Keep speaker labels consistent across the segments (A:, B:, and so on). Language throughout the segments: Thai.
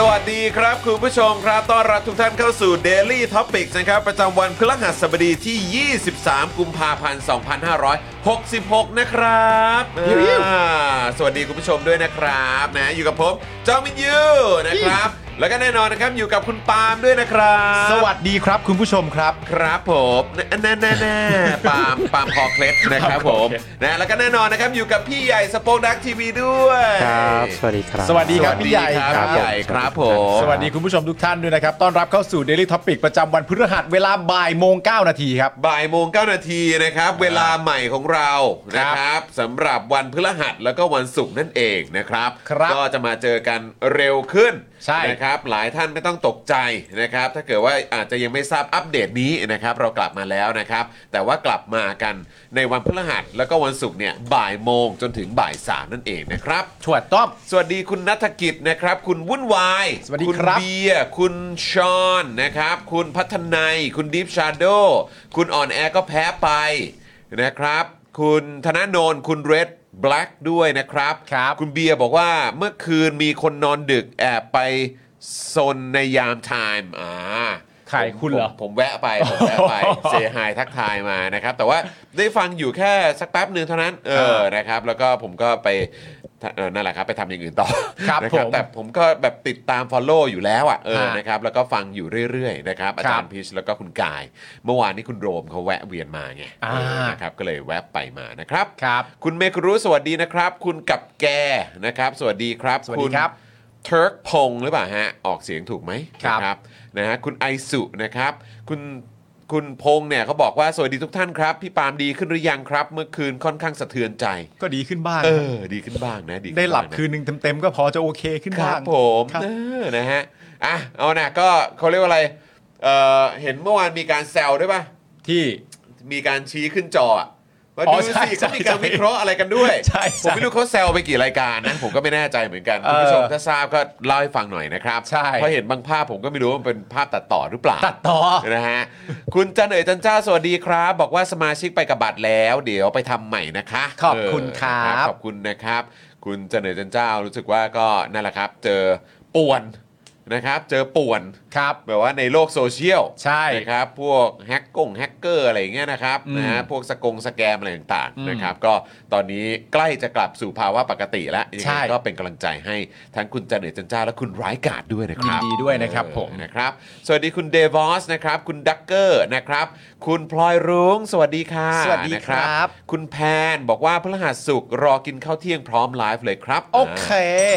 A: สวัสดีครับ คุณผู้ชมครับต้อนรับทุกท่านเข้าสู่ Daily Topics นะครับ ประจำวันพฤหัสบดีที่ 23 กุมภาพันธ์ 2566 นะครับอ่าสวัสดีคุณผู้ชมด้วยนะครับนะอยู่กับผมจอมินยูนะครับ แล้วก็แน่นอนนะครับอยู่กับคุณปาล์มด้วยนะครับ
B: สวัสดีครับคุณผู้ชมครับ
A: ครับผมแน่แน่แน่ปาล์มปาล์มคอเคล็ดนะครับผมนะแล้วก็แน่นอนนะครับอยู่กับพี่ใหญ่สปอคดักทีวีด้วย
C: ครับ สวัสดีครับ
B: สวัสดีครับพี่ใหญ่
A: สวัสดีครับพี่ใหญ่ครับผม
B: สวัสดีคุณผู้ชมทุกท่านด้วยนะครับ ต้อนรับเข้าสู่ Daily Topic ประจำวันพฤหัสเวลาบ่ายโมง9นาทีครับ
A: บ่ายโมง9นาทีนะครับ เวลาใหม่ของเรานะครับสำหรับวันพฤหัสแล้วก็วันศุกร์นั่นเองนะครับ
B: ครับ
A: ก็จะมาเจอกันเร็วขึ้น
B: ใช่
A: นะครับ หลายท่านไม่ต้องตกใจนะครับ ถ้าเกิดว่าอาจจะยังไม่ทราบอัปเดตนี้นะครับ เรากลับมาแล้วนะครับ แต่ว่ากลับมากันในวันพฤหัสแล้วก็วันศุกร์เนี่ยบ่ายโมงจนถึงบ่ายสามนั่นเองนะครับ
B: ชวดต้อม
A: สวัสดีคุณนัฐกิจนะครับ คุณวุ่นวาย
B: สวัสดี
A: ณ
B: ครับ
A: เบียร์คุณชอนนะครับ คุณพัฒนัย คุณดิฟชาโดคุณอ่อนแอก็แพ้ไปนะครับ คุณธนาโนนคุณเรดแบล็กด้วยนะครับ
B: ครับ
A: คุณเบียร์บอกว่าเมื่อคืนมีคนนอนดึกแอบไปซนในยามไทม์อ่า
B: ใครคุณเหรอ
A: ผมผมแวะไป ผมแวะ ไป เซฮายทักทายมานะครับ แต่ว่าได้ฟังอยู่แค่สักแป๊บหนึ่งเท่านั้น เออ นะครับ แล้วก็ผมก็ไปเอ่อนั่นแหละครับ ไปทำอย่างอื่นต่อ
B: ครับ
A: นะ
B: ผม
A: แต่ผมก็แบบติดตาม Follow อยู่แล้วอ่ะ เออ
B: ฮะ
A: นะครับ แล้วก็ฟังอยู่เรื่อยๆ นะครับ อาจารย์พิชแล้วก็คุณกาย เมื่อวานนี้คุณโรมเขาแวะเวียนมาไง
B: อ่า
A: เออนะครับ ก็เลยแวะไปมานะครับ
B: ครับ
A: คุณเมกรู้สวัสดีนะครับ คุณกับแกนะครับ สวัสดีครับ
B: สวัสดีครับ
A: เทิร์กพงศ์หรือเปล่าฮะ ออกเสียงถูกไหม
B: ครับ
A: นะนะฮะคุณไอสุนะครับ คุณคุณพงศ์เนี่ยเขาบอกว่าสวัสดีทุกท่านครับ พี่ปาล์มดีขึ้นหรือยังครับ เมื่อคืนค่อนข้างสะเทือนใจ
B: ก็ดีขึ้นบ้าง
A: เออ ดีขึ้นบ้างนะดีขึ้น
B: ได้หลับ
A: างะ
B: คืนหนึ่งเต็มๆก็พอจะโอเคขึ้น
A: ครับ
B: ้าง
A: บผม
B: ครับ
A: เออนะฮะอ่ะเอานะก็เขาเรียกว่าอะไรเออเห็นเมื่อวานมีการแซวด้วยป่ะ
B: ที่
A: มีการชี้ขึ้นจออะว่า
B: อ๋
A: ดู
B: อใช่
A: สิ
B: ใช่
A: ก็มีการวิเคราะห์อะไรกันด้วย
B: ใช่
A: ผ
B: ใช่
A: มไม่รู้เขาแซวไปกี่รายการนะ ผมก็ไม่แน่ใจเหมือนกัน คุณผู้ชม
B: เออ
A: ถ้าทราบก็เล่าให้ฟังหน่อยนะครับ
B: ใช่
A: เพราะเห็นบางภาพผมก็ไม่รู้ว่ามันเป็นภาพตัดต่อหรือเปล่า
B: ตัดต่อ
A: นะฮะ คุณจันเอ๋ยจันเจ้าสวัสดีครับ บอกว่าสมาชิกไปกับบัตรแล้ว เดี๋ยวไปทำใหม่นะคะ
B: ขอบคุณครับ
A: เออนะขอบคุณนะครับ คุณจันเอ๋ยจันเจ้ารู้สึกว่าก็นั่นแหละครับ เจอป่วนนะครับ เจอป่วน
B: ครับ
A: แบบว่าในโลกโซเชียล
B: ใช่
A: นะครับ พวกแฮกกงแฮกเกอร์อะไรอย่างเงี้ยนะครับ
B: อืม
A: นะฮะพวกสกงสแกมอะไรต่าง
B: อืม
A: ๆนะครับ ก็ตอนนี้ใกล้จะกลับสู่ภาวะปกติแล้วยัง
B: ใช่
A: ไงก็เป็นกำลังใจให้ทั้งคุณจันเอ๋ยจันเจ้าและคุณร้ายกาดด้วยนะครับ
B: ยินดีด้วยนะครับ
A: เออ
B: ผม
A: นะครับ สวัสดีคุณเดวอสนะครับ คุณดักเกอร์นะครับ คุณพลอยรุ้งสวัสดีค่ะ
B: สวัสดี
A: นะครับ คุณแพนบอกว่าพฤหัสสุกร์รอกินข้าวเที่ยงพร้อมไลฟ์เลยครับ
B: โอเค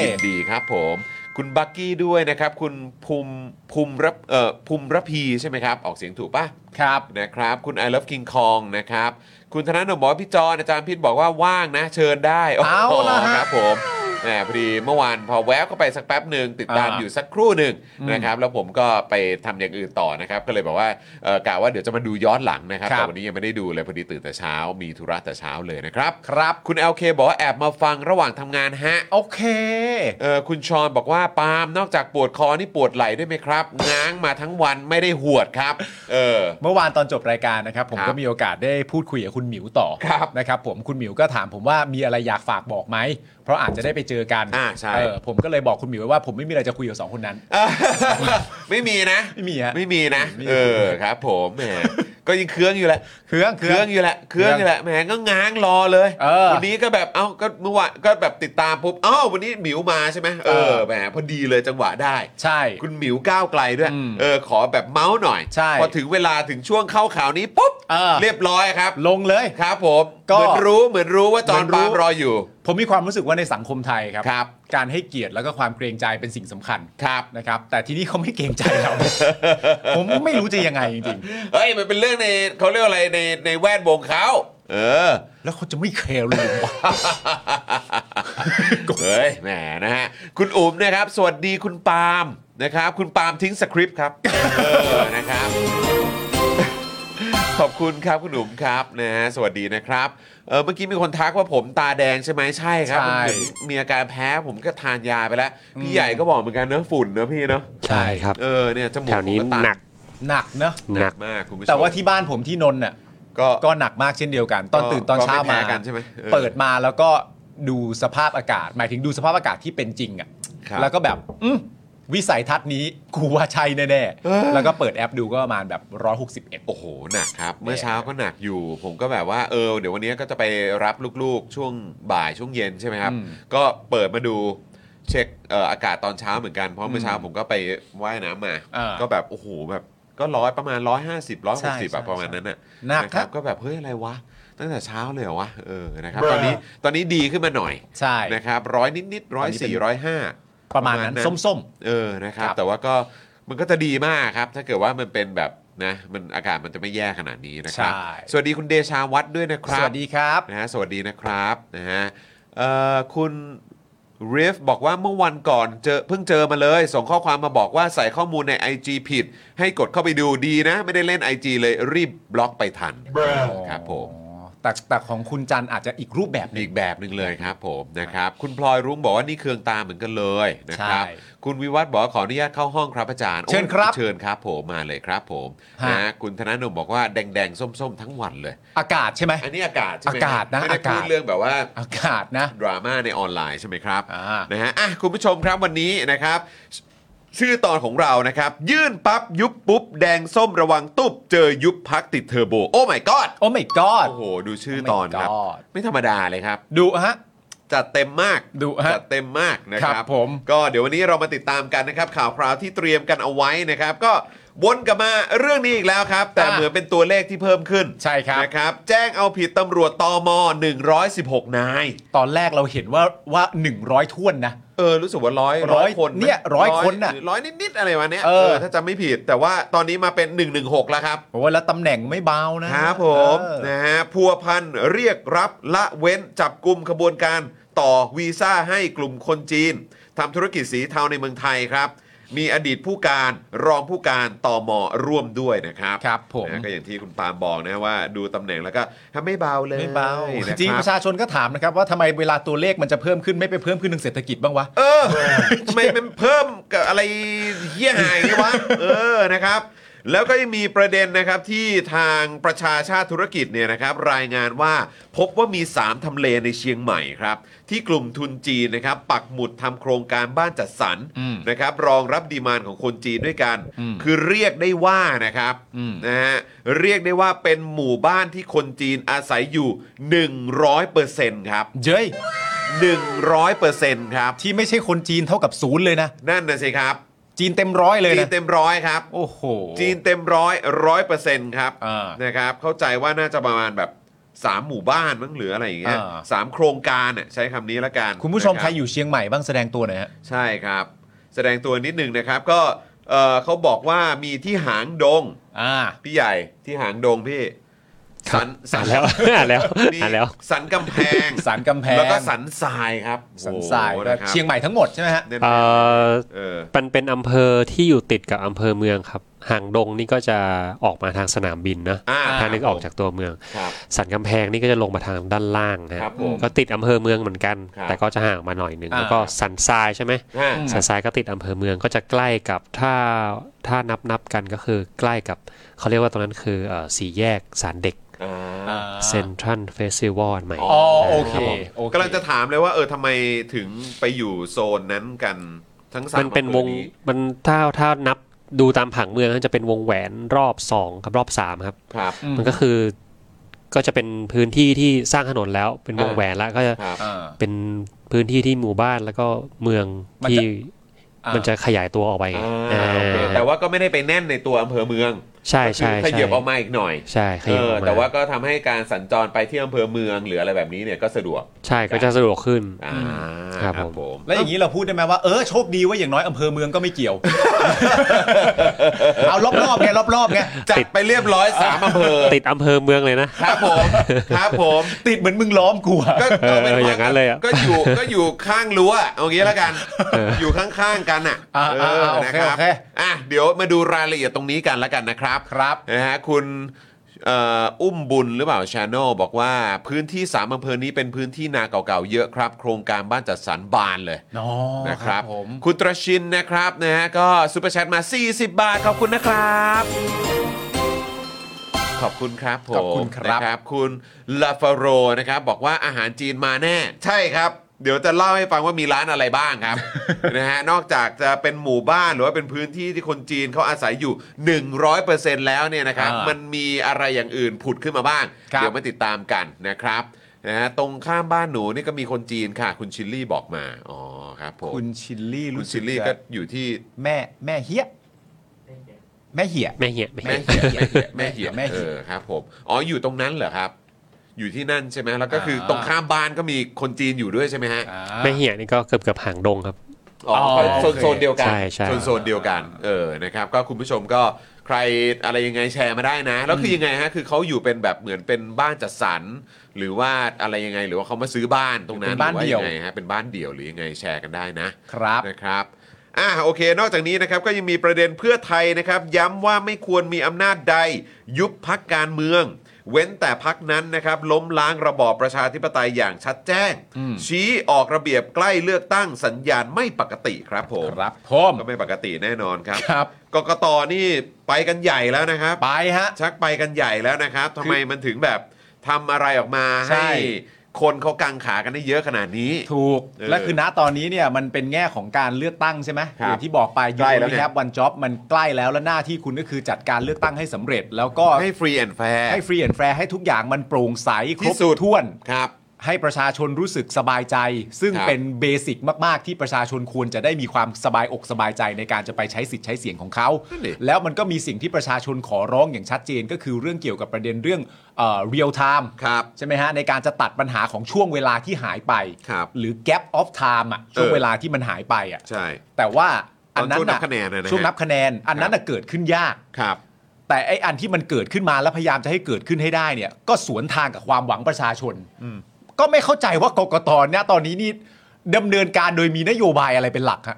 A: ยินดีครับผม คุณบักกี้ด้วยนะครับ คุณภูมิภูมิรับเอ่อภูมิระพีใช่ไหมครับ ออกเสียงถูกปะ
B: ครับ
A: นะครับ คุณ I love King Kong นะครับ คุณธนาโนมบอกว่าพี่จอนอาจารย์พิษบอกว่าว่างนะ เชิญได้โโห
B: เอาล่ะฮะ
A: ครับผม แหมพอดีเมื่อวานพอแวบเข้าไปสักแป๊บหนึ่งติดตาม
B: อ่า
A: อยู่สักครู่หนึ่งนะครับแล้วผมก็ไปทำอย่างอื่นต่อนะครับ ก็เลยบอกว่าเอ่อกะว่าเดี๋ยวจะมาดูย้อนหลังนะครับ
B: ครับ
A: แต่วันนี้ยังไม่ได้ดูเลยพอดีตื่นแต่เช้า มีธุระแต่เช้าเลยนะครับ
B: ครับ
A: คุณ LK บอกว่าแอบมาฟังระหว่างทำงานฮะ
B: โอเค
A: เออคุณชอนบอกว่าปาล์มนอกจากปวดคอนี่ปวดไหล่ด้วยไหมครับ ง้างมาทั้งวันไม่ได้หวดครับ เออ
B: เมื่อวานตอนจบรายการนะครับ ผม
A: ครับ
B: ก็มีโอกาสได้พูดคุยกับคุณหมิวต่อ
A: ครับ
B: นะครับผมคุณหมิวก็ถามผมว่ามีอะไรอยากฝากบอกไหม เพราะอาจจะได้ไปเจอกัน
A: อ่าใช่
B: เออผมก็เลยบอกคุณหมิวไว้ว่าผมไม่มีอะไรจะคุยกับสองคนนั้น
A: อ่ะไม่มีนะ
B: ไม่มีฮะ
A: ไม่มีนะ
B: ไม่มี
A: เออครับ ผมแหมก็ยังเคืองอยู่แหละ
B: เครื่องเค
A: เค
B: รื่
A: รื่
B: อ
A: อง งอยู่แหละเครื่องอยู่แหละแหมก็ง้างรอเลย
B: เออ
A: วันนี้ก็แบบเอ้าก็เมื่อวานก็แบบติดตามปุ๊บอ้าววันนี้หมิวมาใช่ไหมเอ
B: เอ
A: อ
B: อ
A: แหมพอดีเลยจังหวะได้
B: ใช่
A: คุณหมิวก้าวไกลด้วย
B: อืม
A: เออขอแบบเมาส์หน่อย
B: ใช่
A: พอถึงเวลาถึงช่วงเข้าข่าวนี้ปุ๊บ
B: เออ
A: เรียบร้อยครับ
B: ลงเลย
A: ครับผม
B: ก็
A: เหมือนรู้เหมือนรู้ว่าจอห์น
B: เหมือนรู้
A: ปาล์มรออยู่
B: ผมมีความรู้สึกว่าในสังคมไทยครับ
A: ครับ
B: การให้เกียรติแล้วก็ความเกรงใจเป็นสิ่งสำคัญ
A: ครับ
B: นะครับ แต่ที่นี่เขาไม่เกรงใจเรา ผมไม่รู้จะยังไงจริง
A: เฮ้ยมันเป็นเรื่องในเขาเรียกว่าอะไรในในแวดวงเขาเออ
B: ๆ แล้วเขาจะไม่แคร์เลยเหรอวะ
A: เฮ้ยแหมนะฮะคุณอุ๋มนะครับ สวัสดีคุณปาล์มนะครับ คุณปาล์มทิ้งสคริปต์ครับ เออนะครับ ขอบคุณครับคุณอุ๋มครับนะฮะสวัสดีนะครับเออเมื่อกี้มีคนทักว่าผมตาแดงใช่ไหมใช่ครับ
B: ใช่
A: ผมมีอาการแพ้ผมก็ทานยาไปแล้ว พี่ใหญ่ก็บอกเหมือนกันเนอะฝุ่นเนอะพี่เนอะ
C: ใช่ครับ
A: เออเนี่ยจมูก
C: แถวนี้
A: ผมตัด
C: หนัก
B: หนักเนอะ
C: หนัก
A: มากคุณผู้ชม
B: แต่ว่าที่บ้านผมที่นนท์น่ะ
A: ก็
B: ก็หนักมากเช่นเดียวกัน ตอน
A: ก็
B: ตื่นตอนเช้า
A: ก็ไม่
B: มา
A: แพ้กันใช่ไหมเออ
B: เปิดมาแล้วก็ดูสภาพอากาศ หมายถึงดูสภาพอากาศที่เป็นจริงอ่ะ
A: ครับ
B: แล้วก็แบบอืมวิสัยทัศน์นี้กูว่าใช่แน่
A: เออ
B: ๆแล้วก็เปิดแอปดูก็ประมาณแบบ 161
A: โอ้โหหนักครับ เมื่อเช้าก็หนักอยู่ ผมก็แบบว่าเออเดี๋ยววันนี้ก็จะไปรับลูกๆ ช่วงบ่ายช่วงเย็นใช่ไหมครับ
B: อืม
A: ก็เปิดมาดูเช็คเอ่ออากาศตอนเช้าเหมือนกัน เพราะเมื่อเช้าผมก็ไปว่ายน้ำมา
B: อ่า
A: ก็แบบโอ้โหแบบก็ร้อยประมาณร้อยห้าสิบร้อยห
B: ใช่
A: กสิบ
B: ใช่
A: อะประมาณนั้นน่ะ
B: หนัก
A: ะครับ
B: ครับ
A: ก็แบบเฮ้ยอะไรวะ ตั้งแต่เช้าเลยเหรอวะเออนะครับตอนนี้ตอนนี้ดีขึ้นมาหน่อย
B: ใช่
A: นะครับร้อยนิดๆร้อย
B: ตอนนี้
A: สี่
B: เป็น
A: ร้อยห้า
B: ประมาณนั้นส้ม
A: เออ นะครับ
B: ครับ
A: แต่ว่าก็มันก็จะดีมากครับ ถ้าเกิดว่ามันเป็นแบบนะมันอากาศมันจะไม่แย่ขนาดนี้นะครับ
B: ใช่
A: สวัสดีคุณเดชาวัดด้วยนะค
B: ๆ ส
A: รับ
B: วัสดีครับ
A: นะฮะสวัสดีนะครับนะฮะเอ่อคุณริฟบอกว่าเมื่อวันก่อนเจอเพิ่งเจอมาเลย ส่งข้อความมาบอกว่าใส่ข้อมูลใน IG ผิด ให้กดเข้าไปดูดีนะ ไม่ได้เล่น IG เลยรีบบล็อกไปทันครับผม
B: อ๋อแต่แต่ของคุณจันอาจจะอีกรูปแบบหนึ่
A: อี
B: ง
A: กแบบหนึ่งเลยครับผมนะครับคุณพลอยรุ้งบอกว่านี่เคืองตาเหมือนกันเลยนะครับ
B: ใช่
A: คุณวิวัฒน์บอกว่าขออนุญาตเข้าห้องครับอาจารย์โอ้ย
B: เชิญครับ
A: เชิญครับผมมาเลยครับผม
B: ฮะ
A: นะคุณธนาโนมบอกว่าแดงๆ ส้มๆ ทั้งวันเลย
B: อากาศใช่ไหม
A: อันนี้อากาศใช่ไหม
B: อากาศนะ
A: ไม่ได้
B: อากา
A: พู
B: ศ
A: ดเรื่องแบบว่า
B: อากาศนะ
A: ดราม่าในออนไลน์ใช่ไหมครับ
B: อ่า
A: นะฮะอ่ะคุณผู้ชมครับวันนี้นะครับ ชื่อตอนของเรานะครับ ยื่นปั๊บยุบปุ๊บ แดงส้มระวังตุ๊บ เจอยุบพักติดเทอร์โบโอ้ my god
B: โอ้ my god
A: โอ้โห ดูชื่อตอนครับ
B: Oh my god
A: ไม่ธรรมดาเลยครับ
B: ดูฮะ
A: จัดเต็มมาก
B: ดุฮะ
A: จัดเต็มมากนะค
B: ค
A: รั
B: รั
A: บบ
B: ผม
A: ก็เดี๋ยววันนี้เรามาติดตามกันนะครับ ข่าวคราวที่เตรียมกันเอาไว้นะครับ ก็วนกลับมาเรื่องนี้อีกแล้วครับ แต่เหมือนเป็นตัวเลขที่เพิ่มขึ้น
B: ใช่ครับ
A: นะครับ แจ้งเอาผิดตำรวจตม116 นาย
B: ตอนแรกเราเห็นว่าว่า 100ท้วนนะ
A: เออ รู้สึกว่าร้อย
B: ร้อย
A: คน
B: เนี่ยร้อยคนน่ะ
A: หรือร้อยนิด ๆ อะไรวะเนี้ย
B: เออ
A: ถ้าจำไม่ผิด แต่ว่าตอนนี้มาเป็น 116 แล้วครับ
B: โอ้ยแล้วตำแหน่งไม่เบานะครับ
A: ผม
B: เออ
A: นะฮะพัวพันเรียกรับละเว้นจับกลุ่มขบวนการต่อวีซ่าให้กลุ่มคนจีนทำธุรกิจสีเทาในเมืองไทยครับ มีอดีตผู้การรองผู้การตอมร่วมด้วยนะครับ
B: ครับผม
A: นะก็อย่างที่คุณปาล์มบอกนะว่าดูตำแหน่งแล้วก็ถ้าไม่เบาเลย
B: ไม่เบาจ
A: นะค
B: ริงๆป
A: รับ
B: ระชาชนก็ถามนะครับ ว่าทำไมเวลาตัวเลขมันจะเพิ่มขึ้นไม่ไปเพิ่มขึ้นทางเศรษฐกิจบ้างวะ
A: เออทำไมมันเพิ่มกับอะไรเหี้ยหายอย่างนี้วะเออนะครับ แล้วก็ยังมีประเด็นนะครับที่ทางประชาชาติธุรกิจเนี่ยนะครับ รายงานว่าพบว่ามี 3ทำเลในเชียงใหม่ครับ ที่กลุ่มทุนจีนนะครับ ปักหมุดทำโครงการบ้านจัดสรร
B: อืม
A: นะครับ รองรับดีมานด์ของคนจีนด้วยกัน
B: อืม
A: คือเรียกได้ว่านะครับ
B: อืม
A: นะฮะเรียกได้ว่าเป็นหมู่บ้านที่คนจีนอาศัยอยู่ 100%ครับ
B: เย้ย
A: 100%ครับ
B: ที่ไม่ใช่คนจีนเท่ากับศูนย์เลยนะ
A: นั่นนะสิครับ
B: จีนเต็มร้อยเลย
A: จีน
B: นะ
A: เต็มร้อยครับ
B: โอ้โห
A: จีนเต็มร้อยร้อยเปอร์เซ็นต์ครับ
B: อ่า
A: นะครับ เข้าใจว่าน่าจะประมาณแบบสามหมู่บ้านมั้งหรืออะไรอย่างเงี้ย
B: อ่า
A: สามโครงการน่ะใช้คำนี้ละกัน
B: คุณผู้ชม
A: นะ
B: ใครอยู่เชียงใหม่บ้างแสดงตัวหน่อยฮะ
A: ใช่ครับ แสดงตัวนิดหนึ่งนะครับ ก็เอ่อเขาบอกว่ามีที่หางดง
B: อ่า
A: พี่ใหญ่ที่หางดงพี่ สันสัน
C: แล้วอ่านแล้ว
A: มี
C: อ่านแล้ว
A: สันกำแพง
B: สันกำแพง
A: แล้วก็สันทรายครับ
B: สันทราย
A: โอ้โห
B: ด้วย
A: นะครับ
B: เชียงใหม่ทั้งหมดใช่ไหมฮะ
A: แน่นๆ
C: เอ่อ
A: เออ
C: มันเป็นอำเภอที่อยู่ติดกับอำเภอเมืองครับห่างดงนี่ก็จะออกมาทางสนามบินนะ
A: อ่า
C: ถ้านึกออกจากตัวเมือง
A: ครับ
C: สันกำแพงนี่ก็จะลงมาทางด้านล่างนะฮะ
A: ครับผม
C: ก็ติดอำเภอเมืองเหมือนกัน
A: ครับ
C: แต่ก็จะห่างมาหน่อยหนึ่ง
B: อ่า
C: แล้วก็สันทรายใช่ไหม
A: ฮะ
C: สันทรายก็ติดอำเภอเมืองก็จะใกล้กับถ้าถ้านับนับกันก็คือใกล้กับเขาเรียกว่าตรงนั้นคือเอ่อสี่แยกสารเด็ก
A: อ่า
C: เซ็นทรัลเฟสติวัลใหม่
A: อ๋
B: อ๋อโอ
C: นะ
B: เค
C: ครับผม
B: โอเค
A: กำลังจะถามเลยว่าเออทำไมถึงไปอยู่โซนนั้นกันทั้งสาม
C: มันเป็นวง
A: อำภอนี้
C: มันถ้าถ้านับดูตามผังเมืองนะจะเป็นวงแหวนรอบสองกับรอบสามครับ
A: ครับ
B: อืม
C: มันก็คือก็จะเป็นพื้นที่ที่สร้างถนนแล้ว เป็นวง
A: อ่า
C: แหวนแล้วก็จะ
A: ครับ
B: อ่า
C: เป็นพื้นที่ที่หมู่บ้านแล้วก็เมือง
B: มันจะ
C: ที่
B: อ่า
C: มันจะขยายตัวออกไปไง
A: อ่าโอเคแต่
C: อ่า
A: ว่าก็ไม่ได้ไปแน่นในตัวอำเภอเมือง
C: ใช่ใช่
A: ก็คือข
C: ใช่
A: ยับออกมาอีกหน่อย
C: ใช่ข
A: เอ
C: ยับอ
A: อ
C: อกมา
A: แต่ว่าก็ทำให้การสัญจรไปที่อำเภอเมืองหรืออะไรแบบนี้เนี่ยก็สะดวก
C: ใช่ก็จะสะดวกขึ้น
A: อ่า
C: ครับผม
B: แล้วอย่างนี้เราพูดได้ไหมว่าเออโชคดีว่าอย่างน้อยอำเภอเมืองก็ไม่เกี่ยว เอารอบๆไงรอบๆไง
A: จัดไปเรียบร้อยสามอำเภอ
C: ติดอำเภอเมืองเลยนะ
A: ครับผมครับผม
B: ติดเหมือนมึงล้อมกูอะ
A: ก็
C: เออ
A: ป็ว่
C: อย่างนั้นเลยอะ
A: ก็อยู่ก็อยู่ข้างรั้วเอางี้แล้วกันอยู่ข้างๆกันอ่ะ
B: อ่า
A: เอ
B: อ่า
A: อ
B: โอเค
A: นะครับ
B: โอเค
A: อ่ะเดี๋ยวมาดูรายละเอียดตรงนี้กันแล้วกันนะครับ
B: ครับ
A: นะฮะคุณเอ่ออุ้มบุญหรือเปล่าชาโนลบอกว่าพื้นที่สามอำเภอนี้เป็นพื้นที่นาเก่าๆเยอะครับ โครงการบ้านจัดสรรบานเลย
B: อ๋อ
A: นะครับ
B: ผม
A: คุณตรชินนะครับนะฮะก็ซูเปอร์แชทมา 40 บาทขอบคุณนะครับ ขอบคุณครับผม
B: ขอบคุณครับ
A: นะครับ คุณลาฟาโรนะครับบอกว่าอาหารจีนมาแน่ ใช่ครับ เดี๋ยวจะเล่าให้ฟังว่ามีร้านอะไรบ้าง ครับ นะฮะนอกจากจะเป็นหมู่บ้านหรือว่าเป็นพื้นที่ที่คนจีนเขาอาศัยอยู่ 100%แล้วเนี่ยนะครับ
B: อ่ามั
A: มันมีอะไรอย่างอื่นผุดขึ้นมาบ้าง
B: ครับ
A: เดี๋ยวมาติดตามกันนะครับนะฮะตรงข้ามบ้านหนูนี่ก็มีคนจีนค่ะ คุณชิลลี่บอกมาอ๋อครับผม
B: คุณชิลลี่
A: คุ
B: รู้
A: ณ
B: สึ
A: ชิลลี่ก็อยู่ที่
B: แม่แม่เฮียแม่เหีย
C: แม่เหี้ยแม่
A: แม่
C: เหี้ย
A: เหี่ยแม่เหี่ย
B: แม่
A: แม่
B: เหี่
A: เหี่
B: ย
A: ยเออครับผมอ๋ออยู่ตรงนั้นเหรอครับ อยู่ที่นั่นใช่ไหมแล้วก็คืออา ตรงข้ามบ้านก็มีคนจีนอยู่ด้วยใช่ไหมฮะ
B: อ่า
C: แม่เหี้ยนี่ก็เกือบเกือบๆห่างดงครับ
A: อ๋อ
B: อ๋อ
A: ก็โซนโซน
B: โอเค
A: เดียวกัน
C: ใช่ใช่
A: โซนโซนเดียวกันเออนะครับ ก็คุณผู้ชมก็ใครอะไรยังไงแชร์มาได้นะ แล้วคือยังไงฮะคือเขาอยู่เป็นแบบเหมือนเป็นบ้านจัดสรรหรือว่าอะไรยังไงหรือว่าเขามาซื้อบ้านตรงนั้น
B: เป็นบ้านเดี่ยว
A: หรือยังไงฮะเป็นบ้านเดี่ยวหรือยังไงแชร์กันได้นะ
B: ครับ
A: นะครับ อ่ะโอเค นอกจากนี้นะครับก็ยังมีประเด็นเพื่อไทยนะครับ ย้ำว่าไม่ควรมีอำนาจใด ยุบพักการเมือง เว้นแต่พักนั้นนะครับ ล้มล้างระบอบประชาธิปไตยอย่างชัดแจ้ง
B: อืม
A: ชี้ออกระเบียบใกล้เลือกตั้งสัญญาณไม่ปกติครับผม
B: ครับผม
A: ก็ไม่ปกติแน่นอนครับ
B: ครับ
A: กกตนี่ไปกันใหญ่แล้วนะครับ
B: ไปฮะ
A: ชักไปกันใหญ่แล้วนะครับทำไมมันถึงแบบทำอะไรออกมา
B: ใช่
A: ให้คนเขากังขากันได้เยอะขนาดนี้
B: ถูก
A: เออ
B: และคือณตอนนี้เนี่ยมันเป็นแง่ของการเลือกตั้งใช่ไหม
A: ครับ
B: อย่างที่บอกไปยู
A: ใกล้แล้ว
B: นิ
A: เนี่ย
B: แคปวันจ็อบมันใกล้แล้วและหน้าที่คุณก็คือจัดการเลือกตั้งให้สำเร็จ แล้วก็
A: ให้ฟรีแอนแฟร์
B: ให้ฟรีแอนแฟร์ให้ทุกอย่างมันโปร่งใสค
A: ที่
B: รบ
A: สุด
B: ถ้วน
A: ครับ
B: ให้ประชาชนรู้สึกสบายใจ ซึ่ง
A: ครับ
B: เป็นเบสิกมาก ๆ ที่ประชาชนควรจะได้มีความสบายอกสบายใจในการจะไปใช้สิทธิ์ใช้เสียงของเขา แล้วมันก็มีสิ่งที่ประชาชนขอร้องอย่างชัดเจนก็คือเรื่องเกี่ยวกับประเด็นเรื่องเรียลไทม์
A: ครับ
B: ใช่ไหมฮะ ในการจะตัดปัญหาของช่วงเวลาที่หายไป
A: ครับ
B: หรือ gap of time อ่ะช่วง
A: เออ
B: เวลาที่มันหายไปอ่ะ
A: ใช่
B: แต่ว่าอันนั้
A: ตอนช่
B: น
A: วงนับคะแนนน่ะนะฮะ
B: ช่วงนับคะแนน อันนั้นน่ะเกิดขึ้นยาก
A: ครับ
B: แต่ไอ้อันที่มันเกิดขึ้นมาแล้วพยายามจะให้เกิดขึ้นให้ได้เนี่ย ก็สวนทางกับความหวังประชาชนก็ไม่เข้าใจว่ากกตเนี่ยตอนนี้นี่ดำเนินการโดยมีนโยบายอะไรเป็นหลักฮะ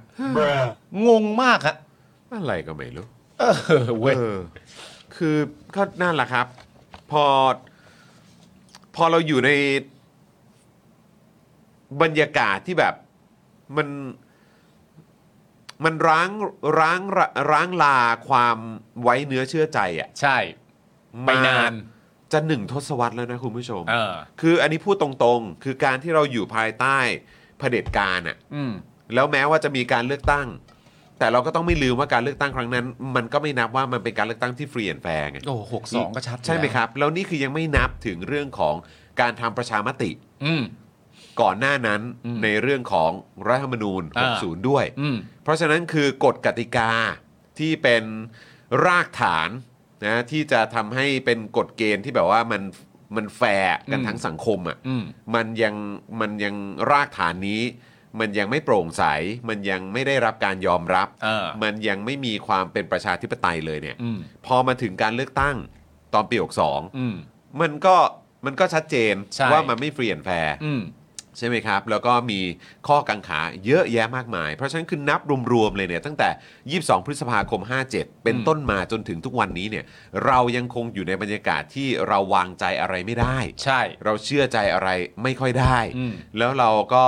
B: งงมากฮะ
A: อะไรก็ไม่รู้
B: เออเว้ย
A: เออ คือก็นั่นแหละครับ พอ พอเราอยู่ในบรรยากาศที่แบบมัน มันร้างร้างร้างลาความไว้เนื้อเชื่อใจอะ่ะ
B: ใช่ไปนาน
A: มจะหนึ่งทศวรรษแล้วนะคุณผู้ชม
B: เออ
A: คืออันนี้พูดตรงๆ คือการที่เราอยู่ภายใต้เผด็จการอ่ะ
B: อืม
A: แล้วแม้ว่าจะมีการเลือกตั้ง แต่เราก็ต้องไม่ลืมว่าการเลือกตั้งครั้งนั้น มันก็ไม่นับว่ามันเป็นการเลือกตั้งที่ฟรีแอนแฟร์ไง
B: โอ้หกสองก็ชัด
A: ใช่ไหม
B: แล้ว
A: ครับ แล้วนี่คือยังไม่นับถึงเรื่องของการทำประชามติ
B: อืม
A: ก่อนหน้านั้น
B: อืม
A: ในเรื่องของรัฐธรรมนูญ
B: อ่า
A: 60 ด้วย
B: อืม
A: เพราะฉะนั้นคือกฎกติกาที่เป็นรากฐานนะที่จะทำให้เป็นกฎเกณฑ์ที่แบบว่ามันมันแฟร์กัน
B: อืม
A: ทั้งสังคมอ่ะ
B: อืม
A: มันยังมันยังรากฐานนี้ มันยังไม่โปร่งใส มันยังไม่ได้รับการยอมรับ
B: เออ
A: มันยังไม่มีความเป็นประชาธิปไตยเลยเนี่ย
B: อืม
A: พอมาถึงการเลือกตั้งตอนปี
B: อืม
A: 62 มันก็มันก็ชัดเจน
B: ใช่
A: ว่ามันไม่ฟรีแอนแฟร์
B: อืม
A: ใช่ไหมครับ แล้วก็มีข้อกังขาเยอะแยะมากมาย เพราะฉะนั้นคือนับรวมๆเลยเนี่ยตั้งแต่ 22 พฤษภาคม 57 เป็นต้นมาจนถึงทุกวันนี้เนี่ยเรายังคงอยู่ในบรรยากาศที่เราวางใจอะไรไม่ได้
B: ใช่
A: เราเชื่อใจอะไรไม่ค่อยได้
B: อืม
A: แล้วเราก็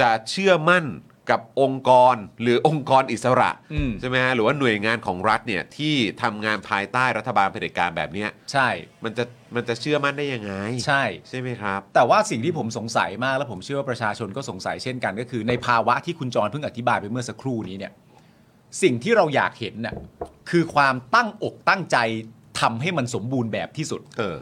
A: จะเชื่อมั่นกับองค์กรหรือองค์กรอิสระ
B: อืม
A: ใช่ไหมฮะหรือว่าหน่วยงานของรัฐเนี่ยที่ทำงานภายใต้รัฐบาลเผด็จการแบบเนี้ย
B: ใช่
A: มันจะมันจะเชื่อมั่นได้ยังไง
B: ใช่
A: ใช่ไหมครับ
B: แต่ว่าสิ่งที่ผมสงสัยมากและผมเชื่อว่าประชาชนก็สงสัยเช่นกัน ก็คือในภาวะที่คุณจรเพิ่งอธิบายไปเมื่อสักครู่นี้เนี่ย สิ่งที่เราอยากเห็นน่ะคือความตั้งอกตั้งใจทำให้มันสมบูรณ์แบบที่สุด
A: เออ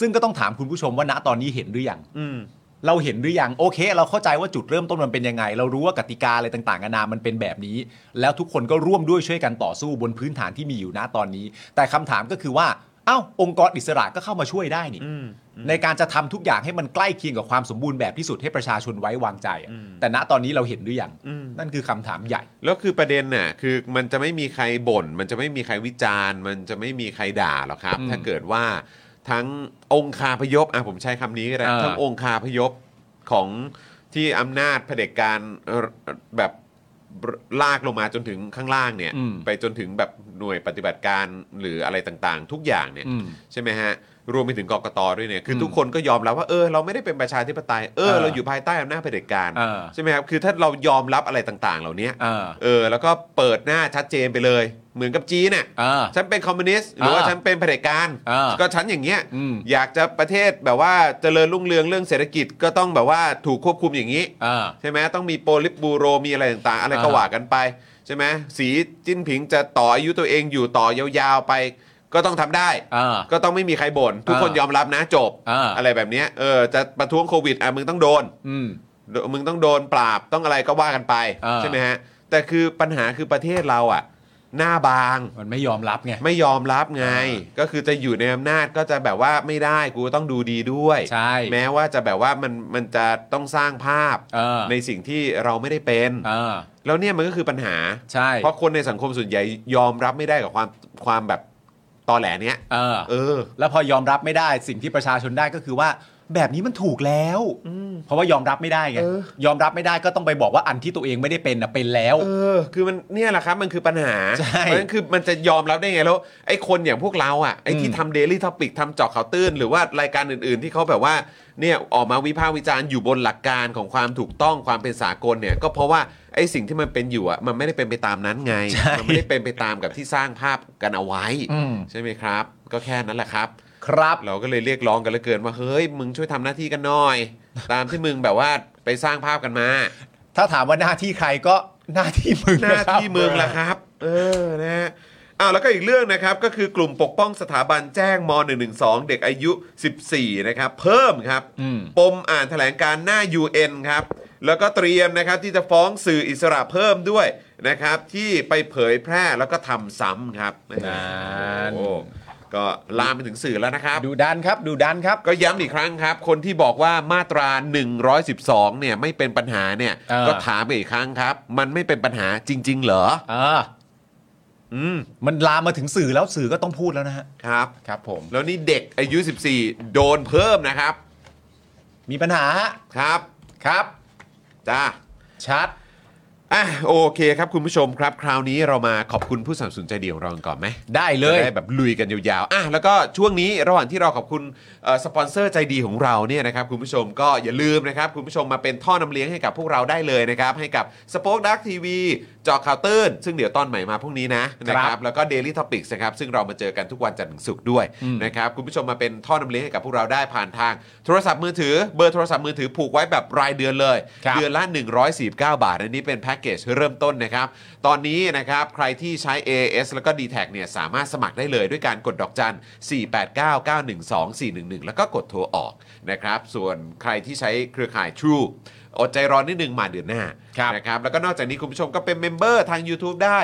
B: ซึ่งก็ต้องถามคุณผู้ชมว่าณตอนนี้เห็นหรือยัง
A: อืม
B: เราเห็นหรือยังโอเค เราเข้าใจว่าจุดเริ่มต้นมันเป็นยังไง เรารู้ว่ากติกาอะไรต่างๆนานามันเป็นแบบนี้ แล้วทุกคนก็ร่วมด้วยช่วยกันต่อสู้บนพื้นฐานที่มีอยู่ณตอนนี้ แต่คำถามก็คือว่าเอ้าองค์กรอิสระก็เข้ามาช่วยได้นี่
A: อืม
B: ในการจะทำทุกอย่างให้มันใกล้เคียงกับความสมบูรณ์แบบที่สุดให้ประชาชนไว้วางใจอะแต่ณตอนนี้เราเห็นหรือยัง
A: อืม
B: นั่นคือคำถามใหญ่
A: แล้วคือประเด็นน่ะคือมันจะไม่มีใครบ่น มันจะไม่มีใครวิจารณ์ มันจะไม่มีใครด่าหรอกครับ
B: อืม
A: ถ้าเกิดว่าทั้งองคาพยพอ่ะผมใช้คำนี้ก็ได้
B: อ่า
A: ทั้งองคาพยพของที่อำนาจเผด็จการเอ่อแบบลากลงมาจนถึงข้างล่างเนี่ย
B: อืม
A: ไปจนถึงแบบหน่วยปฏิบัติการหรืออะไรต่างๆ ทุกอย่างเนี่ย
B: อืม
A: ใช่ไหมฮะรวมไปถึงกกตด้วยเนี่ยคืออ
B: ม
A: ทุกคนก็ยอมรับว่าเออเราไม่ได้เป็นประชาธิปไตยเออ
B: เออ
A: เราอยู่ภายใต้อำนาจเผด็จการ
B: เออ
A: ใช่ไหมครับคือถ้าเรายอมรับอะไรต่างๆ เหล่านี้
B: เออ
A: เออแล้วก็เปิดหน้าชัดเจนไปเลย เหมือนกับจีนน่ะ
B: เออ
A: ฉันเป็นคอมมิวนิสต์หรือว่า
B: อ่า
A: ฉันเป็นเผด็จการ
B: อ่า
A: ก็ฉันอย่างเงี้ย
B: อืม
A: อยากจะประเทศแบบว่าเจริญรุ่งเรืองเรื่องเศรษฐกิจก็ต้องแบบว่าถูกควบคุมอย่างนี้
B: เออ
A: ใช่ไหมต้องมีโปลิตบูโรมีอะไรต่างๆ อะไรก็
B: อ่าฮะ
A: ว่ากันไป ใช่ไหมสีจิ้นผิงจะต่ออายุตัวเองอยู่ต่อยาวๆไป ก็ต้องทำได้
B: อ่า
A: ก็ต้องไม่มีใครบ่นทุกคน
B: อ่าย
A: ยอมรับนะจบ
B: อ่า
A: ไรแบบเนี้ยเออจะประท้วงโควิดอ่ะมึงต้องโดน
B: อืม
A: มึงต้องโดนปราบต้องอะไรก็ว่ากันไป
B: อ่า
A: ใช่ไหมฮะ แต่คือปัญหาคือประเทศเราอ่ะ หน้าบาง
B: มันไม่ยอมรับไง
A: ไม่ยอมรับไง
B: อ่
A: ก็คือจะอยู่ในอำนาจก็จะแบบว่าไม่ได้กูต้องดูดีด้วย
B: ใช่
A: แม้ว่าจะแบบว่ามันมันจะต้องสร้างภาพ
B: เออ
A: ในสิ่งที่เราไม่ได้เป็น
B: เออ
A: แล้วเนี่ยมันก็คือปัญหา
B: ใช่
A: เพราะคนในสังคมส่วนใหญ่ยอมรับไม่ได้กับความความแบบตอแหลเนี้ย
B: เออ
A: เออ
B: แล้วพอยอมรับไม่ได้สิ่งที่ประชาชนได้ก็คือว่า แบบนี้มันถูกแล้ว เพราะว่ายอมรับไม่ได้ไง
A: เออ
B: ยอมรับไม่ได้ก็ต้องไปบอกว่าอันที่ตัวเองไม่ได้เป็นน่ะเป็นแล้ว
A: เออ คือมันเนี่ยแหละครับ มันคือปัญหา
B: ใช่
A: เพราะฉะนั้นคือมันจะยอมรับได้ไงแล้ว ไอ้คนอย่างพวกเราอ่ะ ไอ้ที่
B: อืม
A: ทำเดลี่ท็อปิกทำเจาะข่าวตื้น หรือว่ารายการอื่นๆ ที่เขาแบบว่า เนี่ย ออกมาวิพากษ์วิจารณ์อยู่บนหลักการของความถูกต้องความเป็นสากลเนี่ย ก็เพราะว่า ไอ้สิ่งที่มันเป็นอยู่อ่ะ มันไม่ได้เป็นไปตามนั้นไง
B: ใช่
A: มัไม่ได้เป็นไปตามกับที่สร้างภาพกันเอาไว้
B: อืม
A: ใช่ไหมครับ ก็แค่นั้นแหละครับ
B: ครับ
A: เราก็เลยเรียกร้องกันเหลือเกินว่า เฮ้ย มึงช่วยทำหน้าที่กันหน่อย ตามที่มึงแบบว่าไปสร้างภาพกันมา
B: ถ้าถามว่าหน้าที่ใครก็หน้าที่มึง
A: หน้า
B: ครับ
A: ที่เมืองละครับ เออ นะฮะอ้าวแล้วก็อีกเรื่องนะครับ ก็คือกลุ่มปกป้องสถาบันแจ้งม .112 เด็กอายุ 14 นะครับ เพิ่มครับ
B: อืม
A: ปมอ่านแถลงการหน้า UN ครับ แล้วก็เตรียมนะครับที่จะฟ้องสื่ออิสระเพิ่มด้วยนะครับ ที่ไปเผยแพร่แล้วก็ทำซ้ำครับ
B: นั่น
A: โอ้ก็ลามไปถึงสื่อแล้วนะครับ
B: ดูดันครับ ดูดันครับ
A: ก็ย้ำอีกครั้งครับ คนที่บอกว่ามาตรา 112 เนี่ยไม่เป็นปัญหาเนี่ย
B: เออ
A: ก็ถามไปอีกครั้งครับ มันไม่เป็นปัญหาจริง ๆ เหรอ
B: เออ
A: อืม
B: มันลามมาถึงสื่อแล้วสื่อก็ต้องพูดแล้วนะฮะ
A: ครับ
B: ครับผม
A: แล้วนี่เด็กอายุ 14 โดนเพิ่มนะครับ
B: มีปัญหาฮะ
A: ครับ
B: ครับ
A: จ้า
B: ชัด
A: อ่ะโอเคครับคุณผู้ชมครับ คราวนี้เรามาขอบคุณผู้สนับสนุนใจเดียวเรากันก่อนไหม
B: ได้เลย
A: จะได้แบบลุยกันยาวๆอ่ะแล้วก็ช่วงนี้ระหว่างที่เราขอบคุณเอ่อสปอนเซอร์ใจดีของเราเนี่ยนะครับคุณผู้ชมก็อย่าลืมนะครับคุณผู้ชมมาเป็นท่อนำเลี้ยงให้กับพวกเราได้เลยนะครับ ให้กับสป็อคดักทีวีจอข่าวตื้นซึ่งเดี๋ยวตอนใหม่มาพรุ่งนี้นะนะค
B: ครั
A: รับบ แล้วก็ Daily Topics นะครับซึ่งเรามาเจอกันทุกวันจันทร์ถึงศุกร์ด้วย
B: อืม
A: นะครับคุณผู้ชมมาเป็นท่อนำเลี้ยงให้กับพวกเราได้ผ่านทางโทรศัพท์มือถือเบอร์โทรศัพท์มือถือผูกไว้แบบรายเดือนเลย
B: ครับ
A: เดือนละ 149 บาท อันนี้เป็นแพ็กเกจเริ่มต้นนะครับ ตอนนี้นะครับ ใครที่ใช้ AS แล้วก็ d t แทเนี่ย สามารถสมัครได้เลยด้วยการกดดอกจัน 489912411 แล้วก็กดโทรออกนะครับ ส่วนใครที่ใช้เครือข่าย True อดใจรอนิดนึงมาเดือนหน้า
B: ครับ
A: นะครับ แล้วก็นอกจากนี้คุณผู้ชมก็เป็นเมมเบอร์ทาง YouTube ได้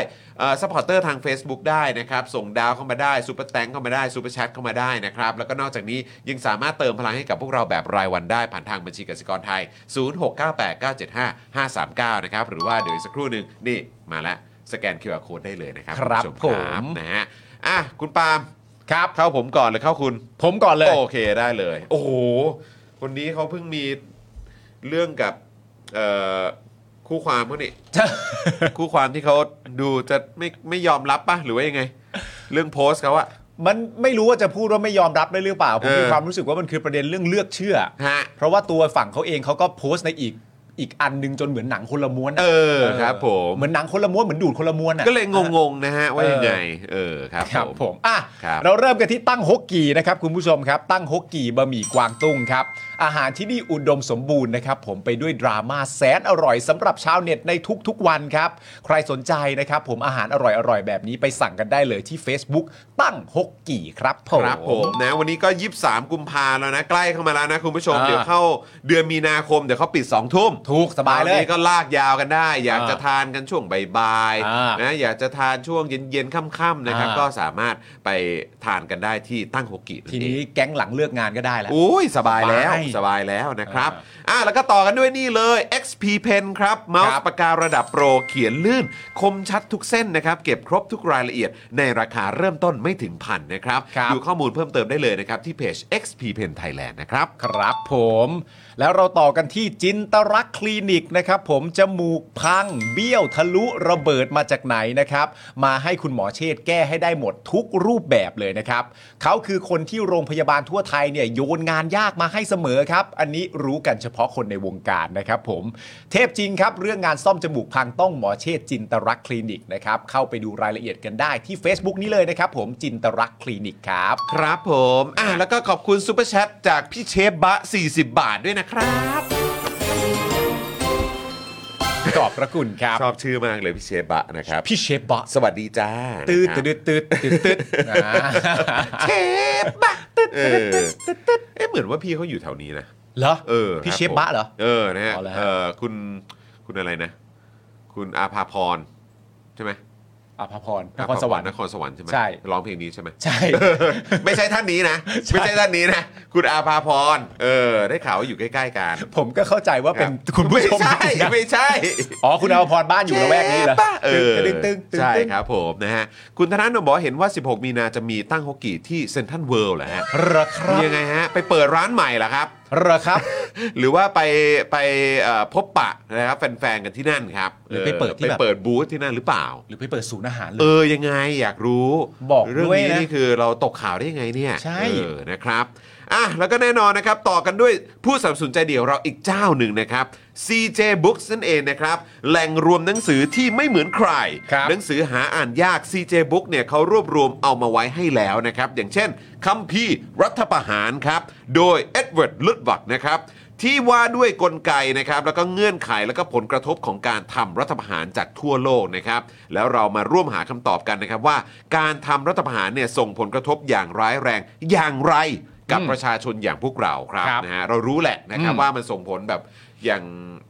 A: สปอร์เตอร์ทาง Facebook ได้นะครับ ส่งดาวเข้ามาได้ซูเปอร์แตงเข้ามาได้ซูเปอร์แชทเข้ามาได้นะครับ แล้วก็นอกจากนี้ยังสามารถเติมพลังให้กับพวกเราแบบรายวันได้ ผ่านทางบัญชีกสิกรไทย 0698975539 นะครับ หรือว่าเดี๋ยวอีกสักครู่หนึ่งนี่มาแล้วสแกน QR Code ได้เลยนะครับ
B: ครับ
A: ณผู้ช
B: ผม
A: นะฮะอ่ะคุณปาล์ม
B: ครับ
A: เข้าผมก่อนหรือเข้าคุณ
B: ผมก่อนเลย
A: โอเคได้เลย โอ้โหคนนี้เขาเพิ่งมีเรื่องกับเอ่อคู่ความเขานี่ คู่ความที่เขาดูจะไม่ไม่ยอมรับปะหรือว่ายังไง เรื่องโพสต์เขาอะ
B: มันไม่รู้ว่าจะพูดว่าไม่ยอมรับได้หรือเปล่า ผมมี
A: เออ
B: ความรู้สึกว่ามันคือประเด็นเรื่องเลือกเชื่อ
A: ฮะ
B: เพราะว่าตัวฝั่งเขาเองเขาก็โพสต์ในอีกอีกอันหนึงจนเหมือนหนังคนละม้วน
A: เออครับผม
B: เหมือนหนังคนละม้วนเหมือนดูดคนละม้วนอ่ะ
A: ก็เลยงงๆนะฮะ ว่ายังไง เออครับ
B: ครับ
A: ผม
B: ผมอ่ะ
A: ครับ
B: เราเริ่มกันที่ตั้งฮกกีนะครับคุณผู้ชมครับ ตั้งฮกกีบะหมี่กวางตุ้งครับ อาหารที่นี่อุดมสมบูรณ์นะครับ ผมไปด้วยดราม่าแสนอร่อยสำหรับชาวเน็ตในทุกๆวันครับ ใครสนใจนะครับ ผมอาหารอร่อยๆ แบบนี้ไปสั่งกันได้เลยที่ Facebook ตั้งฮกกีครับผม
A: ครับผมนะวันนี้ก็ 23 กุมภาแล้วนะ ใกล้เข้ามาแล้วนะคุณผู้ชม
B: อ่า
A: เดี๋ยวเข้าเดือนมีนาคม เดี๋ยวเขาปิด 2 ทุ่ม
B: ถูกสบาย
A: คร
B: เล
A: วย นี้ก็ลากยาวกันได้ อยากจะ
B: อ่า
A: ทานกันช่วงบ่าย
B: อ่า
A: ๆนะอยากจะทานช่วงเย็นๆค่ำๆนะครับ
B: อ่า
A: ก็สามารถไปทานกันได้ที่ตั้งฮกกิ
B: ทีนี้แก๊งหลังเลิกงานก็ได้แล้ว
A: อุ้ยสบายแล้ว
B: สบาย
A: สบายแล้วนะครับ
B: อ่
A: อ่ะแล้วก็ต่อกันด้วยนี่เลย XP Pen ครับเมา
B: ครั
A: ส์
B: บ
A: ปากการะดับโปรเขียนลื่น คมชัดทุกเส้นนะครับ เก็บครบทุกรายละเอียด ในราคาเริ่มต้นไม่ถึงพันนะครับ
B: ครับ
A: ดูข้อมูลเพิ่มเติมได้เลยนะครับ ที่เพจ XP Pen Thailand นะครับ
B: ครับผมแล้วเราต่อกันที่จินตรักษณ์คลินิกนะครับ ผมจมูกพัง เบี้ยวทะลุระเบิดมาจากไหนนะครับ มาให้คุณหมอเชษฐ์แก้ให้ได้หมดทุกรูปแบบเลยนะครับเขาคือคนที่โรงพยาบาลทั่วไทยเนี่ยโยนงานยากมาให้เสมอครับ อันนี้รู้กันเฉพาะคนในวงการนะครับ ผมเทพจริงครับ เรื่องงานซ่อมจมูกพังต้องหมอเชษฐ์จินตรักษณ์คลินิกนะครับเข้าไปดูรายละเอียดกันได้ที่ Facebook นี้เลยนะครับ ผมจินตรักษณ์คลินิกครับ
A: ครับผมอ่ะแล้วก็ขอบคุณซูเปอร์แชทจากพี่เชฟบะ 40 บาทด้วยนะครับ
B: ขอบพระคุณครับ
A: ชอบชื่อมากเลยพี่เชฟบะนะครับ
B: พี่เชฟบะ
A: สวัสดีจ้า
B: ตืด
A: นะครับ
B: ตืดตืดตืดตืดอ่า
A: เชฟบะตึ๊ดตึ๊ดตึ๊ดตึ๊ดตึ๊ดเอ๊ะเหมือนว่าพี่เขาอยู่แถวนี้นะ
B: เหรอ
A: เออ
B: พี่
A: ครั
B: เชฟบะ
A: ผม
B: เหรอ
A: เออนะฮะ
B: อ๋อเหรอฮะ
A: เออคุณคุณอะไรนะ คุณอาภาพรใช่ไหม
B: อภพรนครสวรรค์
A: นครสวรรค์ใช่ไหม
B: ใช่
A: ร้องเพลงนี้ใช่ไหม
B: ใช่
A: ไม่ใช่ท่านนี้นะไม่ใช่ท่านนี้นะคุณอาภาพรเออ ได้ข่าวว่าอยู่ใกล้ๆกัน
B: ผมก็เข้าใจว่าเป็น
A: รับ
B: คุณผู้ชม
A: ไม่ใช่
B: นะ
A: ไม่ใช่
B: อ๋อคุณอภพรบ้านอยู่ละแวกนี้เหรอ
A: เออ
B: ตึงตึงตึง
A: ใช่
B: ตึง
A: ครับผมนะฮะ คุณธนาโนมบอกว่าเห็นว่า 16 มีนาจะมีตั้งฮกกี้ที่เซนทรัลเวิลด์เหรอฮะ
B: เหรอครับ
A: ยังไงฮะ ไปเปิดร้านใหม่เหรอครับ
B: เหรอครับ
A: หรือว่าไปไปเอ่อพบปะนะครับแฟนๆกันที่นั่นครับ
B: หรือไปเปิดที่
A: ออ
B: แบบ
A: ไปเปิดบูธที่นั่นหรือเปล่า
B: หรือไปเปิดศูนย์อาหารเล
A: เอย อยังไงอยากรู้
B: บอก
A: เรื่อง
B: ด้วย
A: นี้
B: นะ
A: นี่คือเราตกข่าวได้ยังไงเนี่ย
B: ใช่
A: เออนะครับอ่ะแล้วก็แน่นอนนะครับ ต่อกันด้วยผู้สนับสนุนใจเดียวเราอีกเจ้าหนึ่งนะครับ CJ Books นั่นเองนะครับ แหล่งรวมหนังสือที่ไม่เหมือนใคร
B: ครับ
A: หนังสือหาอ่านยาก CJ Book เนี่ยเขารวบรวมเอามาไว้ให้แล้วนะครับ อย่างเช่นคัมภีร์รัฐประหารครับ โดยเอ็ดเวิร์ดลุดวักนะครับ ที่ว่าด้วยกลไกนะครับ แล้วก็เงื่อนไขแล้วก็ผลกระทบของการทำรัฐประหารจากทั่วโลกนะครับ แล้วเรามาร่วมหาคำตอบกันนะครับว่า การทำรัฐประหารเนี่ยส่งผลกระทบอย่างร้ายแรงอย่างไรกับประชาชนอย่างพวกเราครับ
B: ครับ
A: นะฮะเรารู้แหละนะครับ
B: อืม
A: ว่ามันส่งผลแบบอย่าง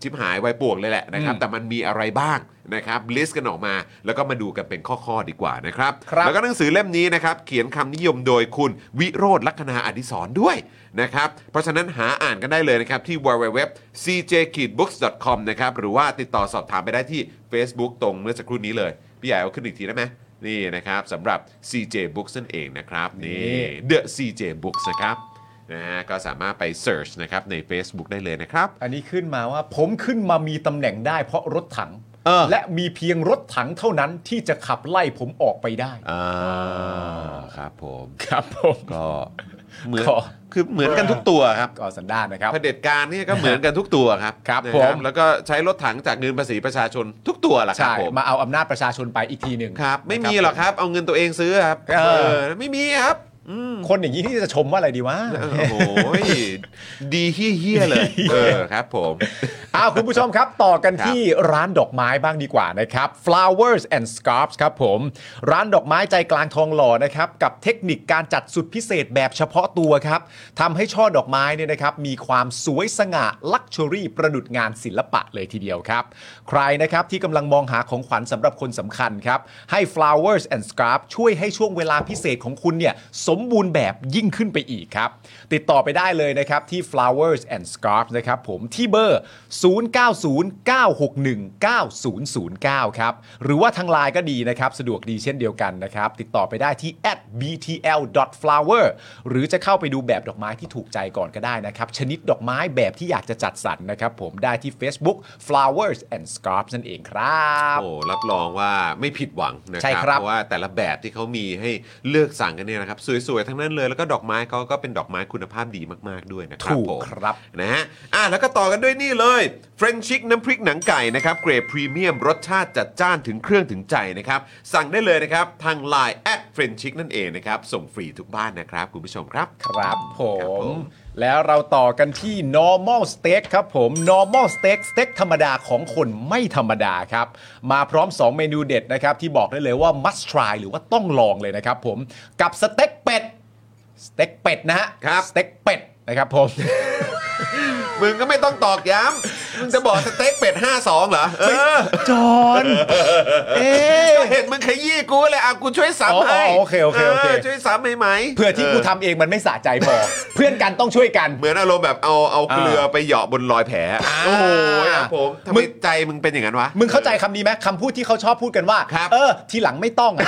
A: ชิบหายไวายป่วงเลยแหละนะครับ
B: อืม
A: แต่มันมีอะไรบ้างนะครับลิสต์กันออกมา แล้วก็มาดูกันเป็นข้อ ๆ ดีกว่านะครับ
B: ครับ
A: แล้วก็หนังสือเล่มนี้นะครับ เขียนคำนิยมโดยคุณวิโรธลักษณาอดิศรณ์ด้วยนะครับ เพราะฉะนั้นหาอ่านกันได้เลยนะครับ ที่ www cjkidbooks.com นะครับ หรือว่าติดต่อสอบถามไปได้ที่ Facebook ตรงเมื่อสักครู่นี้เลย พี่ใหญ่เอาขึ้นอีกทีได้ไหมนี่นะครับสำหรับ CJ Books นั่นเองนะครับนี่
B: นี่
A: The CJ Books นะครับนะฮะก็สามารถไป search นะครับใน Facebook ได้เลยนะครับ
B: อันนี้ขึ้นมาว่าผมขึ้นมามีตำแหน่งได้เพราะรถถัง
A: เออ
B: และมีเพียงรถถังเท่านั้นที่จะขับไล่ผมออกไปได้
A: อ่าครับผม
B: ครับผม
A: ก็เหมือน
B: ขอ
A: คือเหมือนกันทุกตัวครับ
B: ก็สันดานนะครับ
A: เผด็จการนี่ก็เหมือนกันทุกตัวครับ
B: ครับ
A: นะ
B: ผม
A: แล้วก็ใช้รถถังจากเงินภาษีประชาชนทุกตัวแหละครับ
B: ใช่
A: ผม
B: มาเอาอำนาจประชาชนไปอีกทีหนึ่ง
A: ครับ ไม่มี
B: นะ
A: หรอกครับ เอาเงินตัวเองซื้อครับ
B: เอ
A: เ
B: อ
A: ออไม่มีครับอืม
B: คนอย่างนี้ที่จะชมว่าอะไรดีวะ
A: โอ้โหดีเฮี้ยๆเลยเออครับผม
B: อ้าวคุณผู้ชมครับ ต่อกันที่ร้านดอกไม้บ้างดีกว่านะครับ flowers and scarfs ครับผม ร้านดอกไม้ใจกลางทองหล่อนะครับ กับเทคนิคการจัดสุดพิเศษแบบเฉพาะตัวครับทำให้ช่อดอกไม้เนี่ยนะครับ มีความสวยสง่าลักชัวรี่ประดุจงานศิลปะเลยทีเดียวครับ ใครนะครับที่กำลังมองหาของขวัญสำหรับคนสำคัญครับ ให้ flowers and scarf ช่วยให้ช่วงเวลาพิเศษของคุณเนี่ยสมบูรณ์แบบยิ่งขึ้นไปอีกครับ ติดต่อไปได้เลยนะครับที่ flowers and scarf นะครับผมที่เบอร์ 0 0909619009 ครับ หรือว่าทางไลน์ก็ดีนะครับ สะดวกดีเช่นเดียวกันนะครับ ติดต่อไปได้ที่ @btl.flower หรือจะเข้าไปดูแบบดอกไม้ที่ถูกใจก่อนก็ได้นะครับ ชนิดดอกไม้แบบที่อยากจะจัดสรรนะครับ ผมได้ที่ Facebook flowers and scarfs นั่นเองครับ
A: โอ้รับรองว่าไม่ผิดหวังนะค
B: ใช่
A: รับ
B: ครับ
A: เพราะว่าแต่ละแบบที่เขามีให้เลือกสั่งกันเนี่ยนะครับ สวยๆ ทั้งนั้นเลย แล้วก็ดอกไม้เขาก็เป็นดอกไม้คุณภาพดีมากๆด้วยนะครับ
B: ถูก
A: ผม
B: ครับ
A: นะฮะอ่ะแล้วก็ต่อกันด้วยนี่เลยเฟรนชิกน้ำพริกหนังไก่นะครับเกรดพรีเมียมรสชาติจัดจ้านถึงเครื่องถึงใจนะครับ สั่งได้เลยนะครับทาง Line แอดเฟรนชิกนั่นเองนะครับ ส่งฟรีทุกบ้านนะครับคุณผู้ชมครับ
B: ครับผ
A: ครับผม ม
B: แล้วเราต่อกันที่ normal steak ครับผม normal steak สเต็กธรรมดาของคนไม่ธรรมดาครับ มาพร้อม 2 เมนูเด็ดนะครับ ที่บอกได้เลยว่า must try หรือว่าต้องลองเลยนะครับผม กับสเต็กเป็ด สเต็กเป็ดนะฮะ
A: ครับ
B: สเต็กเป็ดนะครับผม
A: มึงก็ไม่ต้องตอกย้ำมึงจะบอกสเต็กเป็ด52เหรอเออ
B: จอนเอ๊
A: ก็เห็นมึงขยี้กูเลยอ่ะกูช่วย
B: อ๋อ
A: ซ้ำ
B: อ๋อ
A: ให้
B: โอเคโอเคโอเค
A: อช่วยซ้ำไหมไหม
B: เพื่อที่กูทำเองมันไม่สะใจ พอ เพื่อนกันต้องช่วยกัน
A: เหมือนอารมณ์แบบเอาเอาเกลือไปเหยาะบนรอยแผลโอ้โหอ่ะผมทำ
B: มึ
A: ไม
B: ง
A: ใจมึงเป็นอย่างนั้นวะ
B: มึงเข้าใจคำนี้ไหมคำพูดที่เขาชอบพูดกันว่า
A: ครับ
B: เออ ทีหลังไม่ต้องอะ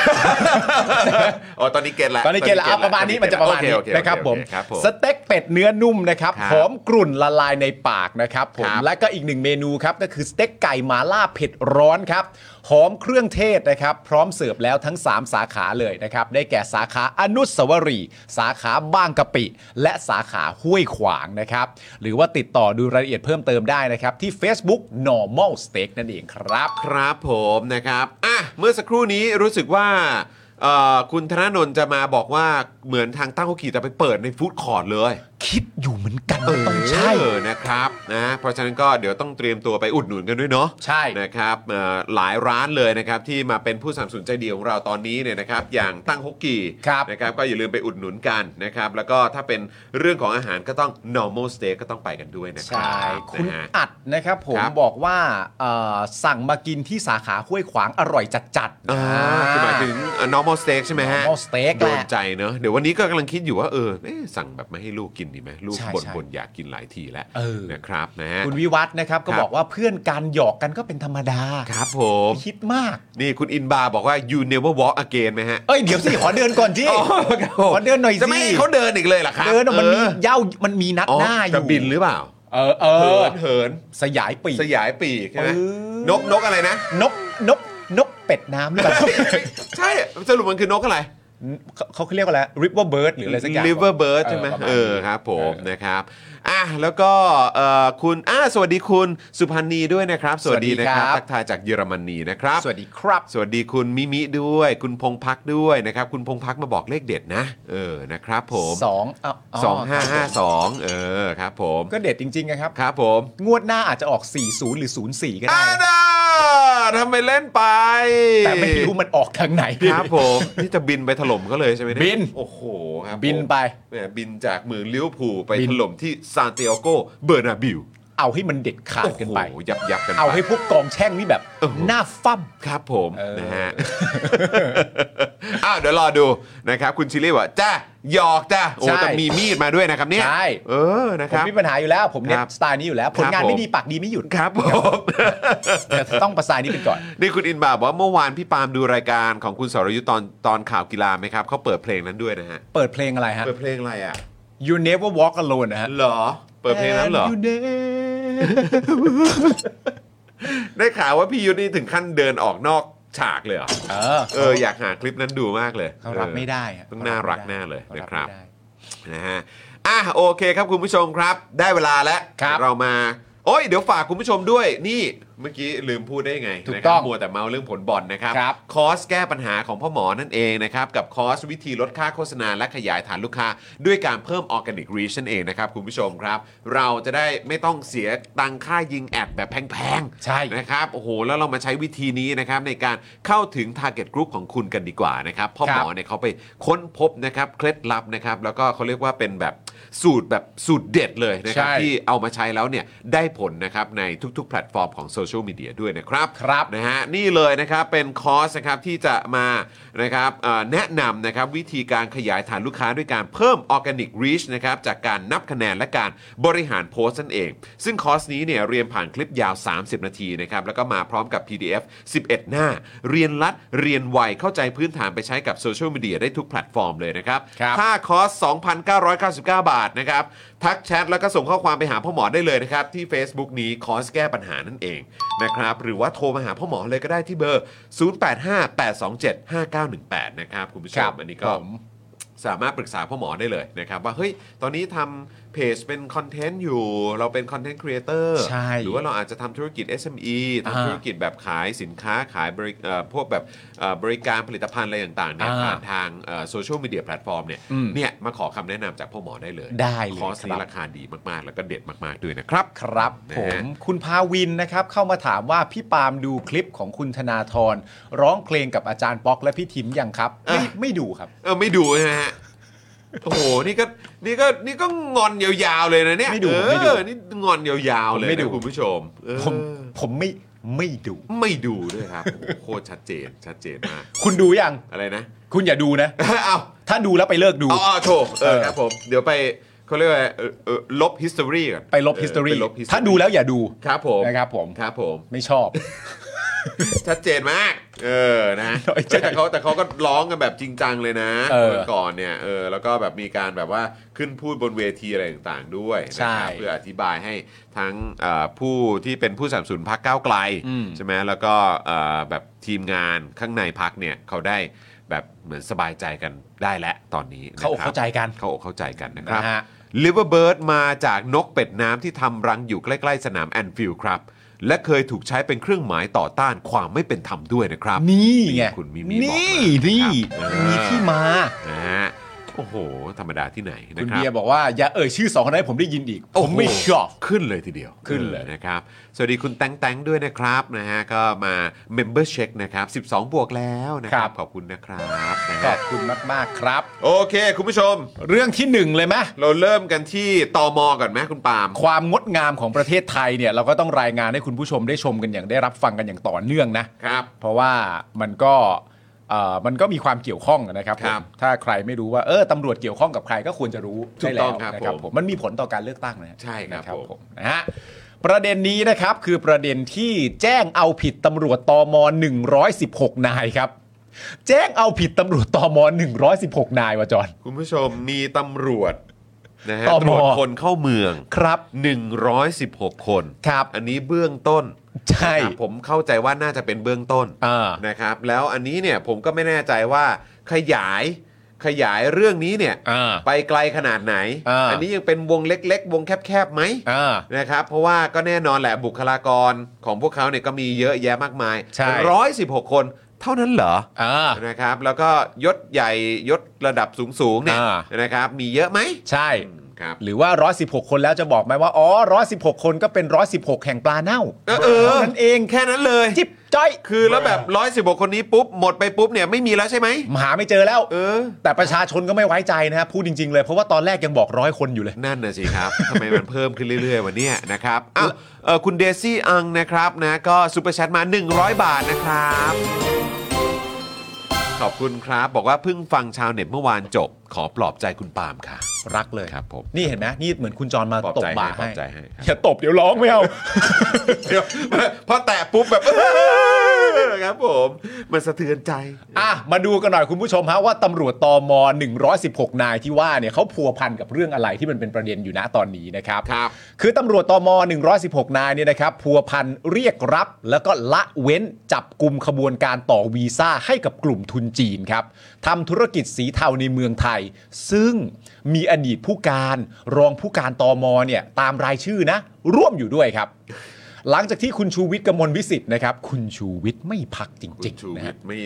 A: โอ้ตอนนี้เก็ตละ
B: ตอนนี้เกณฑ์ละอ่ะประมาณนี้มันจะประมาณนี้
A: โอเคโอเ
B: นะครับผม
A: โอเครับผม
B: สเต็กเป็ดเนื้อนุ่มนะครับ
A: ครับ
B: หอมกรุ่นละลายในปากนะครับผม
A: ครับ
B: และก็อีกหนึ่งเมนูครับก็คือสเต็กไก่หมาล่าเผ็ดร้อนครับหอมเครื่องเทศนะครับ พร้อมเสิร์ฟแล้วทั้ง 3 สาขาเลยนะครับ ได้แก่สาขาอนุสาวรีย์สาขาบางกะปิ และสาขาห้วยขวางนะครับ หรือว่าติดต่อดูรายละเอียดเพิ่มเติมได้นะครับ ที่ Facebook normal steak นั่นเองครับ
A: ครับผมนะครับอ่ะเมื่อสักครู่นี้รู้สึกว่าเอ่อคุณธนาโนนจะมาบอกว่าเหมือนทางตั้งโอกีจะไปเปิดในฟู้ดคอร์ทเลย
B: คิดอยู่เหมือนกันว่าต้อง
A: เอ
B: ใช่
A: อนะครับนะเพราะฉะนั้นก็เดี๋ยวต้องเตรียมตัวไปอุดหนุนกันด้วยเนาะ
B: ใช่
A: นะครับเอ่อหลายร้านเลยนะครับที่มาเป็นผู้สนับสนุนใจดีของเราตอนนี้เนี่ยนะครับอย่างตั้งฮกกี
B: ครับ
A: นะครับก็อย่าลืมไปอุดหนุนกันนะครับแล้วก็ถ้าเป็นเรื่องของอาหารก็ต้อง normal steak ก็ต้องไปกันด้วยนะครั
B: ใช่
A: บ
B: คุณ
A: นะฮะ
B: อัดนะครับผม
A: ครับ
B: บอกว่าเอ่อสั่งมากินที่สาขาห้วยขวางอร่อยจัดๆ
A: อ่า
B: นะ
A: คือหมายถึง normal steak ใช่ไหมฮะ
B: normal steak
A: โดน
B: แหละ
A: ใจเนอะเดี๋ยววันนี้ก็กำลังคิดอยู่ว่าเออเอ๊ะสั่งแบบมาให้ลูกกินดีไหมลูก
B: ใช่
A: บ่น
B: ใช่
A: บ่นอยากกินหลายทีแล้ว
B: เออ
A: นะครับนะฮะ
B: คุณวิวัฒน์นะครับ ก็
A: ครับ
B: บอกว่าเพื่อนการหยอกกันก็เป็นธรรมดา
A: ครับผม
B: คิดมาก
A: นี่คุณอินบาร์บอกว่า you never walk again ไหมฮะ
B: เอ้ย เดี๋ยวสิ ขอเดินก่อนที่
A: อ๋อครับผม
B: ขอเดินหน่อยสิ
A: จะไม่ให้เขาเดินอีกเลยเหรอครับ
B: เดินอะมันมี
A: เออ
B: เหย้ามันมีนัดหน้าอ
A: จะ
B: ยู่
A: บินหรือเปล่า
B: เออเอ
A: เหิ
B: อน
A: เหิน
B: สยายปีก
A: สยายปีกใช่ไหม
B: เออ
A: นกนกอะไร นะ
B: นกนกนกเป็ดน้ำหรือเปล่า
A: ใช่สรุปมันคือนกอะไร
B: เขาเขาเรียกว่าอะไร river bird หรืออะไรสักอย่าง
A: liver bird ใช่ไหม
B: ประาณ
A: เอ
B: นี้
A: อครับผม
B: เออ
A: นะครับอ่ะแล้วก็เอ่อคุณอ่ะสวัสดีคุณสุพันธ์นีด้วยนะครับ สวัสดี
B: สวัสดี
A: นะ
B: ค
A: ค
B: รั
A: รับ บทักทายจากเยอรมนีนะครับ
B: สวัสดีครับ
A: สวัสดีคุณมิมิด้วย คุณพงพักด้วยนะครับ คุณพงพักมาบอกเลขเด็ดนะ เออนะครับ ผม
B: สองเอาอ๋อ
A: สองห้าห้าสองเออครับ ผม
B: ก็เด็ดจริงๆนะครับ
A: ครับผม
B: งวดหน้าอาจจะออก 40 หรือ 04 ก็
A: อา
B: ได้นะ
A: ดาทำไมเล่นไป
B: แต่ไม่รู้มันออกทางไหน
A: ครับผม นี่จะบินไปถล่มเขาเลยใช่ไหมเย
B: บิน
A: โอ้โหครับ
B: บินไป
A: ผมแหมบินจากเมืองลิเวอร์พูลไป
B: บิน
A: ถล่มที่ซานติอาโกเบอร์นาบิว
B: เอาให้มันเด็ดขาดกันไป
A: โอ้โหยับยับกันไป
B: เอาให้พวกกองแช่งนี่แบบ
A: เออ
B: หน้าฟั่ม
A: ครับผม
B: เออ
A: นะฮะ อ้าวเดี๋ยวรอดูนะครับ คุณชิลลี่บอกว่าจ้าหยอกจ้าโอ้
B: ใช่
A: แต่มีมีดมาด้วยนะครับเนี่ย
B: ใช่
A: เออนะ
B: ผ
A: ค
B: ม
A: รับ
B: มีปัญหาอยู่แล้ว ผมเนี่ย
A: ครับ
B: สไตล์นี้อยู่แล้ว ผลงา
A: ครับ
B: น
A: ผม
B: ไม่ดีปากดีไม่หยุด
A: ครับผม
B: แต่ต้องประสานนี้ไปก่อน
A: นี่คุณอินบาบอกว่าเมื่อวานพี่ปาล์มดูรายการของคุณสรยุทธ์ตอนตอนข่าวกีฬาไหมครับเขาเปิดเพลงนั้นด้วยนะฮะ
B: เปิดเพลงอะไรฮะ
A: เปิดเพลงอะไรอ่ะ
B: You Never Walk Alone นะฮะ
A: เหรอ เปิดเพลงนั้นเหรอ
B: And you never
A: ได้ข่าวว่าพี่ยุทธนี่ถึงขั้นเดินออกนอกฉากเลยเหรอ
B: เออ
A: เออ อยากหาคลิปนั้นดูมากเลย
B: เขารับไม่ได้ะ
A: ต้องน่ารักแน่เลย
B: ขา
A: นะ
B: บ
A: ครับ
B: ไม่ได้
A: นะฮะ อ่ะโอเคครับคุณผู้ชมครับ ได้เวลาแล้ว
B: ครับ
A: เรามา โอ้ยเดี๋ยวฝากคุณผู้ชมด้วย นี่เมื่อกี้ลืมพูดได้ไง
B: ถูก
A: นะครั
B: ต้
A: บ
B: อง
A: มัวแต่เมาเรื่องผลบอลนะครับ
B: ครับ
A: คอร์สแก้ปัญหาของพ่อหมอนั่นเองนะครับ กับคอร์สวิธีลดค่าโฆษณาและขยายฐานลูกค้า ด้วยการเพิ่มออร์แกนิกรีชนั่นเองนะครับคุณผู้ชมครับ เราจะได้ไม่ต้องเสียตังค่ายิงแอดแบบแพงๆ
B: ใช่
A: นะครับโอ้โหแล้วเรามาใช้วิธีนี้นะครับในการเข้าถึง Target Group ของคุณกันดีกว่านะครับพ่อหมอ
B: ครับ
A: เนี่ยเขาไปค้นพบนะครับเคล็ดลับนะครับแล้วก็เขาเรียกว่าเป็นแบบสูตรแบบสูตรเด็ดเลยนะครับ
B: ใช่
A: ที่เอามาใช้แล้วเนี่ยได้ผลนะครับในทุกๆ แพลตฟอร์มของโซ เชียลมีเดียด้วยนะครับ
B: ครับ
A: นะฮะนี่เลยนะครับเป็นคอร์สนะครับที่จะมานะครับเอ่อแนะนำนะครับวิธีการขยายฐานลูกค้าด้วยการเพิ่มออร์แกนิกรีชนะครับจากการนับคะแนนและการบริหารโพสต์นั่นเอง ซึ่งคอร์สนี้เนี่ยเรียนผ่านคลิปยาว 30 นาทีนะครับแล้วก็มาพร้อมกับ PDF 11 หน้า เรียนรัดเรียนไวเข้าใจพื้นฐานไปใช้กับโซเชียลมีเดียได้ทุกแพลตฟอร์มเลยนะครับ
B: ครับ
A: ค่าคอร์ส 2,999 บาทนะครับ ทักแชทแล้วก็ส่งข้อความไปหาพ่อหมอได้เลยนะครับ ที่ Facebook นี้คอร์สแก้ปัญหานั่นเองนะครับ หรือว่าโทรมาหาพ่อหมอเลยก็ได้ที่เบอร์ 0858275918 นะครับคุณผู้ช
B: ครั
A: ม
B: บ
A: อันนี้ก็
B: ผม
A: สามารถปรึกษาพ่อหมอได้เลยนะครับ ว่าเฮ้ย ตอนนี้ทำเพจเป็นคอนเทนต์อยู่ เราเป็นคอนเทนต์ครีเอเตอร์
B: ใช่
A: หรือว่าเราอาจจะทำธุรกิจ SME
B: อ่า
A: ทำธุรกิจแบบขายสินค้าขายบริเอ่อพวกแบบเอ่อบริการผลิตภัณฑ์อะไรต่างๆเนี่ย
B: อ่า
A: ผ่านทางโซเชียลมีเดียแพลตฟอร์มเนี่ย
B: อืม
A: เนี่ย มาขอคำแนะนำจากพ่อหมอได้เลย
B: ได้เลย
A: คอร์ส
B: ครั
A: นี้
B: บ
A: ราคาดีมาก ๆ แล้วก็เด็ดมาก ๆ ด้วยนะครับ
B: ครับ
A: นะฮะ
B: ผมคุณภาวินนะครับเข้ามาถามว่าพี่ปาล์มดูคลิปของคุณธนาธรร้องเพลงกับอาจารย์ป๊อกและพี่ทิมยังครับ ไม่ไม่ดูครับ
A: เออไม่ดูนะฮะ โอ้โห นี่ก็นี่ก็นี่ก็งอนยาวๆเลยนะเนี่ย
B: ไม่ดู
A: เอ
B: ผมไม่ดู
A: อนี่งอนยาวๆเลย
B: ผมไม่ดู
A: นะคุณผู้ชมเออ
B: ผมผมไม่ไม่ดู
A: ไม่ดูด้วยครับโอ้โหโคตรชัดเจนชัดเจนมาก
B: คุณดูยัง
A: อะไรนะ
B: คุณอย่าดูนะ
A: เอา
B: ถ้าดูแล้วไปเลิกดู
A: เอาเอาโถเออ
B: เออ
A: ครับผมเดี๋ยวไปเขาเรียกว่าเออเออลบ history ก่อน
B: ไปลบ
A: เออ
B: history
A: ไปลบ history
B: ถ้าดูแล้วอย่าดู
A: ครับผม
B: นะครับผม
A: ครับผม
B: ไม่ชอบ
A: ชัดเจนมาก เออ นะ
B: น้อยใจ
A: แต่เขาแต่เขาก็ร้องกันแบบจริงจังเลยนะ
B: เออ
A: วันก่อนเนี่ย เออ แล้วก็แบบมีการแบบว่าขึ้นพูดบนเวทีอะไรต่างๆด้วย
B: ใช่
A: นะครับเพื่ออธิบายให้ทั้งเอ่อผู้ที่เป็นผู้สนับสนุนพักก้าวไกล
B: อืม
A: ใช่ไหมแล้วก็เอ่อแบบทีมงานข้างในพักเนี่ยเขาได้แบบเหมือนสบายใจกันได้แล้วตอนนี้นะครับ
B: เขาอกเข้าใจกัน
A: เขาอกเข้าใจกันนะครับ
B: นะฮะ
A: ลิเวอร์เบิร์ดมาจากนกเป็ดน้ำที่ทำรังอยู่ใกล้ ๆ สนามแอนฟิลด์ครับ และเคยถูกใช้เป็นเครื่องหมายต่อต้านความไม่เป็นธรรมด้วยนะครับ
B: นี่ไง
A: คุณมิมิ
B: นี่
A: บอกมาครับ
B: นี่มีที่มา
A: นะฮะโอ้โห ธรรมดาที่ไหนนะ
B: คุณ
A: ครับ
B: เบียร์บอกว่าอย่าเอ่ยชื่อสองคนนั้นให้ผมได้ยินอีก ผมไม่ชอบ
A: ขึ้นเลยทีเดียว
B: ขึ้นเลย
A: ออนะครับ สวัสดีคุณแตงแตงด้วยนะครับนะฮะก็มา Member Check นะครับ 12 บวกแล้วนะครับ ขอบคุณนะครับนะ
B: ขอ
A: ฮะ
B: บคุณมาก ๆ ครับ
A: โอเค คุณผู้ชม
B: เรื่องที่หนึ่งเลยไหม
A: เราเริ่มกันที่ตอมอก่อนไหมคุณปาล์ม
B: ความงดงามของประเทศไทยเนี่ย เราก็ต้องรายงานให้คุณผู้ชมได้ชมกันอย่างได้รับฟังกันอย่างต่อเนื่องนะ
A: ครับ
B: เพราะว่ามันก็เอ่อมันก็มีความเกี่ยวข้องนะครับ
A: ครับ
B: ผมถ้าใครไม่รู้ว่าเออตำรวจเกี่ยวข้องกับใครก็ควรจะรู้
A: ถูกต้องครับ
B: ได้แล้วนะ
A: ผม
B: มันมีผลต่อการเลือกตั้งนะฮะ
A: ใช่ครับ
B: นะ
A: ผม
B: นะฮะประเด็นนี้นะครับคือประเด็นที่แจ้งเอาผิดตำรวจตม116 นายครับ แจ้งเอาผิดตำรวจตม116 นายวะจอน
A: คุณผู้ชมมีตำรวจนะฮะ
B: ตม
A: ตำรวจคนเข้าเมือง
B: ครับ
A: 116 คน
B: ครับ
A: อันนี้เบื้องต้น
B: ใช่
A: นะครับผมเข้าใจว่าน่าจะเป็นเบื้องต้น
B: อ่า
A: นะครับ แล้วอันนี้เนี่ยผมก็ไม่แน่ใจว่าขยายขยายเรื่องนี้เนี่ย
B: อ่า
A: ไปไกลขนาดไหน
B: อ่า
A: นนี้ยังเป็นวงเล็ก ๆ วงแคบๆไหม
B: อ่า
A: นะครับ เพราะว่าก็แน่นอนแหละบุคลากรของพวกเขาเนี่ยก็มีเยอะแยะมากมาย
B: ใช่
A: ร้อยสิบหกคนเท่านั้นเหรอ
B: อ่า
A: นะครับแล้วก็ยศใหญ่ยศระดับสูงๆเนี่ย
B: อ่า
A: นะครับมีเยอะไหม
B: ใช่
A: อืมครับ
B: หรือว่า 116 คนแล้วจะบอกไหมว่า อ๋อ 116 คนก็เป็น 116 แห่งปลาเน่า
A: เออเออ
B: ท่านั้นเอง
A: แค่นั้นเลย
B: จิ๊บจ้อย
A: คือแล้วแบบร้อยสิบ116 คนนี้ปุ๊บ หมดไปปุ๊บเนี่ยไม่มีแล้วใช่ไหม
B: หาไม่เจอแล้ว
A: เออ
B: แต่ประชาชนก็ไม่ไว้ใจนะฮะพูดจริง ๆ เลย เพราะว่าตอนแรกยังบอกร้อยคนอยู่เลย
A: นั่นน่ะสิครับ ทำไมมันเพิ่มขึ้นเรื่อยๆ วันเนี้ยนะครับอ้าวเอ่อคุณเดซี่อังนะครับนะก็ซูเปอร์แชทมา 100 บาทนะครับ ขอบคุณครับ บอกว่าเพิ่งฟังชาวเน็ตเมื่อวานจบ ขอปลอบใจคุณปาล์มค่ะ
B: รักเลย
A: ครับผม
B: นี่เห็นไหมนี่เหมือนคุณจรมา
A: ปลอบ
B: ต
A: ใจ
B: บ
A: ให้
B: บ่า
A: ปลอ
B: ให้
A: บใจให้ครับ
B: อย่าตบเดี๋ยวร้องไม่เอา
A: เดี๋ยว พอแตะปุ๊บ แบบ ครับผม มันสะเทือนใจ
B: อ่ะมาดูกันหน่อยคุณผู้ชมฮะว่าตำรวจตอม116 นายที่ว่าเนี่ยเขาพัวพันกับเรื่องอะไรที่มันเป็นประเด็นอยู่นะตอนนี้นะครับ
A: ครับ
B: คือตำรวจตอม116 นายเนี่ยนะครับพัวพันเรียกรับ แล้วก็ละเว้นจับกลุ่มขบวนการต่อวีซ่าให้กับกลุ่มทุนจีนครับทำธุรกิจสีเทาในเมืองไทย ซึ่งมีอดีตผู้การรองผู้การตอมเนี่ยตามรายชื่อนะ ร่วมอยู่ด้วยครับ หลังจากที่คุณชูวิทย์กมลวิสิทธิ์นะครับคุณชูวิทย์ไม่พักจ
A: คุณ
B: ริง
A: ชู
B: ๆนะ
A: วิ
B: ฮะ
A: ทย์ไม่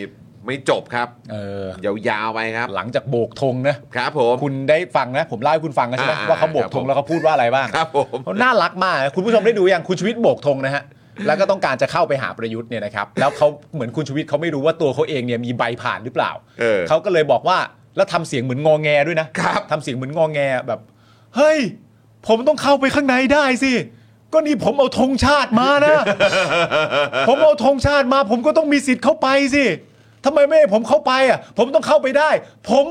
A: ไม่จบครับ
B: เออ
A: ยาวๆไปครับ
B: หลังจากโบกธงนะครับ
A: ผม
B: คุณได้ฟังนะ ผมเล่าให้คุณฟังนะใช่ไหม
A: อ่า
B: ว่าเขาโบกธ
A: ครับผ
B: ง
A: ม
B: แล้วเขาพูดว่าอะไรบ้าง
A: ครับผม
B: เขาน่ารักมากนะคุณผู้ชมได้ดูยังคุณชูวิทย์โบกธงนะฮะแล้วก็ต้องการจะเข้าไปหาประยุทธ์เนี่ยนะครับ แล้วเขาเหมือนคุณชูวิทย์เขาไม่รู้ว่าตัวเขาเองเนี่ยมีใบผ่านหรือเปล่า
A: เออ
B: เขาก็เลยบอกว่าแล้วทำเสียงเหมือนงอแงด้วยนะครับ ทำเสียงเหมือนงอแงแบบ เฮ้ย ผมต้องเข้าไปข้างในได้สิ ก็นี่ผมเอาธงชาติมานะ ผมเอาธงชาติมา ผมก็ต้องมีสิทธิ์เข้าไปสิทำไมไม่ให้ผมเข้าไปอ่ะ ผมต้องเข้าไปได้ ผม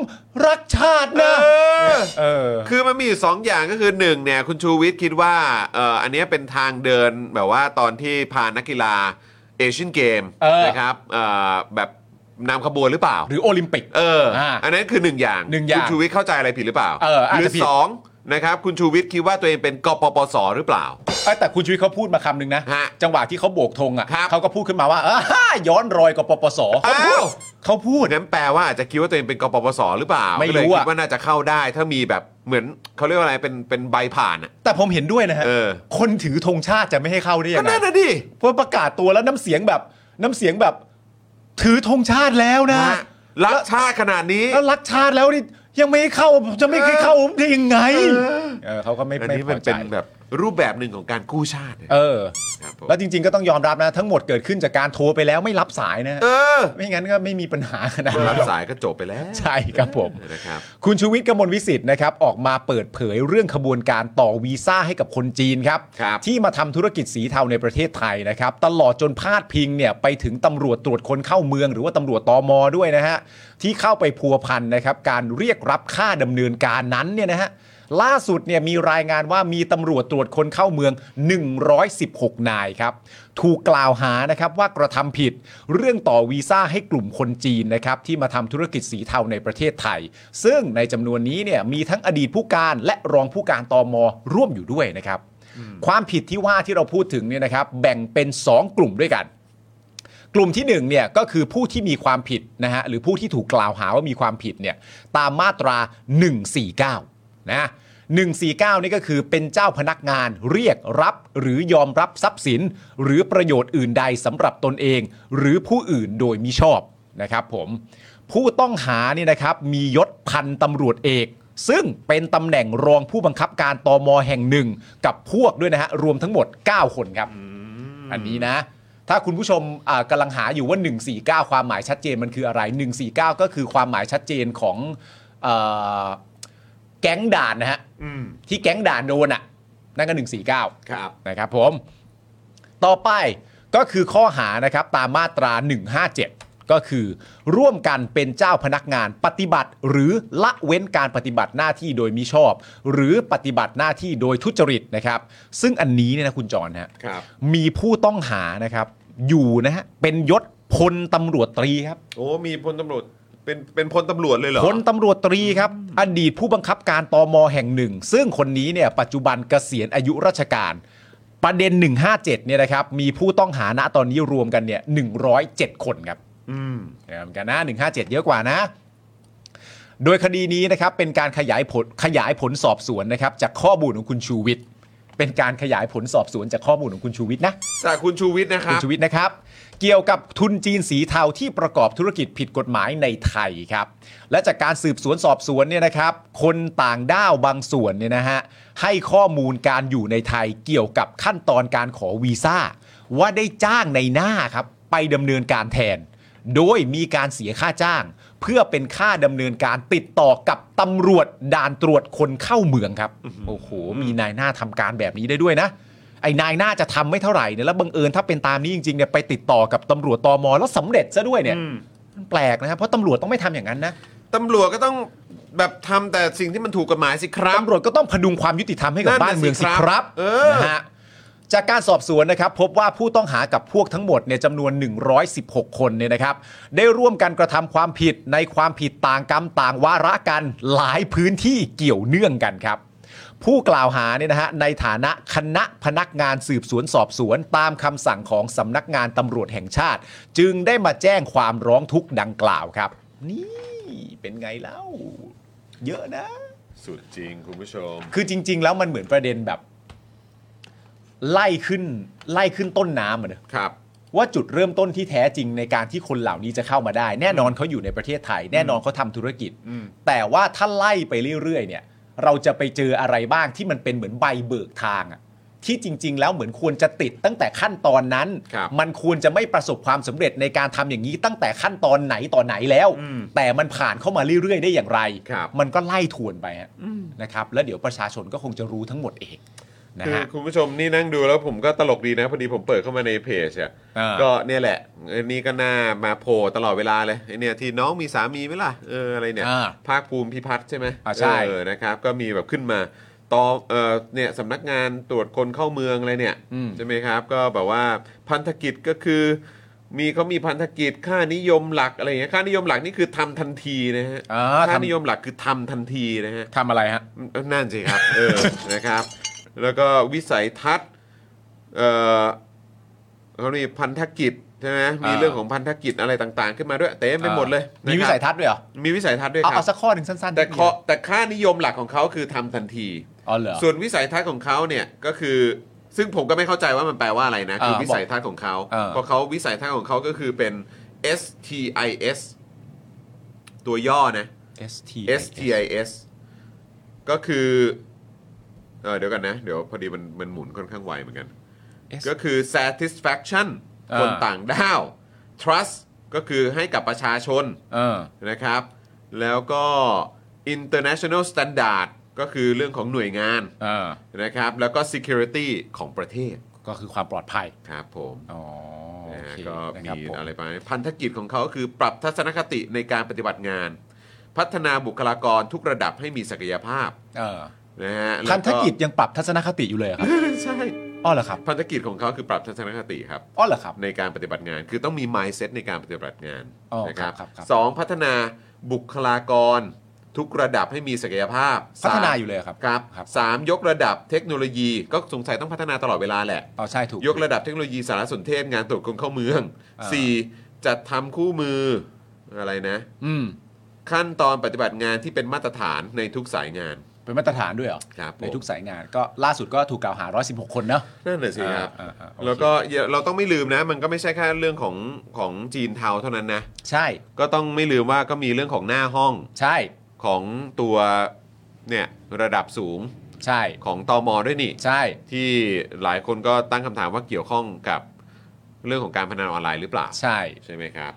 B: รักชาตินะ
A: เออ
B: เออ
A: คือมันมีอยู่สองอย่างก็คือหนึ่งเนี่ยคุณชูวิทย์คิดว่าเอ่ออันเนี้ยเป็นทางเดินแบบว่าตอนที่พานักกีฬาเอเชียนเกม
B: เออ
A: นะครับเอ่อแบบนำขบ วนหรือเปล่า
B: หรือโอลิมปิก
A: เออ
B: อ่า
A: อันนั้นคือหนึ่งอย่าง
B: หนึ่งอย่าง
A: คุณชูวิทย์เข้าใจอะไรผิดหรือเปล่า
B: เอออาจ
A: หรื
B: จะผิด
A: สองนะครับคุณชูวิทย์คิดว่าตัวเองเป็นกปปสหรือเปล่า
B: เอ้ยแต่คุณชูวิทย์เขาพูดมาคำหนึ่งนะ
A: ฮะ
B: จังหวะที่เขาโบกธง
A: ครั
B: อ่ะ
A: บ
B: เขาก็พูดขึ้นมาว่าอ้าฮ่าย้อนรอยกปปสเขาพู
A: อ้าว
B: ดเขาพูด
A: นั้นแปลว่าอาจจะคิดว่าตัวเองเป็นกปปสหรือเปล่า
B: ไม่
A: ก็เลย
B: รู้อะ
A: คิดว่าน่าจะเข้าได้ถ้ามีแบบเหมือนเขาเรียกว่าอะไรเป็นเป็นใบผ่านอะ
B: แต่ผมเห็นด้วยนะฮะ
A: เออ
B: คนถือธงชาติจะไม่ให้เข้าได้
A: ก็
B: ยังไง
A: นั่นนะดิ
B: เพราะประกาศตัวแล้วน้ำเสียงแบบน้ำเสียงแบบ ถือธงชาติแล้วนะ
A: นะฮะรักชาติขนาดนี้
B: แล้วรักชาติแล้วนี่ยังไม่ให้เข้าผมจะไม่ให้เข้าได้ยังไงเออเขาก็ไม่
A: อัน
B: ไม่
A: นี้
B: พ
A: มั
B: อน ใจ
A: เป็นแบบรูปแบบหนึ่งของการกู้ชาตินะ
B: เออ
A: ครับผม
B: แล้วจริง ๆ ก็ต้องยอมรับนะ ทั้งหมดเกิดขึ้นจากการโทรไปแล้วไม่รับสายนะ
A: เออ
B: ไม่งั้นก็ไม่มีปัญหาขนาด
A: รั
B: นั้
A: บ
B: นหรอก
A: สายก็จบไปแล้ว
B: ใช่ครับผม
A: นะครับ
B: คุณชูวิทย์กมลวิสิทธิ์นะครับออกมาเปิดเผยเรื่องขบวนการต่อวีซ่าให้กับคนจีนครับ
A: ครับ
B: ที่มาทำธุรกิจสีเทาในประเทศไทยนะครับ ตลอดจนพาดพิงเนี่ยไปถึงตำรวจตรวจคนเข้าเมือง หรือว่าตำรวจตอมอด้วยนะฮะ ที่เข้าไปพัวพันนะครับ การเรียกรับค่าดำเนินการนั้นเนี่ยนะฮะ ล่าสุดเนี่ยมีรายงานว่ามีตำรวจตรวจคนเข้าเมือง 116 นายครับ ถูกกล่าวหานะครับว่ากระทำผิด เรื่องต่อวีซ่าให้กลุ่มคนจีนนะครับที่มาทำธุรกิจสีเทาในประเทศไทย ซึ่งในจำนวนนี้เนี่ยมีทั้งอดีตผู้การและรองผู้การตอมร่วมอยู่ด้วยนะครับ ความผิดที่ว่าที่เราพูดถึงเนี่ยนะครับแบ่งเป็น 2 กลุ่มด้วยกัน กลุ่มที่1เนี่ยก็คือผู้ที่มีความผิดนะฮะหรือผู้ที่ถูกกล่าวหาว่ามีความผิดเนี่ยตามมาตรา 149นะ149 นี่ก็คือเป็นเจ้าพนักงานเรียกรับหรือยอมรับทรัพย์สิน หรือประโยชน์อื่นใดสำหรับตนเอง หรือผู้อื่นโดยมิชอบนะครับผม ผู้ต้องหาเนี่ยนะครับมียศพันตำรวจเอก ซึ่งเป็นตำแหน่งรองผู้บังคับการตอมแห่งหนึ่งกับพวกด้วยนะฮะรวมทั้งหมด 9 คนครับ อันนี้นะ ถ้าคุณผู้ชมอ่ากำลังหาอยู่ว่า 149 ความหมายชัดเจนมันคืออะไร 149 ก็คือความหมายชัดเจนของเออแก๊งด่านนะฮะที่แก๊งด่านโดนอ่ะนั่นก็ 149
A: ครับ
B: นะครับผมต่อไปก็คือข้อหานะครับตามมาตรา 157 ก็คือ ร่วมกันเป็นเจ้าพนักงานปฏิบัติ หรือละเว้นการปฏิบัติหน้าที่โดยมิชอบ หรือปฏิบัติหน้าที่โดยทุจริตนะครับ ซึ่งอันนี้เนี่ยนะคุณจรฮะ
A: ครับ
B: มีผู้ต้องหานะครับ อยู่นะฮะเป็นยศพลตำรวจตรีครับ
A: โอ้มีพลตำรวจเป็นเป็นพลตำรวจเลยเหรอ
B: พลตำรวจตรีครับ อดีตผู้บังคับการตอมแห่งหนึ่ง ซึ่งคนนี้เนี่ยปัจจุบันเกษียณอายุราชการ ประเด็น 157เนี่ยนะครับ มีผู้ต้องหาณตอนนี้รวมกันเนี่ย107 คนครับ
A: อืม
B: เออเหมือนกันนะ157 เยอะกว่านะ โดยคดีนี้นะครับเป็นการขยายผลขยายผลสอบสวนนะครับจากข้อมูลของคุณชูวิทย์ เป็นการขยายผลสอบสวนจากข้อมูลของคุณชูวิทย์นะ
A: จากคุณชูวิทย์นะค
B: คุ
A: รั
B: ณ
A: บ
B: ชูวิทย์นะครับ เกี่ยวกับทุนจีนสีเทาที่ประกอบธุรกิจผิดกฎหมายในไทยครับ และจากการสืบสวนสอบสวนเนี่ยนะครับ คนต่างด้าวบางส่วนเนี่ยนะฮะให้ข้อมูลการอยู่ในไทยเกี่ยวกับขั้นตอนการขอวีซ่า ว่าได้จ้างในหน้าครับ ไปดำเนินการแทน โดยมีการเสียค่าจ้าง เพื่อเป็นค่าดำเนินการติดต่อกับตำรวจด่านตรวจคนเข้าเมืองครับโอ้โหมีนายหน้าทำการแบบนี้ได้ด้วยนะ ไอ้นายน่าจะทำไม่เท่าไหร่เนี่ยแล้วบังเอิญถ้าเป็นตามนี้จริงๆเนี่ยไปติดต่อกับตำรวจตอมแล้วสำเร็จซะด้วยเนี่ยมันแปลกนะครับเพราะตำรวจต้องไม่ทำอย่างนั้นนะ
A: ตำรวจก็ต้องแบบทำแต่สิ่งที่มันถูกกฎหมายสิครับ
B: ตำรวจก็ต้องพดุงความยุติธรรมให้กับ
A: นั่นน่ะ
B: บ้านเมืองสิ
A: สิค
B: ค
A: รั
B: รั
A: บบ เออ
B: นะฮะจากการสอบสวนนะครับพบว่าผู้ต้องหากับพวกทั้งหมดเนี่ยจำนวน 116 คนเนี่ยนะครับ ได้ร่วมกันกระทำความผิดในความผิดต่างกรรมต่างวาระกันหลายพื้นที่เกี่ยวเนื่องกันครับ ผู้กล่าวหาเนี่ยนะฮะในฐานะคณะพนักงานสืบสวนสอบสวน ตามคำสั่งของสำนักงานตำรวจแห่งชาติ จึงได้มาแจ้งความร้องทุกข์ดังกล่าวครับ นี่เป็นไงเล่า เยอะนะ
A: สุดจริงคุณผู้ชม
B: คือจริง ๆ แล้วมันเหมือนประเด็นแบบ ไล่ขึ้นไล่ขึ้นต้นน้ำอะเนอะ
A: ครับ
B: ว่าจุดเริ่มต้นที่แท้จริงในการที่คนเหล่านี้จะเข้ามาได้ แน่นอนเขาอยู่ในประเทศไทย แน่นอนเขาทำธุรกิจ
A: อืม
B: แต่ว่าถ้าไล่ไปเรื่อย ๆ เนี่ย เราจะไปเจออะไรบ้างที่มันเป็นเหมือนใบเบิกทางอะที่จริง ๆ แล้วเหมือนควรจะติดตั้งแต่ขั้นตอนนั้น
A: ครับ
B: มันควรจะไม่ประสบความสำเร็จในการทำอย่างนี้ตั้งแต่ขั้นตอนไหนต่อไหนแล้ว แต่มันผ่านเข้ามาเรื่อยๆ ได้อย่างไร
A: ครับ
B: มันก็ไล่ทวนไปฮะนะครับ แล้วเดี๋ยวประชาชนก็คงจะรู้ทั้งหมดเอง นะ
A: คือ
B: ฮะ
A: คุณผู้ชมนี่นั่งดูแล้วผมก็ตลกดีนะ พอดีผมเปิดเข้ามาในเพจอ่ะ
B: อ่า
A: ก็เนี่ยแหละเออนี่ก็หน้ามาโผล่ตลอดเวลาเลยไอเนี่ยที่น้องมีสามีไหมล่ะเอออะไรเนี่ย
B: อ่า
A: ภาคภูมิพิพัฒน์ใช่ไหม
B: อ่าใช่
A: เออนะครับ ก็มีแบบขึ้นมาตอเออเนี่ยสำนักงานตรวจคนเข้าเมืองอะไรเนี่ย ใช่ไหมครับ ก็แบบว่าพันธกิจก็คือ มีเขามีพันธกิจค่านิยมหลักอะไรอย่างเงี้ยค่านิยมหลักนี่คือทำทันทีนะฮะ
B: อ่า
A: ค่า
B: ทำ
A: นิยมหลักคือทำทันทีนะฮะ
B: ทำอะไรฮะ
A: เอ่อนั่นสิครับ เออ นะครับ แล้วก็วิสัยทัศน์ เอ่อเขามีพันธกิจใช่ไหมมี
B: อ่า
A: เรื่องของพันธกิจอะไรต่างๆ ขึ้นมาด้วยเต็มไปหมดเลย
B: มีวิสัยทัศน์ด้วยเหรอ
A: มีวิสัยทัศน์ด้วย
B: เอา
A: ครั
B: เอา
A: บ
B: สักข้อหนึ่งสั้นๆ
A: แต่ข้อ
B: นิด
A: แต่ค่านิยมหลักของเขาคือทำทันที
B: เดียวอ๋อเหรอ
A: ส่วนวิสัยทัศน์ของเขาเนี่ยก็คือ ซึ่งผมก็ไม่เข้าใจว่ามันแปลว่าอะไรนะ คือ
B: เออ
A: วิสัยทัศน์ของเขา
B: เออ
A: เพราะเขาวิสัยทัศน์ของเขาก็คือเป็น STIS ตัวย่อนะ
B: ST
A: STIS ก็คือเออเดี๋ยวกันนะ เดี๋ยวพอดีมันมันหมุนค่อนข้างไวเหมือนกัน
B: S
A: ก็คือ satisfaction
B: อ่า
A: คนต่างด้าว trust ก็คือให้กับประชาชน
B: เออ
A: นะครับ แล้วก็ international standard ก็คือเรื่องของหน่วยงาน
B: เออ
A: นะครับ แล้วก็ security ของประเทศ
B: ก็คือความปลอดภัย
A: ครับผม
B: อ๋อโอ
A: นะฮะ
B: เค
A: ก็
B: นะ
A: มี
B: ครับผม
A: อะไรประมาณนี้พันธกิจของเขาคือปรับทัศนคติในการปฏิบัติงาน พัฒนาบุคลากรทุกระดับให้มีศักยภาพ
B: เออ
A: นะฮะ
B: พันธกิจ
A: แล้ว
B: ยังปรับทัศนคติอยู่เลยเหรอครับ
A: ก็ ใช่
B: อ้อเหรอครับ
A: พันธกิจของเขาคือปรับทัศนคติครับ
B: อ้อเหรอครับ
A: ในการปฏิบัติงาน คือต้องมี mindset ในการปฏิบัติงาน
B: อ๋อ
A: นะครับ
B: ครับครับ
A: สองพัฒนาบุคลากร ทุกระดับให้มีศักยภาพ
B: พัฒนา
A: สม
B: อยู่เลยเหรอครับ
A: ครับ
B: ครับ
A: สามยกระดับเทคโนโลยี ก็สงสัยต้องพัฒนาตลอดเวลาแหละ
B: อ๋อใช่ถูก
A: ยกระดับเทคโนโลยีสารสนเทศงานตรวจคนเข้าเมือง
B: อ่า
A: สี่จัดทำคู่มืออะไรนะ
B: อืม
A: ขั้นตอนปฏิบัติงานที่เป็นมาตรฐานในทุกสายงาน
B: เป็นมาตรฐานด้วยเหรอ
A: ครับผม
B: ในทุกสายงาน ก็ล่าสุดก็ถูกกล่าวหา 116 คนเนาะ
A: นั่นแหละสิครับ
B: อ่าอ่าอ่าโอเค
A: แล้วก็อย่าเราต้องไม่ลืมนะ มันก็ไม่ใช่แค่เรื่องของของจีนเทาเท่านั้นนะ
B: ใช่
A: ก็ต้องไม่ลืมว่าก็มีเรื่องของหน้าห้อง
B: ใช่
A: ของตัวเนี่ยระดับสูง
B: ใช่
A: ของตอมอด้วยนี่
B: ใช่
A: ที่หลายคนก็ตั้งคำถามว่าเกี่ยวข้องกับเรื่องของการพนันออนไลน์หรือเปล่า
B: ใช่
A: ใช่ไหมครับ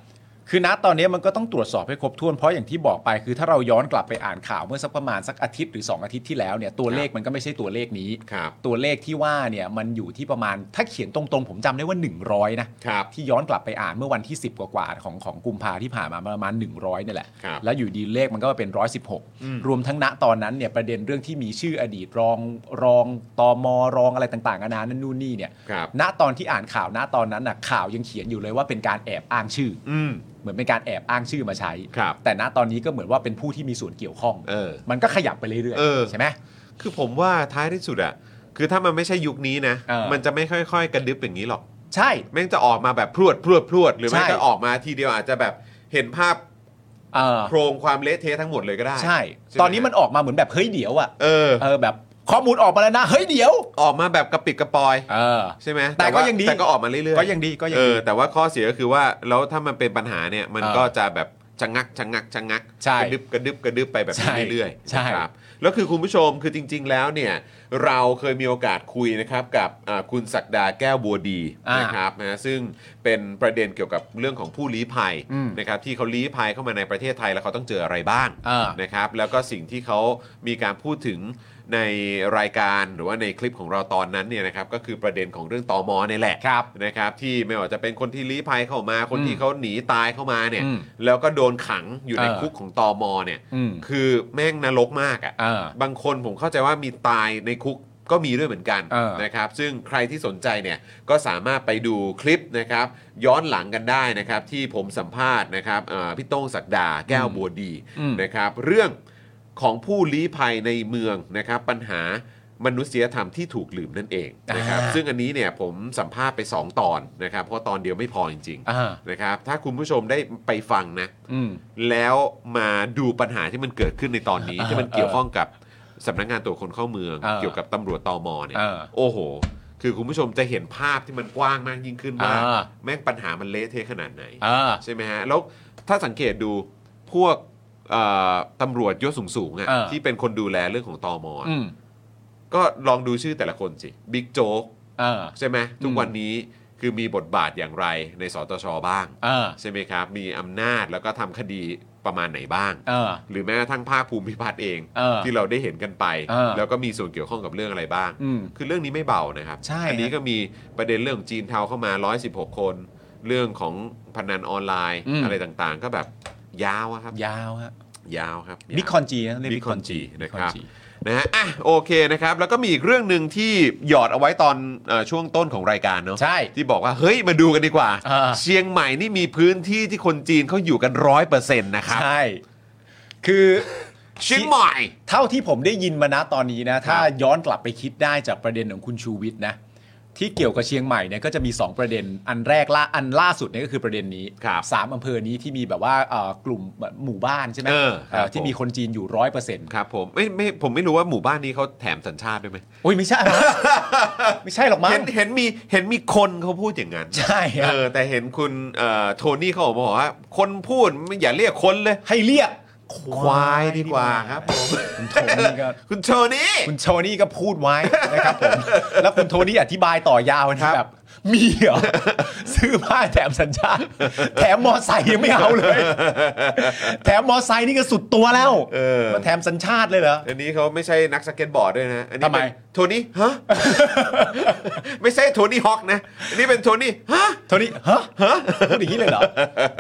B: คือณตอนนี้มันก็ต้องตรวจสอบให้ครบถ้วน เพราะอย่างที่บอกไปคือถ้าเราย้อนกลับไปอ่านข่าวเมื่อสักประมาณสักอาทิตย์หรือ 2 อาทิตย์ที่แล้วเนี่ยตัวเลขมันก็ไม่ใช่ตัวเลขนี้
A: ครับ
B: ตัวเลขที่ว่าเนี่ยมันอยู่ที่ประมาณถ้าเขียนตรงๆ ผมจำได้ว่า 100 นะ
A: ครับ
B: ที่ย้อนกลับไปอ่านเมื่อวันที่ 10 กว่าๆของของกุมภาที่ผ่านมาประมาณ 100เนี่ยแหละ
A: ครับ
B: แล้วอยู่ดีเลขมันก็มาเป็น 116 รวมทั้งณตอนนั้นเนี่ยประเด็นเรื่องที่มีชื่ออดีตรองรองตอมรองอะไรต่างๆนานานั่นนู่นนี่เนี่ย
A: ครับ
B: ณตอนที่อ่านข่าวณตอนนั้นน่ะข่าวยังเขียนอยู่เลยว่าเป็นการแอบอ้างชื่อ
A: อืม
B: เหมือนเป็นการแอบอ้างชื่อมาใช้
A: ครับ
B: แต่ณตอนนี้ก็เหมือนว่าเป็นผู้ที่มีส่วนเกี่ยวข้อง
A: เออ
B: มันก็ขยับไปเรื่อย
A: เออ
B: ใช่ไหม
A: คือผมว่าท้ายที่สุดอะคือถ้ามันไม่ใช่ยุคนี้นะ
B: เออ
A: มันจะไม่ค่อยๆ กระดึบอย่างนี้หรอก
B: ใช่
A: แม่งจะออกมาแบบพรวดพรวดพรวดหรือไม่
B: ใช่
A: ก็ออกมาทีเดียวอาจจะแบบเห็นภาพ
B: เออ
A: โครงความเละเทะทั้งหมดเลยก็ได้
B: ใช่
A: ใช่ไห
B: ตอนนี้มันออกมาเหมือนแบบเฮ้ยเดี๋ยวอะ
A: เออ
B: เออแบบข้อมูลออกมาแล้วนะเฮ้ยเดี๋ยว
A: ออกมาแบบกระปิดกระปอย
B: เออ
A: ใช่ไหม
B: แต่ก็
A: ว่า
B: ยังดี
A: แต่ก็ออกมาเรื่อยๆ
B: ก็ยังดีก็ยังดี
A: เออแต่ว่าข้อเสียก็คือว่าแล้วถ้ามันเป็นปัญหาเนี่ยมัน
B: เออ
A: ก็จะแบบชะงักชะงักชะงัก
B: ใช่
A: กระดึบกระดึบกระดึบไปแบบ
B: ใช่
A: นี้เรื่อยๆ
B: ใช่
A: นะครับแล้วคือคุณผู้ชมคือจริง ๆ แล้วเนี่ยเราเคยมีโอกาสคุยนะครับกับอ่าคุณศักดาแก้วบัวดี
B: อ่าน
A: นะครับนะซึ่งเป็นประเด็นเกี่ยวกับเรื่องของผู้ลี้ภัย
B: อืม
A: นะครับที่เขาลี้ภัยเข้ามาในประเทศไทยแล้วเขาต้องเจออะไรบ้าง
B: อ่าน
A: นะครับแล้วก็สิ่งที่เขามีการพูดถึงในรายการหรือว่าในคลิปของเราตอนนั้นเนี่ยนะครับก็คือประเด็นของเรื่องตอมอเนี่ยแหละ
B: ครับ
A: นะครับที่ไม่ว่าจะเป็นคนที่ลี้ภัยเข้ามา คน
B: อืม
A: ที่เขาหนีตายเข้ามาเนี่ย
B: อืม
A: แล้วก็โดนขังอยู่ใน
B: เออ
A: คุกของตอมอเนี่ย
B: อืม
A: คือแม่งนรกมาก
B: เอ
A: อะ่ะ
B: อบ
A: างคนผมเข้าใจว่ามีตายในคุกก็มีด้วยเหมือนกัน
B: เออ
A: นะครับซึ่งใครที่สนใจเนี่ยก็สามารถไปดูคลิปนะครับย้อนหลังกันได้นะครับที่ผมสัมภาษณ์นะครับเอ่อพี่โต้งศักดาแก้วบัวดี
B: อืม
A: นะครับเรื่องของผู้ลี้ภัยในเมืองนะครับปัญหามนุษยธรรมที่ถูกลืมนั่นเองนะครับซึ่ง ซึ่งอันนี้เนี่ยผมสัมภาษณ์ไป 2 ตอนนะครับ เพราะตอนเดียวไม่พอจริง
B: อ่า
A: ๆนะครับถ้าคุณผู้ชมได้ไปฟังนะ
B: อืม
A: แล้วมาดูปัญหาที่มันเกิดขึ้นในตอนนี้
B: อ่า
A: ที่มันเกี่ยวข้องกับสำนักงานตรวจคนเข้าเมือง
B: อ่า
A: เกี่ยวกับตำรวจตอมอเนี่ย
B: อ่า
A: โอ้โห คือคุณผู้ชมจะเห็นภาพที่มันกว้างมากยิ่งขึ้นว่า
B: อ่า
A: แม่งปัญหามันเละเทะขนาดไหน
B: เออ
A: ใช่ไหมฮะแล้วถ้าสังเกตดูพวกเอ่อตำรวจยศสูงๆอะ
B: อ่า
A: ที่เป็นคนดูแลเรื่องของตอมอะ
B: อืม
A: ก็ลองดูชื่อแต่ละคนสิบิ๊กโจ๊ก
B: เออ
A: ใช่ไหมทุกวันนี้ คือมีบทบาทอย่างไรในสตชบ้าง
B: เออ
A: ใช่ไหมครับ มีอำนาจแล้วก็ทำคดีประมาณไหนบ้าง
B: เออ
A: หรือแม้กระทั่งภาคภูมิพิพัฒน์เอง
B: เออ
A: ที่เราได้เห็นกันไป
B: เออ
A: แล้วก็มีส่วนเกี่ยวข้องกับเรื่องอะไรบ้าง
B: อืม
A: คือเรื่องนี้ไม่เบานะครับ
B: ใช่
A: อันี้
B: ฮะ
A: ก็มีประเด็นเรื่องจีนเทาเข้ามา 116 คน เรื่องของพนันออนไลน์
B: อืม
A: อะไรต่างๆ ก็แบบยาวอะครับ
B: ยาวฮะ
A: ยาวครับยาว
B: นิคอนจีนะเรียก
A: นิ
B: Nikon
A: คอนจี
B: G
A: นะครับ
B: Nikon G
A: นะฮะอ่ะโอเคนะครับ แล้วก็มีอีกเรื่องหนึ่งที่หยอดเอาไว้ตอนเอ่อช่วงต้นของรายการเนาะ
B: ใช่
A: ที่บอกว่าเฮ้ยมาดูกันดีกว่า
B: อ่า
A: เชียงใหม่นี่มีพื้นที่ที่คนจีนเขาอยู่กันร้อยเปอร์เซ็นต์นะครับ
B: ใช่ คือ
A: เชียงใหม่
B: เท่าที่ผมได้ยินมานะตอนนี้นะ ถ้า
A: ครับ
B: ย้อนกลับไปคิดได้จากประเด็นของคุณชูวิทย์นะ ที่เกี่ยวกับเชียงใหม่เนี่ยก็จะมี 2 ประเด็น อันแรกล่าอันล่าสุดเนี่ยก็คือประเด็นนี้
A: ครับ
B: สามอำเภอนี้ที่มีแบบว่าเอ่อกลุ่มหมู่บ้านใช่ไหม
A: เออครับ
B: ที่มีคนจีนอยู่ร้อยเปอร์เซ็นต์
A: ครับผมไม่ไม่ผมไม่รู้ว่าหมู่บ้านนี้เขาแถมสัญชาติด้วยไหม
B: โอ้ยไม่ใช่ ไม่ใช่หรอกมั้
A: เห็
B: ง
A: นเห็นมีเห็นมีคนเขาพูดอย่างนั้น
B: ใช่ฮะ
A: เออแต่เห็นคุณเอ่อโทนี่เขาบอกว่า คนพูดไม่อย่าเรียกคนเลย
B: ให้เรียก
A: ควายดีกว่าครับผม
B: คุณโทนี่ก็
A: คุณโทนี่
B: คุณโทนี่ก็พูดไว้ นะครับผม แล้วคุณโทนี่อธิบายต่อยาว
A: ครั
B: นะ
A: บ
B: แบบมีเหรอ ซื้อผ้าแถมสัญชาติ แถมมอไซค์ยังไม่เอาเลย แถมมอไซค์นี่ก็สุดตัวแล้วมันแถมสัญชาติเลยเหรอ
A: อันนี้เขาไม่ใช่นักสเก็ตบอร์ดด้วยนะ อันนี้
B: ทำไม
A: เป็นโทนี่ ฮะ ไม่ใช่โทนี่ฮอกนะ อันนี้เป็นโทนี่ฮะ
B: โทนี่ฮะฮะพูดอย่างนี้เลยเหรอ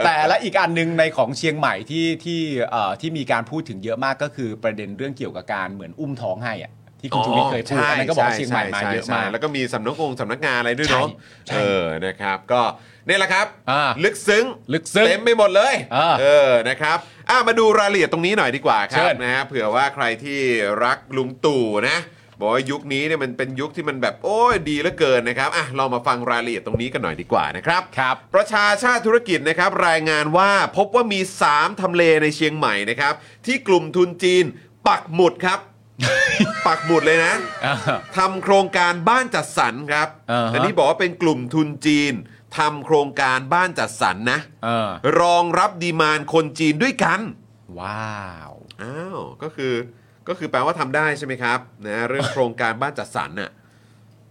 B: แต่และอีกอันหนึ่งในของเชียงใหม่ที่ที่เอ่อที่มีการพูดถึงเยอะมากก็คือประเด็นเรื่องเกี่ยวกับการเหมือนอุ้มท้องให้อะที่คุณชูวิทย์เคยพูด
A: อ๋อ
B: อันนั้นก็บอกว่า
A: ช่
B: เชียงใหม่มาเยอะ
A: ใช่
B: มาก
A: ใช่แล้วก็มีสำนักงงสำนักงานอะไรด้วยเนาะ
B: ใช่
A: เออนะครับ ก็นี่แหละครับ
B: อ่า
A: ลึกซึ้ง
B: ลึกซึ้ง
A: เต็มไปหมดเลย
B: อ่า
A: เออนะครับอ่ะมาดูรายละเอียดตรงนี้หน่อยดีกว่าค
B: เชิ
A: รับ
B: ญ
A: นะฮะเผื่อว่าใครที่รักลุงตู่นะบอกว่ายุคนี้เนี่ยมันเป็นยุคที่มันแบบโอ้ยดีเหลือเกินนะครับอ่ะเรามาฟังรายละเอียดตรงนี้กันหน่อยดีกว่านะครับ
B: ครับ
A: ประชาชาติธุรกิจนะครับรายงานว่าพบว่ามี 3ทำเลในเชียงใหม่นะครับที่กลุ่มทุนจีนปักหมุด ครับ ปักหมุดเลยนะ
B: อ่า
A: ทำโครงการบ้านจัดสรรครับ
B: อ่าฮะ
A: นนี้บอกว่าเป็นกลุ่มทุนจีนทำโครงการบ้านจัดสรรนะ
B: เออ
A: รองรับดีมานด์คนจีนด้วยกัน
B: ว้าว
A: อ้าว ก็คือ ก็คือแปลว่าทำได้ใช่ไหมครับนะเรื่องโครงการบ้านจัดสรรน่ะ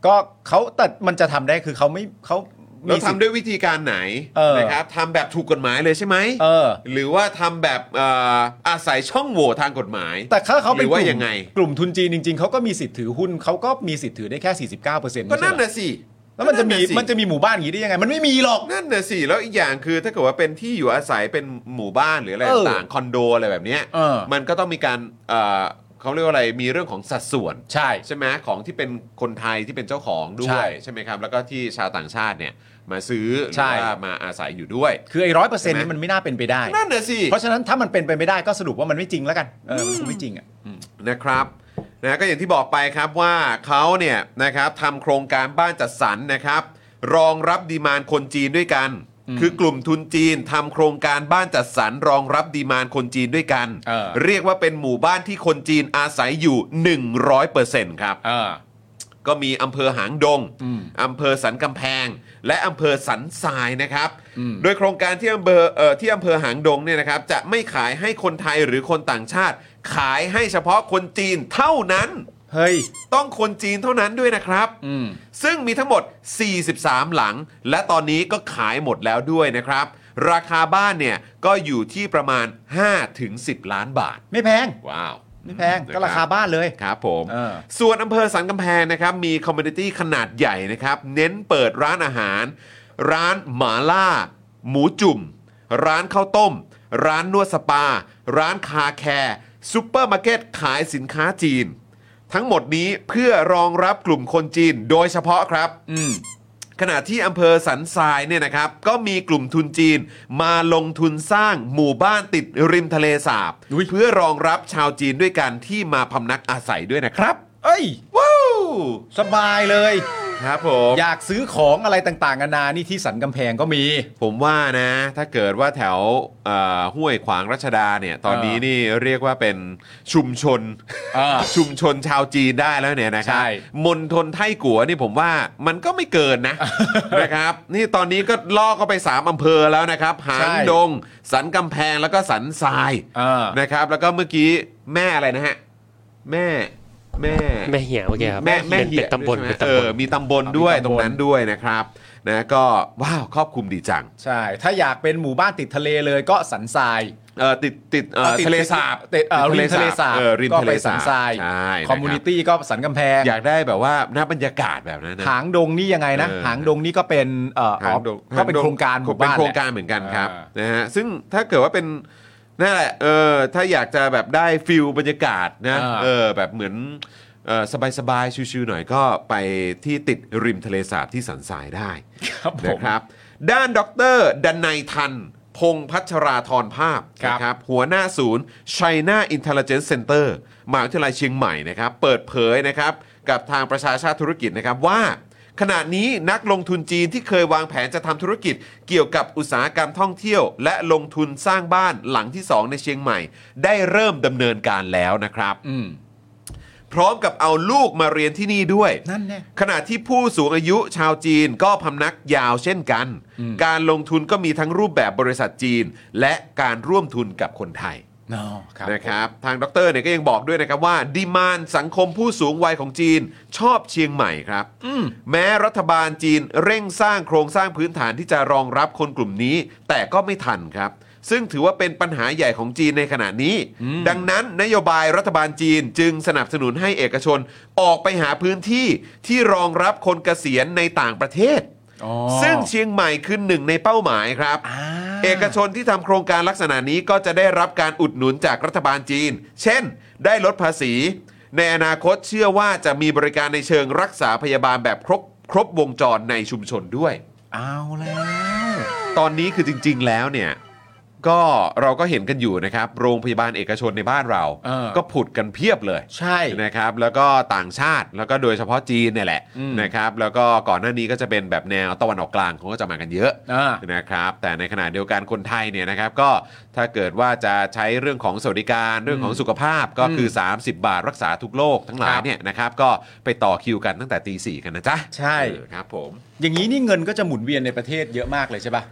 B: ก็เขาแต่มันจะทำได้คือเขาไม่เขา
A: เรา
B: สิท
A: ทำ
B: ธิ์
A: ด้วยวิธีการไหน
B: เออ
A: นะครับทำแบบถูกกฎหมายเลยใช่ไหม
B: เออ
A: หรือว่าทำแบบเอ่ออาศัยช่องโหว่ทางกฎหมาย
B: แต่ถ้าเขาเป็
A: หรื
B: นก
A: อว่า
B: ลุ่ม
A: ยังไง
B: กลุ่มทุนจีนจริง ๆเขาก็มีสิทธิ์ถือหุ้นเขาก็มีสิทธิ์ถือได้แค่ 49เปอร์เซ็นต์
A: ก็นั่นน่ะสิ
B: แล้วมันจะมี
A: สิ
B: มันจะมีหมู่บ้านอย่างนี้ได้ยังไง มันไม่มีหรอก
A: นั่นน่ะสิ แล้วอีกอย่างคือถ้าเกิดว่าเป็นที่อยู่อาศัยเป็นหมู่บ้านหรืออะไร
B: เออ
A: ต่างๆคอนโดอะไรแบบเนี้ย
B: เออ
A: มันก็ต้องมีการเอ่อเขาเรียกว่าอะไรมีเรื่องของสัดส่วน
B: ใช่
A: ใช่ไหมของที่เป็นคนไทยที่เป็นเจ้าของด้
B: ใช่
A: วยใช่ไหมครับ แล้วก็ที่ชาวต่างชาติเนี่ยมาซื้อหรื
B: ใช่
A: อว่ามาอาศัยอยู่ด้วย
B: คือไอ้ร้อยเปอร์เซ็นต์
A: ใช่ไหม
B: นี่มันไม่น่าเป็นไปได้
A: นั่นน่ะสิ
B: เพราะฉะนั้นถ้ามันเป็นไปไม่ได้ก็สรุปว่ามันไม่จริงแล้วกัน เออมันคงไม่จริงอ่ะ
A: นะครับนะก็อย่างที่บอกไปครับว่าเขาเนี่ยนะครับทำโครงการบ้านจัดสรรนะครับ รองรับดีมานด์คนจีนด้วยกัน คือกลุ่มทุนจีนทำโครงการบ้านจัดสรรรองรับดีมานด์คนจีนด้วยกัน
B: เออ
A: ยกว่าเป็นหมู่บ้านที่คนจีนอาศัยอยู่ 100%ครับ
B: เออ
A: ก็มีอำเภอหางดง
B: อืม
A: อำเภอสันกำแพง และอำเภอสันทรายนะครับ
B: อืม
A: โดยโครงการที่อำเภอเอ่อที่อำเภอหางดงเนี่ยนะครับ จะไม่ขายให้คนไทยหรือคนต่างชาติ ขายให้เฉพาะคนจีนเท่านั้น
B: เฮ้ย
A: ต้องคนจีนเท่านั้นด้วยนะครับ
B: อืม
A: ซึ่งมีทั้งหมด 43 หลัง และตอนนี้ก็ขายหมดแล้วด้วยนะครับ ราคาบ้านเนี่ยก็อยู่ที่ประมาณ 5-10 ล้านบาท
B: ไม่แพง
A: ว้าว
B: ไม่แพง ก็ราคาบ้านเลย
A: ครับผม
B: เออ
A: ส่วนอำเภอสันกำแพงนะครับ มีคอมมูนิตี้ขนาดใหญ่นะครับ เน้นเปิดร้านอาหาร ร้านหมาล่า หมูจุ่ม ร้านข้าวต้ม ร้านนวดสปา ร้านคาแคร์ซูเปอร์มาร์เก็ตขายสินค้าจีน ทั้งหมดนี้เพื่อรองรับกลุ่มคนจีนโดยเฉพาะครับ
B: อืม
A: ขณะที่อำเภอสันทรายเนี่ยนะครับ ก็มีกลุ่มทุนจีน มาลงทุนสร้างหมู่บ้านติดริมทะเลสาบ
B: อุ๊ย
A: เพื่อรองรับชาวจีนด้วยกันที่มาพำนักอาศัยด้วยนะครับ
B: เอ้ย
A: ว้าว
B: สบายเลย
A: ครับผม
B: อยากซื้อของอะไรต่างๆนานานี่ที่สันกำแพงก็มี
A: ผมว่านะ ถ้าเกิดว่าแถวเอ่อห้วยขวางรัชดาเนี่ย ตอนนี้นี่เรียกว่าเป็นชุมชน
B: เออ
A: ชุมชนชาวจีนได้แล้วเนี่ยนะครั
B: ใช่
A: มณฑลไทกัวนี่ผมว่ามันก็ไม่เกิน นะ นะครับ นี่ตอนนี้ก็ล่อกเข้าไป 3 อำเภอแล้วนะครับ หางดง สันกำแพงแล้วก็สันทราย
B: เออ
A: นะครับ แล้วก็เมื่อกี้แม่อะไรนะฮะ แม่แม่
C: แม่เหี่ยเมื่อกี้ครับ
A: แม่แม่
C: เป็น
A: เหี่ย
C: เป็นตำบล
A: ด้วย
C: เป็น
A: ใช่ไหมเอ
C: ตำบล
A: อมีตำบลด้วย
B: มี
A: ต
B: ตำบล
A: รงนั้นด้วยนะครับ นะก็ว้าวครอบคลุมดีจัง
B: ใช่ ถ้าอยากเป็นหมู่บ้านติดทะเลเลยก็สันทราย
A: เออติดติดเอ่อ
B: ติด
A: ทะเลสาบ
B: ติดเอ่อริมทะเลสาบ
A: เออริม
B: ก็
A: ทะเล
B: ไป
A: สา
B: สั
A: บ
B: นทราย
A: ใช่ะรับ
B: คอมมูนิตี้ก็สันกำแพง
A: อยากได้แบบว่าหน้าบรรยากาศแบบนั้นนะ
B: หางดงนี่ยังไงนะ
A: เออ
B: หางดงนี่ก็เป็นเอ่ออ๋อ
A: หางดง
B: ก็เป็น
A: หด
B: โครงการหมู่
A: เป็น
B: บ้าน
A: โครง
B: แหละ
A: การเหมือนกันครับ
B: อ่าน
A: นะฮะซึ่งถ้าเกิดว่าเป็นนั่นแหละเออถ้าอยากจะแบบได้ฟิลบรรยากาศนะเออแบบเหมือนเออสบายๆชิวๆหน่อยก็ไปที่ติดริมทะเลสาบที่สันทรายได้
B: ครับผ
A: นะ
B: ม
A: ครับด้านดรดันไนยทัน พงษ์พัชราธรภาพ
B: ครับ
A: นะครับหัวหน้าศูนย์ China Intelligence Center มหาวิทยาลัยเชียงใหม่นะครับเปิดเผยนะครับกับทางประชาชาติธุรกิจนะครับว่า ขณะนี้นักลงทุนจีนที่เคยวางแผนจะทำธุรกิจเกี่ยวกับอุตสาหกรรมท่องเที่ยว และลงทุนสร้างบ้านหลังที่ 2 ในเชียงใหม่ ได้เริ่มดำเนินการแล้วนะครับ
B: อืม
A: พร้อมกับเอาลูกมาเรียนที่นี่ด้วย
B: นั่นแน่
A: ขณะที่ผู้สูงอายุชาวจีนก็พำนักยาวเช่นกัน การลงทุนก็มีทั้งรูปแบบบริษัทจีน และการร่วมทุนกับคนไทย
B: no ครับ
A: นะครับทางดรเนี่ยก็ยังบอกด้วยนะครับว่าดีมานสังคมผู้สูงวัยของจีนชอบเชียงใหม่ครับมแม้รัฐบาลจีนเร่งสร้างโครงสร้างพื้นฐานที่จะรองรับคนกลุ่มนี้ แต่ก็ไม่ทันครับ ซึ่งถือว่าเป็นปัญหาใหญ่ของจีนในขณะนี้ ดังนั้นนโยบายรัฐบาลจีนจึงสนับสนุนให้เอกชนออกไปหาพื้นที่ที่รองรับคนเกษียณในต่างประเทศ
B: อ๋อ
A: ซึ่งเชียงใหม่คือหนึ่งในเป้าหมายครับ
B: อ่า
A: เอกชนที่ทำโครงการลักษณะนี้ก็จะได้รับการอุดหนุนจากรัฐบาลจีน เช่น ได้ลดภาษี ในอนาคตเชื่อว่าจะมีบริการในเชิงรักษาพยาบาลแบบครบครบวงจรในชุมชนด้วย
B: เอาแล้ว
A: ตอนนี้คือจริง ๆ แล้วเนี่ย ก็เราก็เห็นกันอยู่นะครับ โรงพยาบาลเอกชนในบ้านเรา
B: เออ
A: ก็ผุดกันเพียบเลย
B: ใช่
A: นะครับแล้วก็ต่างชาติแล้วก็โดยเฉพาะจีนเนี่ยแหละ
B: อืม
A: นะครับแล้วก็ก่อนหน้านี้ก็จะเป็นแบบแนวตะวันออกกลางเขาก็จะมากันเยอะ
B: อ่า
A: นะครับแต่ในขณะเดียวกันคนไทยเนี่ยนะครับก็ถ้าเกิดว่าจะใช้เรื่องของสวัสดิการเรื่องของสุขภาพก็คือ 30 บาทรักษาทุกโรคทั้งหลาย
B: ครับ
A: เนี่ยนะครับก็ไปต่อคิวกันตั้งแต่ตีสี่กันนะจ๊ะ
B: ใช่
A: เออครับผม
B: อย่างนี้นี่เงินก็จะหมุนเวียนในประเทศเยอะมากเลยใช่ปะ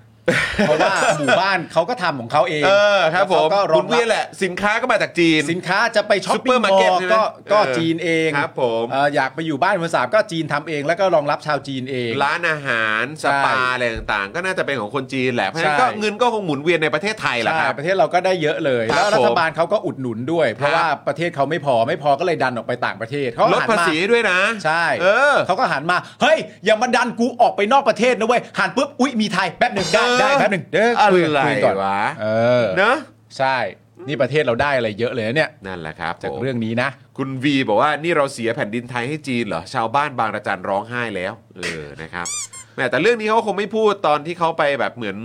B: เพราะว่าหมู่บ้านเขาก็ทำของเขาเอง
A: เออครับผม
B: แล้วขาก็ร
A: คุ
B: อง
A: ณ
B: รั
A: เวียน
B: บ
A: แหละสินค้าก็มาจากจีน
B: สินค้าจะไปช้อป
A: ซุปเป
B: ปิ้
A: อง ร์
B: ม
A: มา
B: อ
A: ร์เก็ต
B: ลล์
A: ใช่ไหม
B: ก็ก็
A: เออ
B: จีนเอง
A: ครับผม
B: เอ่ออยากไปอยู่บ้านภาษาบก็จีนทำเองแล้วก็รองรับชาวจีนเอง
A: ร้านอาหารส
B: ใช่
A: ปาอะไรต่างๆ ก็น่าจะเป็นของคนจีนแหละเพราะฉะนั้นก็
B: ใช่
A: เงินก็คงหมุนเวียนในประเทศไทยแหละค
B: ใช่
A: รับ
B: ประเทศเราก็ได้เยอะเลย
A: ครับ
B: แล้วรัฐบาลเขาก็อุดหนุนด้วย เพ
A: ค
B: ราะ
A: รับ
B: ว่าประเทศเขาไม่พอไม่พอก็เลยดันออกไปต่างประเทศเขาก็
A: ลด
B: หัน
A: ภา
B: มา
A: ษีด้วยนะ
B: ใช่
A: เออ
B: เขาก็หันมาเฮ้ยอย่ามาดันกูออกไปนอกประเทศนะเว้ยหันปุ๊บอุ๊ยมีไทยแป๊บหนึ่งได้
A: เออ
B: ได้แป๊บหนึ่งเด้อ
A: อะไร
B: คุยกันคุยกันก่อน
A: วะ
B: เออ
A: เนอะ
B: ใช่ นี่ประเทศเราได้อะไรเยอะเลยนะเนี่ย
A: นั่นแหละครับ
B: จาก
A: ผม
B: เรื่องนี้นะ
A: คุณวีบอกว่านี่เราเสียแผ่นดินไทยให้จีนเหรอ ชาวบ้านบางระจันร้องไห้แล้ว เออ นะครับแหม่แต่เรื่องนี้เขาคงไม่พูดตอนที่เขาไปแบบเหมือน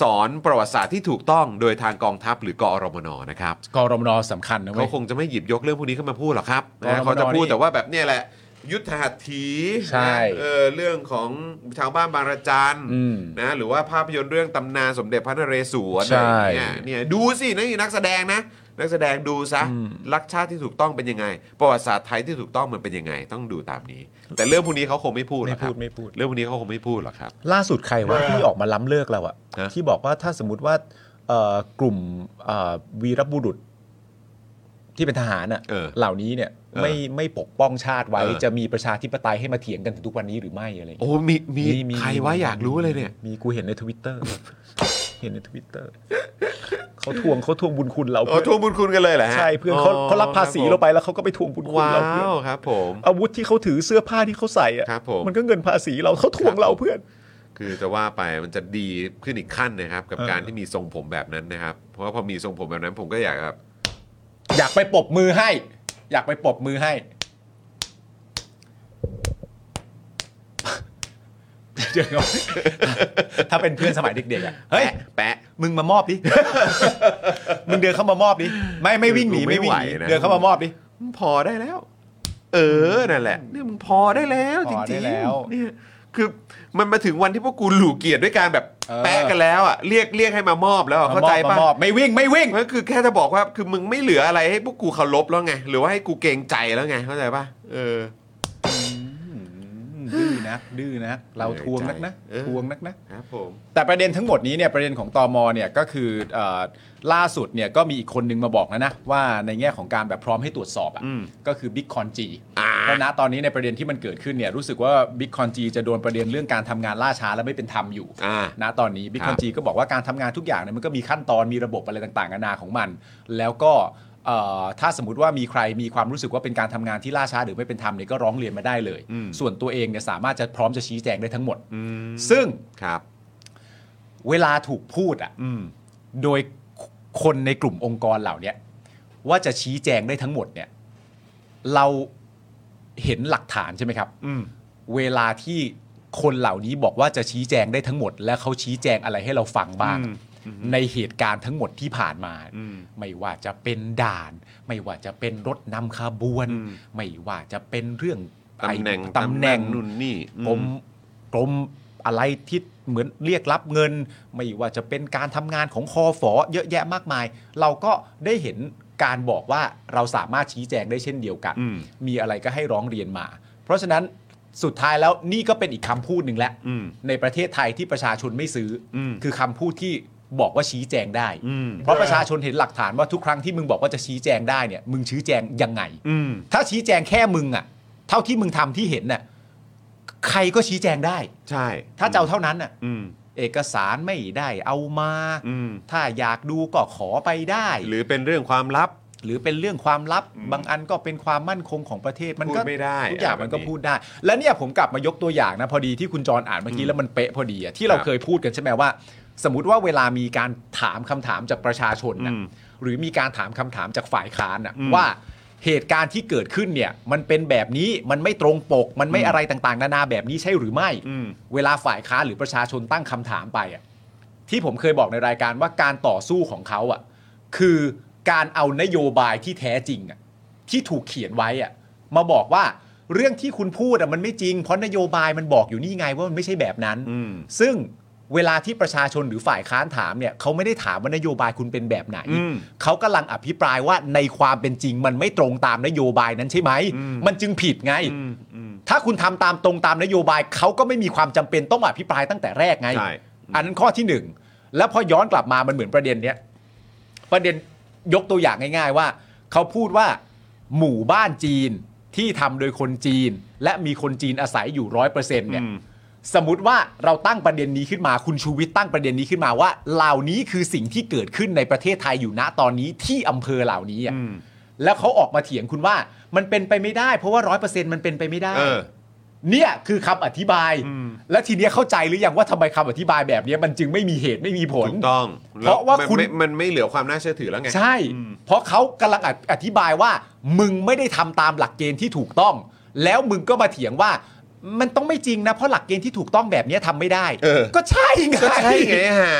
A: สอนประวัติศาสตร์ที่ถูกต้องโดยทางกองทัพหรือกอรมนนะครับ
B: กรมนสำคัญนะเว้
A: เขา
B: ย
A: คงจะไม่หยิบยกเรื่องพวกนี้ขึ้นมาพูดหรอกครับนะ
B: กอรมน
A: เขาจะพูด
B: นี่
A: แต่ว่าแบบเนี่ยแหละ ยุทธหัตถี
B: ใช่
A: นะเออเรื่องของชาวบ้านบางระจัน
B: อืม
A: นะหรือว่าภาพยนตร์เรื่องตำนานสมเด็จพระนเรศวร
B: ใช่
A: อะไรอย่างเงี้ย เนี่ยดูสินี่นักแสดงนะ นักแสดงดูซะรักชาติที่ถูกต้องเป็นยังไง ประวัติศาสตร์ไทยที่ถูกต้องมันเป็นยังไง ต้องดูตามนี้ แต่เรื่องพวกนี้เขาคงไม่พูดหรอกครับ
B: ไม่พูดไม่พูด
A: เรื่องพวกนี้เขาคงไม่พูดหรอกครับ
B: ล่าสุดใครวะที่ออกมาล้ำเลิกเราอะ
A: ฮะ
B: ที่บอกว่าถ้าสมมติว่าเอ่อกลุ่มเอ่อวีรบุรุษที่เป็นทหารอะ
A: เออ
B: เหล่านี้เนี่ย
A: เออ
B: ไม่ไม่ปกป้องชาติไว้
A: เออ
B: จะมีประชาธิปไตยให้มาเถียงกันถึงทุกวันนี้หรือไม่อะไรอย่าง
A: โอ้
B: เงี้ย
A: มีมี
B: มี
A: ใครวะอยากรู้เลยเนี่ย
B: มีกูเห็นในทวิตเตอร์ เห็นในทวิตเตอร์เขาทวงเขาทวงบุญคุณเรา
A: โอ้ทวงบุญคุณกันเลยเหรอฮะ
B: ใช่เพื่อนเขาเขารับภาษีเราไปแล้วเขาก็ไปทวงบุญคุณ
A: ว้า
B: เราเพื่อน
A: วครับผม
B: อาวุธที่เขาถือเสื้อผ้าที่เขาใส่อะ
A: ครับผม
B: นก็เงินภาษีเราเขาทวงเราเพื่อน
A: คือจะว่าไปมันจะดีขึ้นอีกขั้นนะครับ กับ
B: เออ
A: การที่มีทรงผมแบบนั้นนะครับ เพราะว่าพอมีทรงผมแบบนั้น ผมก็อยากแบบ
B: อยากไปปรบมือให้ อยากไปปรบมือให้ เดี๋ยวก่อนถ้าเป็นเพื่อนสมัยเด็กๆอะเฮ้ย
A: แปะแปะ
B: มึงมามอบดิ มึงเดินเข้ามามอบดิ ไม่ไม่วิ่งหนี
A: กูไม่
B: ไม่วิ่งหนี
A: ไหวนะ
B: เดินเข้ามามอบดิ
A: มึงพอได้แล้ว เออ นั่นแหละเนี่ยมึงพอได้แล้วจ
B: พอ
A: ริ
B: ได้
A: งๆ
B: แล้ว
A: เนี่ยคือมันมาถึงวันที่พวกกูหลู่เกียรติด้วยการแบบ
B: เออ
A: แปะกันแล้วอ่ะเรียกเรียกให้มามอบแล้วอะเข้าใจ
B: ม
A: ป่ะ
B: มอบไม่วิ่งไม่วิ่ง
A: มันก็คือแค่จะบอกว่าคือมึงไม่เหลืออะไรให้พวกกูเคารพแล้วไง หรือว่าให้กูเกรงใจแล้วไงเข้าใจป่ะเอออ
B: ดื้อนะดื้อนะเราทวงนักนะ
A: เออ
B: ทวงนักนะ
A: ครับผม
B: แต่ประเด็นทั้งหมดนี้เนี่ยประเด็นของตอมเนี่ยก็คือเอ่อล่าสุดเนี่ยก็มีอีกคนนึงมาบอกแล้วนะว่าในแง่ของการแบบพร้อมให้ตรวจสอบอะก็คือบิ๊กคอนจีเพราะนะตอนนี้ในประเด็นที่มันเกิดขึ้นเนี่ยรู้สึกว่าบิ๊กคอนจีจะโดนประเด็นเรื่องการทำงานล่าช้าและไม่เป็นธรรมอยู่
A: อ่า
B: ณตอนนี้บิ๊ก
A: ครั
B: ค
A: บ
B: อนจีก็บอกว่าการทำงานทุกอย่างเนี่ยมันก็มีขั้นตอนมีระบบอะไรต่างๆนานาของมัน แล้วก็เอ่อถ้าสมมติว่ามีใครมีความรู้สึกว่าเป็นการทำงานที่ล่าช้าหรือไม่เป็นธรรมเนี่ยก็ร้องเรียนมาได้เลย ส่วนตัวเองเนี่ยสามารถจะพร้อมจะชี้แจงได้ทั้งหมด ซึ่ง
A: ครับ
B: เวลาถูกพูดอ่ะโดยคนในกลุ่มองค์กรเหล่าเนี้ยว่าจะชี้แจงได้ทั้งหมดเนี่ยเราเห็นหลักฐานใช่ไหมครับ เวลาที่คนเหล่านี้บอกว่าจะชี้แจงได้ทั้งหมด และเขาชี้แจงอะไรให้เราฟังบ้าง ในเหตุการณ์ทั้งหมดที่ผ่านมา ไม่ว่าจะเป็นด่าน ไม่ว่าจะเป็นรถนำขบวน ไม่ว่าจะเป็นเรื่อง
A: ตำแหน่ง
B: ไอ้ตำแหน่ง
A: นู่นนี่อืม
B: กรมกรมอะไรที่เหมือนเรียกรับเงิน ไม่ว่าจะเป็นการทำงานของคอฝอเยอะแยะมากมาย เราก็ได้เห็นการบอกว่าเราสามารถชี้แจงได้เช่นเดียวกัน
A: อืม
B: มีอะไรก็ให้ร้องเรียนมา เพราะฉะนั้นสุดท้ายแล้วนี่ก็เป็นอีกคำพูดหนึ่งแหละ
A: อืม
B: ในประเทศไทยที่ประชาชนไม่ซื้ออ
A: ม
B: คือคำพูดที่บอกว่าชี้แจงได้
A: อืม
B: เพราะประชาชนเห็นหลักฐานว่าทุกครั้งที่มึงบอกว่าจะชี้แจงได้เนี่ย มึงชี้แจงยังไง
A: อืม
B: ถ้าชี้แจงแค่มึงอะเท่าที่มึงทำที่เห็นน่ะใครก็ชี้แจงได้
A: ใช่
B: ถ้าจะเอาเท่านั้นน่ะ
A: อืม
B: เอกสารไม่ได้เอามา
A: อืม
B: ถ้าอยากดูก็ขอไปได้
A: หรือเป็นเรื่องความลับ
B: หรือเป็นเรื่องความลับ บางอันก็เป็นความมั่นคงของประเทศมันก็
A: พูดไม่ได้
B: ทุกอย่างมันก็
A: อะไรแบบนี้
B: พูดได้ และเนี่ยผมกลับมายกตัวอย่างนะ พอดีที่คุณจรอ่านเมื่อกี้แล้วมันเป๊ะพอดีอะที่เรา
A: ครับ
B: เคยพูดกันใช่ไหมว่า สมมติว่าเวลามีการถามคำถามจากประชาชนนะ
A: อืม
B: หรือมีการถามคำถามจากฝ่ายค้านนะ
A: อืม
B: ว่าเหตุการณ์ที่เกิดขึ้นเนี่ย มันเป็นแบบนี้มันไม่ตรงปก มันไม่อะไรต่างๆ นานาแบบนี้ใช่หรือไม่
A: อืม
B: เวลาฝ่ายค้านหรือประชาชนตั้งคำถามไปอ่ะที่ผมเคยบอกในรายการว่าการต่อสู้ของเขาอ่ะคือการเอานโยบายที่แท้จริงอ่ะที่ถูกเขียนไว้อ่ะมาบอกว่าเรื่องที่คุณพูดอ่ะมันไม่จริง เพราะนโยบายมันบอกอยู่นี่ไงว่ามันไม่ใช่แบบนั้น
A: อืม
B: ซึ่งเวลาที่ประชาชนหรือฝ่ายค้านถามเนี่ยเขาไม่ได้ถามว่านโยบายคุณเป็นแบบไหน
A: อืม
B: เขากำลังอภิปรายว่าในความเป็นจริง มันไม่ตรงตามนโยบายนั้นใช่ไหมมันจึงผิดไง
A: อืมอืม
B: ถ้าคุณทำตามตรงตามนโยบายเขาก็ไม่มีความจำเป็นต้องมาอภิปรายตั้งแต่แรกไง
A: ใช่
B: อันนั้นข้อที่หนึ่งแล้วพอย้อนกลับมามันเหมือนประเด็นเนี้ยประเด็นยกตัวอย่างง่าย ๆ ว่า เขาพูดว่า หมู่บ้านจีนที่ทำโดยคนจีน และมีคนจีนอาศัยอยู่ร้อยเปอร์เซ็นต์เนี่ยสมมติว่าเราตั้งประเด็นนี้ขึ้นมาคุณชูวิทย์ตั้งประเด็นนี้ขึ้นมาว่า เหล่านี้คือสิ่งที่เกิดขึ้นในประเทศไทยอยู่ณตอนนี้ที่อำเภอเหล่านี้อะแล้วเขาออกมาเถียงคุณว่ามันเป็นไปไม่ได้ เพราะว่าร้อยเปอร์เซ็นต์มันเป็นไปไม่ได้
A: เออ
B: เนี่ยคือคำอธิบาย และทีเนี้ยเข้าใจหรือยังว่าทำไมคำอธิบายแบบเนี้ยมันจึงไม่มีเหตุไม่มีผล
A: ถูกต้อง
B: เพราะว่า
A: แล้มัน
B: คุณ
A: ไม่มันไม่เหลือความน่าเชื่อถือแล้วไง
B: ใช่ เพราะเขากำลังอธิบายว่า มึงไม่ได้ทำตามหลักเกณฑ์ที่ถูกต้อง แล้วมึงก็มาเถียงว่า มันต้องไม่จริงนะเพราะหลักเกณฑ์ที่ถูกต้องแบบเนี้ยทำไม่ได้
A: เออ
B: ก็ใช่ไง
A: ก็ใช่ไงฮะ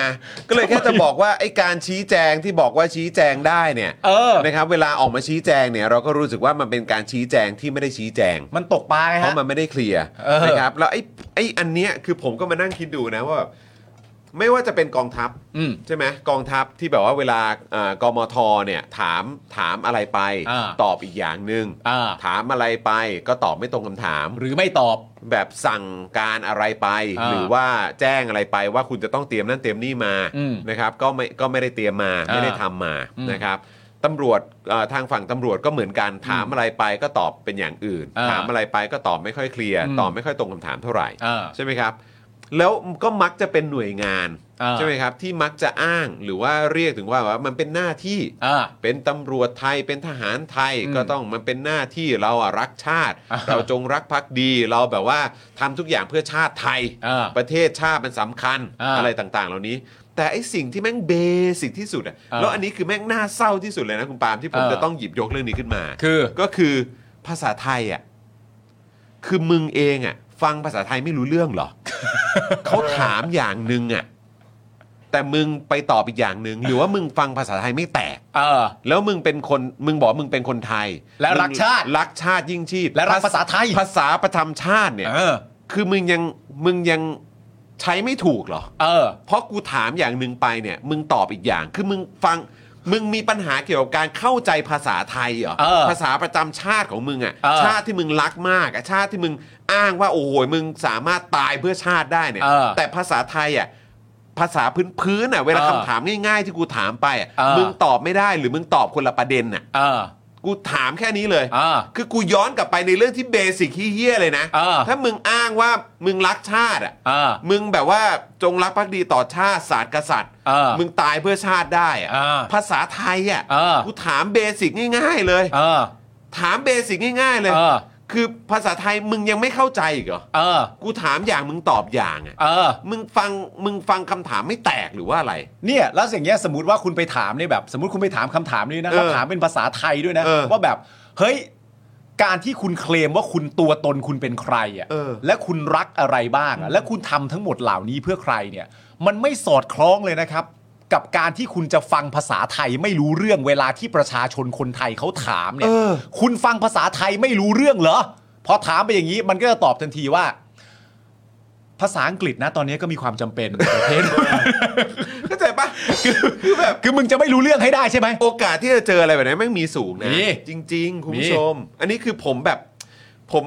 A: ก็เลยแค่จะบอกว่าไอ้การชี้แจงที่บอกว่าชี้แจงได้เนี่ย
B: เออ
A: นะครับเวลาออกมาชี้แจงเนี่ยเราก็รู้สึกว่ามันเป็นการชี้แจงที่ไม่ได้ชี้แจง
B: มันตกปลาไง
A: เพ
B: ฮะ
A: ราะมันไม่ได้เคลียร์
B: เออ
A: นะครับแล้วไอ้ไอ้อันเนี้ยคือผมก็มานั่งคิดดูนะว่าแบบไม่ว่าจะเป็นกองทัพ
B: อืม
A: ใช่ไหมกองทัพที่แบบว่าเวลาเอ่อกมทเนี่ยถามถามอะไรไป
B: อ่า
A: ตอบอีกอย่างหนึ่ง
B: อ่า
A: ถามอะไรไปก็ตอบไม่ตรงคำถาม
B: หรือไม่ตอบ
A: แบบสั่งการอะไรไป
B: อ่า
A: หรือว่าแจ้งอะไรไปว่าคุณจะต้องเตรียมนั่นเตรียมนี่มา
B: อืม
A: นะครับก็ไม่ก็ไม่ได้เตรียมมา
B: อ่า
A: ไม่ได้ทำมา
B: อืม
A: นะครับตำรวจเอ่อทางฝั่งตำรวจก็เหมือนกันถามอะไรไปก็ตอบเป็นอย่างอื่น
B: อ่า
A: ถามอะไรไปก็ตอบไม่ค่อยเคลียร์
B: อืม
A: ตอบไม่ค่อยตรงคำถามเท่าไหร่
B: อ่า
A: ใช่ไหมครับ แล้วก็มักจะเป็นหน่วยงาน
B: อ่า
A: ใช่ไหมครับที่มักจะอ้างหรือว่าเรียกถึงว่าว่ามันเป็นหน้าที่
B: อ่า
A: เป็นตำรวจไทยเป็นทหารไทย
B: อืม
A: ก็ต้องมันเป็นหน้าที่เราอะรักชาติ
B: อ่าฮะ
A: เราจงรักภักดี เราแบบว่าทำทุกอย่างเพื่อชาติไทย
B: อ่า
A: ประเทศชาติมันสำคัญ
B: อ่า
A: อะไรต่างๆ เหล่านี้ แต่ไอ้สิ่งที่แม่งเบสิกที่สุดอะ
B: อ่า
A: แล้วอันนี้คือแม่งน่าเศร้าที่สุดเลยนะคุณปาล์มที่ผม
B: อ่า
A: จะต้องหยิบยกเรื่องนี้ขึ้นมา
B: คือ
A: ก็คือภาษาไทยอ่ะคือมึงเองอ่ะ ฟังภาษาไทยไม่รู้เรื่อง เหรอ เขาถามอย่างหนึ่งอ่ะแต่มึงไปตอบอีกอย่างหนึ่งหรือว่ามึงฟังภาษาไทยไม่แตก
B: เออ
A: แล้วมึงเป็นคนมึงบอกมึงเป็นคนไทย
B: และรักชาติ
A: มึงรักชาติยิ่งชีพ
B: และรักภาษาไทย
A: ภาษาประจำชาติเนี่ย
B: เออ
A: คือมึงยังมึงยังใช้ไม่ถูกเหรอ
B: เออ
A: เพราะกูถามอย่างหนึ่งไปเนี่ย มึงตอบอีกอย่าง คือมึงฟัง มึงมีปัญหาเกี่ยวกับการเข้าใจภาษาไทยเหรอ
B: เออ
A: ภาษาประจำชาติของมึงอ่ะ
B: เออ
A: ชาติที่มึงรักมากอ่ะชาติที่มึงอ้างว่าโอ้โหมึงสามารถตายเพื่อชาติได้เนี่ย
B: เออ
A: แต่ภาษาไทยอ่ะภาษาพื้นๆน่ะเวลา
B: เออ
A: คำถามง่ายๆ ที่กูถามไปอ่ะ
B: เออ
A: มึงตอบไม่ได้หรือมึงตอบคนละประเด็นน่ะ
B: เออ
A: กูถามแค่นี้เลย
B: เออ
A: คือกูย้อนกลับไปในเรื่องที่เบสิกที่เฮี้ยๆเลยนะ
B: เออ
A: ถ้ามึงอ้างว่ามึงรักชาติอ่ะ
B: เออ
A: มึงแบบว่าจงรักภักดีต่อชาติศาสตร์กษัตริย์
B: เออ
A: มึงตายเพื่อชาติได้อะ
B: เออ
A: ภาษาไทยอ่ะ
B: เออ
A: กูถามเบสิกง่าย ๆ เลย
B: เออ
A: ถามเบสิกง่าย ๆ เลย
B: เออ
A: คือภาษาไทยมึงยังไม่เข้าใจอีกเหรอ
B: เออ
A: กูถามอย่างมึงตอบอย่างอ่ะ
B: เออ
A: มึงฟังมึงฟังคำถามไม่แตกหรือว่าอะไร
B: เนี่ยแล้วสิ่งเนี้ยสมมติว่าคุณไปถามเนี่ยแบบ สมมติคุณไปถามคำถามนี้นะ
A: เออ
B: แล้วถามเป็นภาษาไทยด้วยนะ
A: เออ
B: ว่าแบบเฮ้ยการที่คุณเคลมว่าคุณตัวตนคุณเป็นใครอ่ะ
A: เออ
B: และคุณรักอะไรบ้างอะและคุณทำทั้งหมดเหล่านี้เพื่อใครเนี่ย มันไม่สอดคล้องเลยนะครับ กับการที่คุณจะฟังภาษาไทยไม่รู้เรื่องเวลาที่ประชาชนคนไทยเขาถามเนี่ยคุณฟังภาษาไทยไม่รู้เรื่องเหรอพอถามไปอย่างนี้มันก็จะตอบทันทีว่า ภาษาอังกฤษนะตอนนี้ก็มีความจำเป็น
A: เข้าใจปะคือคือแบบ
B: คือมึงจะไม่รู้เรื่องให้ได้ใช่ไหม
A: โอกาสที่จะเจออะไรแบบนี้แม่งมีสูงนะ
B: มี
A: จริง ๆ คุณ
B: มี
A: ผู้ชม อันนี้คือผมแบบผม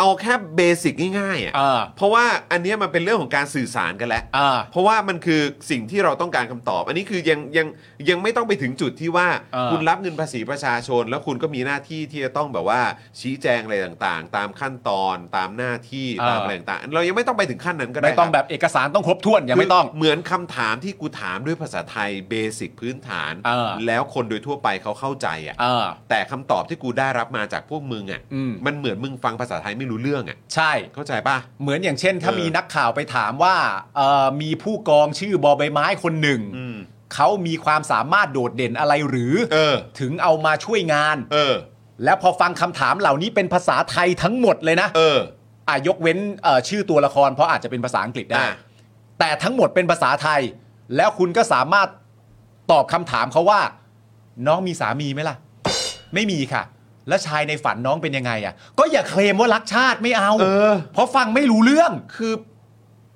A: เอาแค่เบสิกง่ายๆ
B: อ่า
A: อะ่ะเพราะว่าอันเนี้ยมันเป็นเรื่องของการสื่อสารกันแล้ว
B: อ่า
A: เพราะว่ามันคือสิ่งที่เราต้องการคำตอบ อันนี้คือยังยังยังไม่ต้องไปถึงจุดที่ว่า
B: เออ
A: คุณรับเงินภาษีประชาชน แล้วคุณก็มีหน้าที่ที่จะต้องแบบว่าชี้แจงอะไรต่างๆ ตามขั้นตอนตามหน้าที่
B: เออ
A: ตามอะไรต่างๆเรายังไม่ต้องไปถึงขั้นนั้นก็ได้
B: ไม่ต้อ
A: ค
B: ง
A: รับ
B: แบบเอกสารต้องครบถ้วนยังไม่ต้อง
A: คือเหมือนคำถามที่กูถามด้วยภาษาไทยเบสิกพื้นฐาน
B: เออ
A: แล้วคนโดยทั่วไปเขาเข้าใจอ่ะ
B: เออ
A: แต่คำตอบที่กูได้รับมาจากพวกมึงอ่ะ
B: อืม
A: มันเหมือนมึงฟังภาษาไทยไม่รู้เรื่องอ่ะ
B: ใช่
A: เข้าใจปะ
B: เหมือนอย่างเช่น ถ้า
A: เออ
B: มีนักข่าวไปถามว่าเอ่อมีผู้กองชื่อบอใบไม้คนหนึ่ง
A: อืม
B: เขามีความสามารถโดดเด่นอะไรหรือ
A: เออ
B: ถึงเอามาช่วยงาน
A: เออ
B: แล้วพอฟังคำถามเหล่านี้เป็นภาษาไทยทั้งหมดเลยนะ
A: เออ
B: อ่ะยกเว้นเอ่อชื่อตัวละครเพราะอาจจะเป็นภาษาอังกฤษได้
A: อ่ะ
B: แต่ทั้งหมดเป็นภาษาไทย แล้วคุณก็สามารถตอบคำถามเขาว่า น้องมีสามีไหมล่ะ ไม่มีค่ะ แล้วชายในฝันน้องเป็นยังไงอ่ะ ก็อย่าเคลมว่ารักชาติไม่เอา
A: เออ
B: เพราะฟังไม่รู้เรื่อง
A: คือ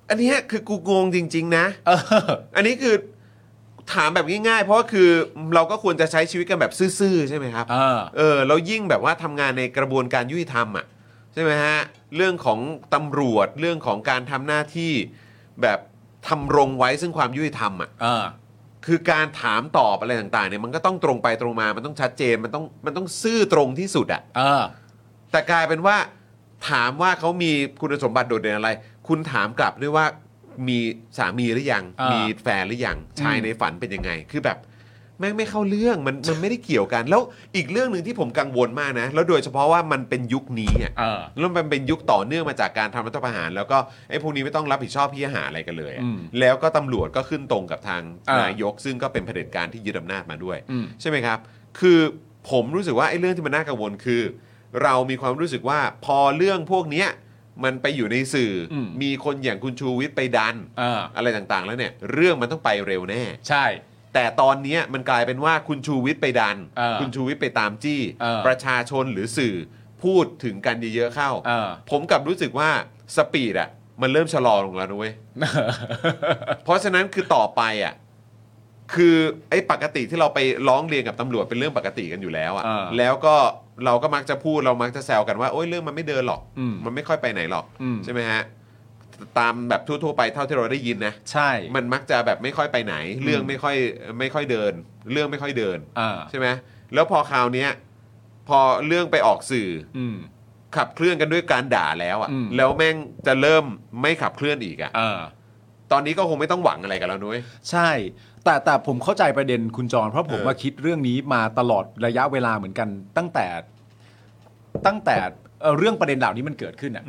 A: อันเนี้ยคือกูงงจริง ๆ นะ
B: เออ
A: อันนี้คือถามแบบง่ายๆ เพราะว่าคือเราก็ควรจะใช้ชีวิตกันแบบซื่อๆ ใช่ไหมครับ
B: เออ
A: เออแล้วยิ่งแบบว่าทำงานในกระบวนการยุติธรรมอ่ะใช่ไหมฮะ เรื่องของตำรวจเรื่องของการทำหน้าที่แบบทำรงไว้ซึ่งความยุติธรรมอ่ะ
B: เออ
A: คือการถามตอบอะไรต่างๆเนี่ยมันก็ต้องตรงไปตรงมา มันต้องชัดเจนมันต้องมันต้องซื่อตรงที่สุดอ่ะ
B: เออ
A: แต่กลายเป็นว่า ถามว่าเขามีคุณสมบัติโดดเด่นอะไร คุณถามกลับด้วยว่ามีสามีหรือยัง
B: อ่ามี
A: มีแฟนหรือยังชาย
B: อืม
A: ในฝันเป็นยังไง คือแบบแม่งไม่เข้าเรื่องมันมันไม่ได้เกี่ยวกัน แล้วอีกเรื่องหนึ่งที่ผมกังวลมากนะ แล้วโดยเฉพาะว่ามันเป็นยุคนี้อ่ะ
B: เออ
A: แล้วมันเป็นยุคต่อเนื่องมาจากการทำรัฐประหาร แล้วก็ไอ้พวกนี้ไม่ต้องรับผิดชอบพี่หาอะไรกันเลยอะ
B: อืม
A: แล้วก็ตำรวจก็ขึ้นตรงกับทาง
B: อ่าน
A: นายก ซึ่งก็เป็นเผด็จการที่ยึดอำนาจมาด้วย
B: อืม
A: ใช่ไหมครับ คือผมรู้สึกว่าไอ้เรื่องที่มันน่ากังวลคือ เรามีความรู้สึกว่าพอเรื่องพวกเนี้ยมันไปอยู่ในสื่ออ
B: ม
A: มีคนอย่างคุณชูวิทย์ไปดัน
B: เออ
A: อะไรต่างๆ แล้วเนี่ย เรื่องมันต้องไปเร็วแน่
B: ใช่
A: แต่ตอนเนี้ยมันกลายเป็นว่าคุณชูวิทย์ไปดัน
B: เออ
A: คุณชูวิทย์ไปตามจี้
B: เออ
A: ประชาชนหรือสื่อพูดถึงกันเยอะๆเข้า
B: เอ อ
A: ผมกลับรู้สึกว่าสปีดอะมันเริ่มชะลอลงแล้วนะเว้ย เพราะฉะนั้นคือต่อไปอ่ะคือไอ้ปกติที่เราไปร้องเรียนกับตำรวจเป็นเรื่องปกติกันอยู่แล้ว
B: เอ
A: อ่ะ
B: อ
A: แล้วก็เราก็มักจะพูดเรามักจะแซวกันว่าโอ้ยเรื่องมันไม่เดินหรอก
B: อืม
A: นไม่ค่อยไปไหนหรอก
B: อืม
A: ใช่ไหมฮะตามแบบทั่วๆไปเท่าที่เราได้ยินนะ
B: ใช่
A: มันมักจะแบบไม่ค่อยไปไหน เรื่องไม่ค่อยไม่ค่อยเดิน เรื่องไม่ค่อยเดิน
B: เออ
A: ใช่ไหมแล้วพอคราวเนี้ยพอเรื่องไปออกสื่อ
B: อืม
A: ขับเคลื่อนกันด้วยการด่าแล้วอ่ะ
B: อืม
A: แล้วแม่งจะเริ่มไม่ขับเคลื่อนอีกอ่ะ
B: เออ
A: ตอนนี้ก็คงไม่ต้องหวังอะไรกันแล้วนุ้ย
B: ใช่ แต่แต่ผมเข้าใจประเด็นคุณจร เพราะผม
A: เออ
B: มาคิดเรื่องนี้มาตลอดระยะเวลาเหมือนกัน ตั้งแต่ตั้งแต่เอ่อเรื่องประเด็นเหล่านี้มันเกิดขึ้นอ่ะ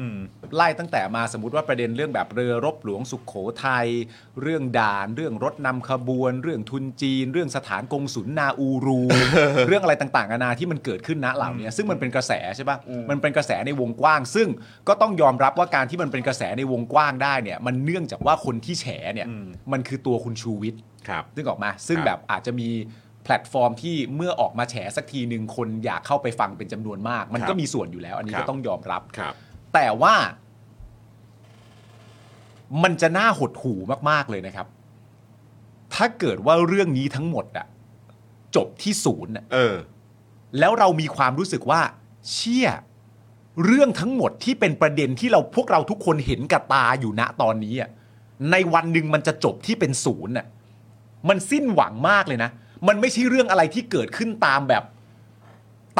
B: ไล่ตั้งแต่มาสมมติว่าประเด็นเรื่องแบบเรือรบหลวงสุขโขทัยเรื่องด่าน เรื่องรถนำขบวน เรื่องทุนจีน เรื่องสถานกงศุลนาอู รู เรื่องอะไรต่างๆนานาที่มันเกิดขึ้นนะเหล่านี้ซึ่งมันเป็นกระแสใช่ปะมันเป็นกระแสในวงกว้าง ซึ่งก็ต้องยอมรับว่าการที่มันเป็นกระแสในวงกว้างได้เนี่ย มันเนื่องจากว่าคนที่แฉเนี่ย มันคือตัวคุณชูวิทย์
A: ครับ
B: นึกออกมาซึ่ง
A: ครับ
B: แบบอาจจะมีแพลตฟอร์มที่เมื่อออกมาแฉสักทีหนึ่งคนอยากเข้าไปฟังเป็นจำนวนมาก มัน
A: ครั
B: ก็
A: บ
B: มีส่วนอยู่แล้ว อันนี้
A: ครับ
B: ก็ต้องยอมรับ
A: ครับ
B: แต่ว่ามันจะน่าหดหู่มาก ๆ เลยนะครับ ถ้าเกิดว่าเรื่องนี้ทั้งหมดอะ จบที่ศูนย์น่ะ
A: เออ
B: แล้วเรามีความรู้สึกว่า เชี่ย เรื่องทั้งหมดที่เป็นประเด็นที่เราพวกเราทุกคนเห็นกับตาอยู่ณตอนนี้อะในวันหนึ่งมันจะจบที่เป็นศูนย์น่ะมันสิ้นหวังมากเลยนะ มันไม่ใช่เรื่องอะไรที่เกิดขึ้นตามแบบ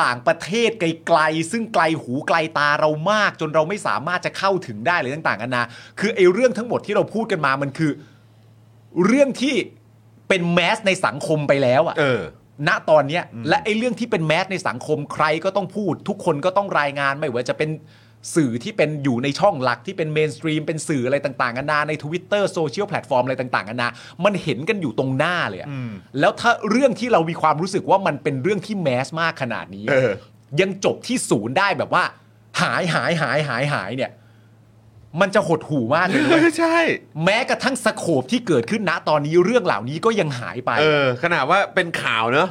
B: ต่างประเทศไกลๆ ซึ่งไกลหูไกลตาเรามาก จนเราไม่สามารถจะเข้าถึงได้เลยต่างๆกันานะคือไอ้เรื่องทั้งหมดที่เราพูดกันมามันคือ เรื่องที่เป็นแมสในสังคมไปแล้วอะ
A: เออ
B: ณตอนเนี้ยและไอ้เรื่องที่เป็นแมสในสังคมใครก็ต้องพูด ทุกคนก็ต้องรายงานไม่ว่าจะเป็นสื่อที่เป็นอยู่ในช่องหลักที่เป็นเมนสตรีมเป็นสื่ออะไรต่างๆกันานาใน Twitter โซเชียลแพลตฟอร์มอะไรต่างๆกันานามันเห็นกันอยู่ตรงหน้าเลยอะแล้วถ้าเรื่องที่เรามีความรู้สึกว่ามันเป็นเรื่องที่แมสมากขนาดนี้
A: เออ
B: ยังจบที่ศูนย์ได้แบบว่า หายหายหายหายหายเนี่ย มันจะหดหู่มากเลยนะ เว้ย
A: ใช่
B: แม้กระทั่งสโคปที่เกิดขึ้นณตอนนี้เรื่องเหล่านี้ก็ยังหายไป
A: เออ ขนาดว่าเป็นข่าวเนอะ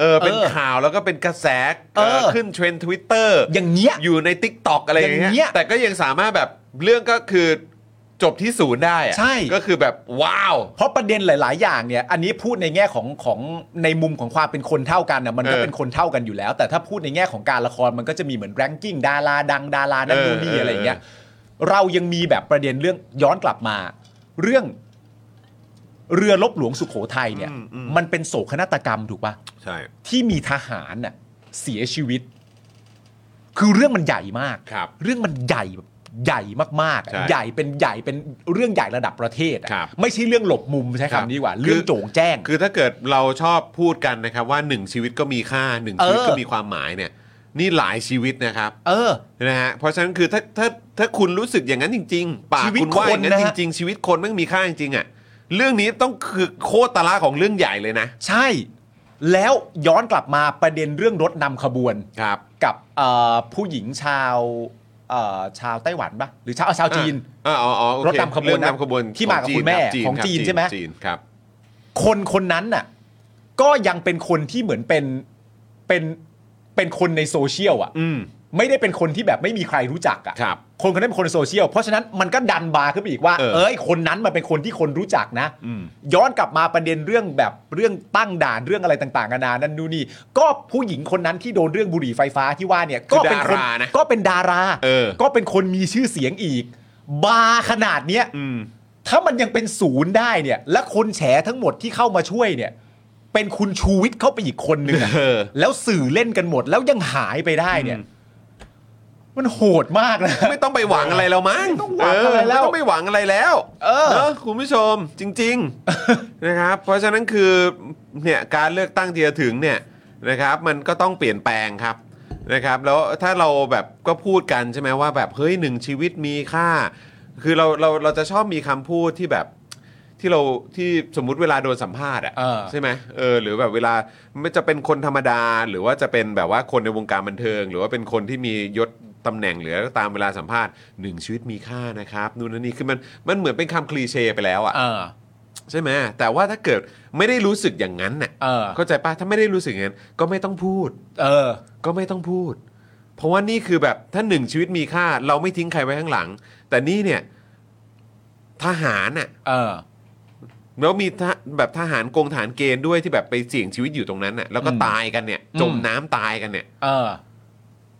A: เออ เป็น
B: เออ
A: ข่าวแล้วก็เป็นกระแส
B: เออ
A: เขึ้นเทรนด์ทวิตเตอร์
B: อย่างเงี้ย
A: อยู่ใน t ิ k t o k อะไรอย่าง
B: อย่างเงี้
A: เงี้ย
B: ย
A: แต่ก็ยังสามารถแบบเรื่องก็คือจบที่ศูนย์ได้อะ
B: ใช่
A: ก็คือแบบว้าว
B: เพราะประเด็นหลาย ๆ อย่างเนี่ย อันนี้พูดในแง่ของของในมุมของความเป็นคนเท่ากันนะมันก็
A: เออ
B: เป็นคนเท่ากันอยู่แล้ว แต่ถ้าพูดในแง่ของการละครมันก็จะมีเหมือนแรงกิ้งดาราดังดารานั่น
A: เออ
B: นู่นนี่
A: เออ
B: อะไรอย่างเงี้ย เรายังมีแบบประเด็นเรื่องย้อนกลับมา เรื่องเรือลบหลวงสุโขทัยเนี่ย
A: อืมอืม
B: มันเป็นโศกนาฏกรรมถูกปะ
A: ใช่
B: ที่มีทหารน่ะเสียชีวิต คือเรื่องมันใหญ่มาก
A: ครับ
B: เรื่องมันใหญ่แบบใหญ่มากๆ
A: ใช่
B: อะใหญ่เป็นใหญ่เป็นเรื่องใหญ่ระดับประเทศอะ
A: ครับ
B: ไม่ใช่เรื่องหลบมุมใช้
A: ครับ
B: คำนี้ดีกว่า
A: คือ
B: เรื่องโจงแจ้ง
A: คือถ้าเกิดเราชอบพูดกันนะครับ ว่าหนึ่งชีวิตก็มีค่าหนึ่งชีวิต
B: เออ
A: ก็มีความหมายเนี่ย นี่หลายชีวิตนะครับ
B: เออ
A: นะฮะเพราะฉะนั้นคือถ้าถ้าถ้าคุณรู้สึกอย่างนั้นจริง ๆ ปาก
B: ชีวิต
A: คุณว่าอย่างนั้
B: ค
A: น
B: น
A: จ
B: นะฮะ
A: ริง ๆ ชีวิตคนมันมีค่าจริงๆอ่ะเรื่องนี้ต้องคือโคตรตาระของเรื่องใหญ่เลยนะ
B: ใช่ แล้วย้อนกลับมาประเด็นเรื่องรถนำขบวน
A: ครับ
B: กับเอ่อผู้หญิงชาวเอ่อชาวไต้หวันปะหรือชาวเอ่อชาวจีน
A: อ่ะอ๋ออ๋อโอเค
B: รถนำขบวนนะ
A: เรื่องนำขบวน
B: ที่มากับคุณแม่ของจี
A: ค
B: น
A: รับ
B: ใช่ไหม
A: จีนครับ
B: คนคนนั้นน่ะ ก็ยังเป็นคนที่เหมือนเป็นเป็นเป็นคนในโซเชียลอ่ะ
A: อืม
B: ไม่ได้เป็นคนที่แบบไม่มีใครรู้จักอะ
A: ครับ
B: คนคนนั้นเป็นคนในโซเชียล เพราะฉะนั้นมันก็ดันบาร์ขึ้นไปอีกว่า
A: เออ
B: เอ้ย คนนั้นมันเป็นคนที่คนรู้จักนะ
A: อืม
B: ย้อนกลับมาประเด็นเรื่องแบบเรื่องตั้งด่านเรื่องอะไรต่างๆนานานั่นนู่นนี่ ก็ผู้หญิงคนนั้นที่โดนเรื่องบุหรี่ไฟฟ้าที่ว่าเนี่ย ก็เป็น
A: คือดารานะ
B: ก็เป็นดารา
A: เออ
B: ก็เป็นคนมีชื่อเสียงอีก บาร์ขนาดเนี้ย
A: อืม
B: ถ้ามันยังเป็นศูนย์ได้เนี่ย และคนแฉทั้งหมดที่เข้ามาช่วยเนี่ย เป็นคุณชูวิทย์เข้าไปอีกคนหนึ่งอะ
A: เออ
B: แล้วสื่อเล่นกันหมด แล้วยังหายไปได้เนี่ย มันโหดมากนะ
A: ไม่ต้องไปหวังอะไรแล้วมั้ง
B: ไม่ต้องหวังอะไรแล้ว
A: เม่ต้องไปหวังอะไรแล้ว
B: เออ
A: นอะคุณผู้ชมจริง ๆ นะครับ เพราะฉะนั้นคือเนี่ยการเลือกตั้งที่จะถึงเนี่ยนะครับ มันก็ต้องเปลี่ยนแปลงครับนะครับ แล้วถ้าเราแบบก็พูดกันใช่ไหมว่าแบบเฮ้ยหนึ่งชีวิตมีค่า คือเราเราเราจะชอบมีคำพูดที่แบบที่เราที่สมมุติเวลาโดนสัมภาษณ์อะ
B: เออ
A: ใช่ไหมเออหรือแบบเวลาไม่จะเป็นคนธรรมดา หรือว่าจะเป็นแบบว่าคนในวงการบันเทิง หรือว่าเป็นคนที่มียศตำแหน่งหรืออะไรก็ตามเวลาสัมภาษณ์หนึ่งชีวิตมีค่านะครับนู่นนนนี่คือมันมันเหมือนเป็นคำคลีเช่ไปแล้วอะ
B: เออ
A: ใช่ไหมแต่ว่าถ้าเกิดไม่ได้รู้สึกอย่างนั้นน่ะ
B: เออ
A: เข้าใจปะถ้าไม่ได้รู้สึกอย่างนั้นก็ไม่ต้องพูด
B: เออ
A: ก็ไม่ต้องพูด เพราะว่านี่คือแบบถ้าหนึ่งชีวิตมีค่า เราไม่ทิ้งใครไว้ข้างหลัง แต่นี่เนี่ยทหารน่ะ
B: เออ
A: แล้วมีทหแบบทหารกงทหารเกณฑ์ด้วยที่แบบไปเสี่ยงชีวิตอยู่ตรงนั้นน่ะแล้วก็
B: อืม
A: ตายกันเนี่ย
B: อืม
A: จมน้ำตายกันเนี่ย
B: เออ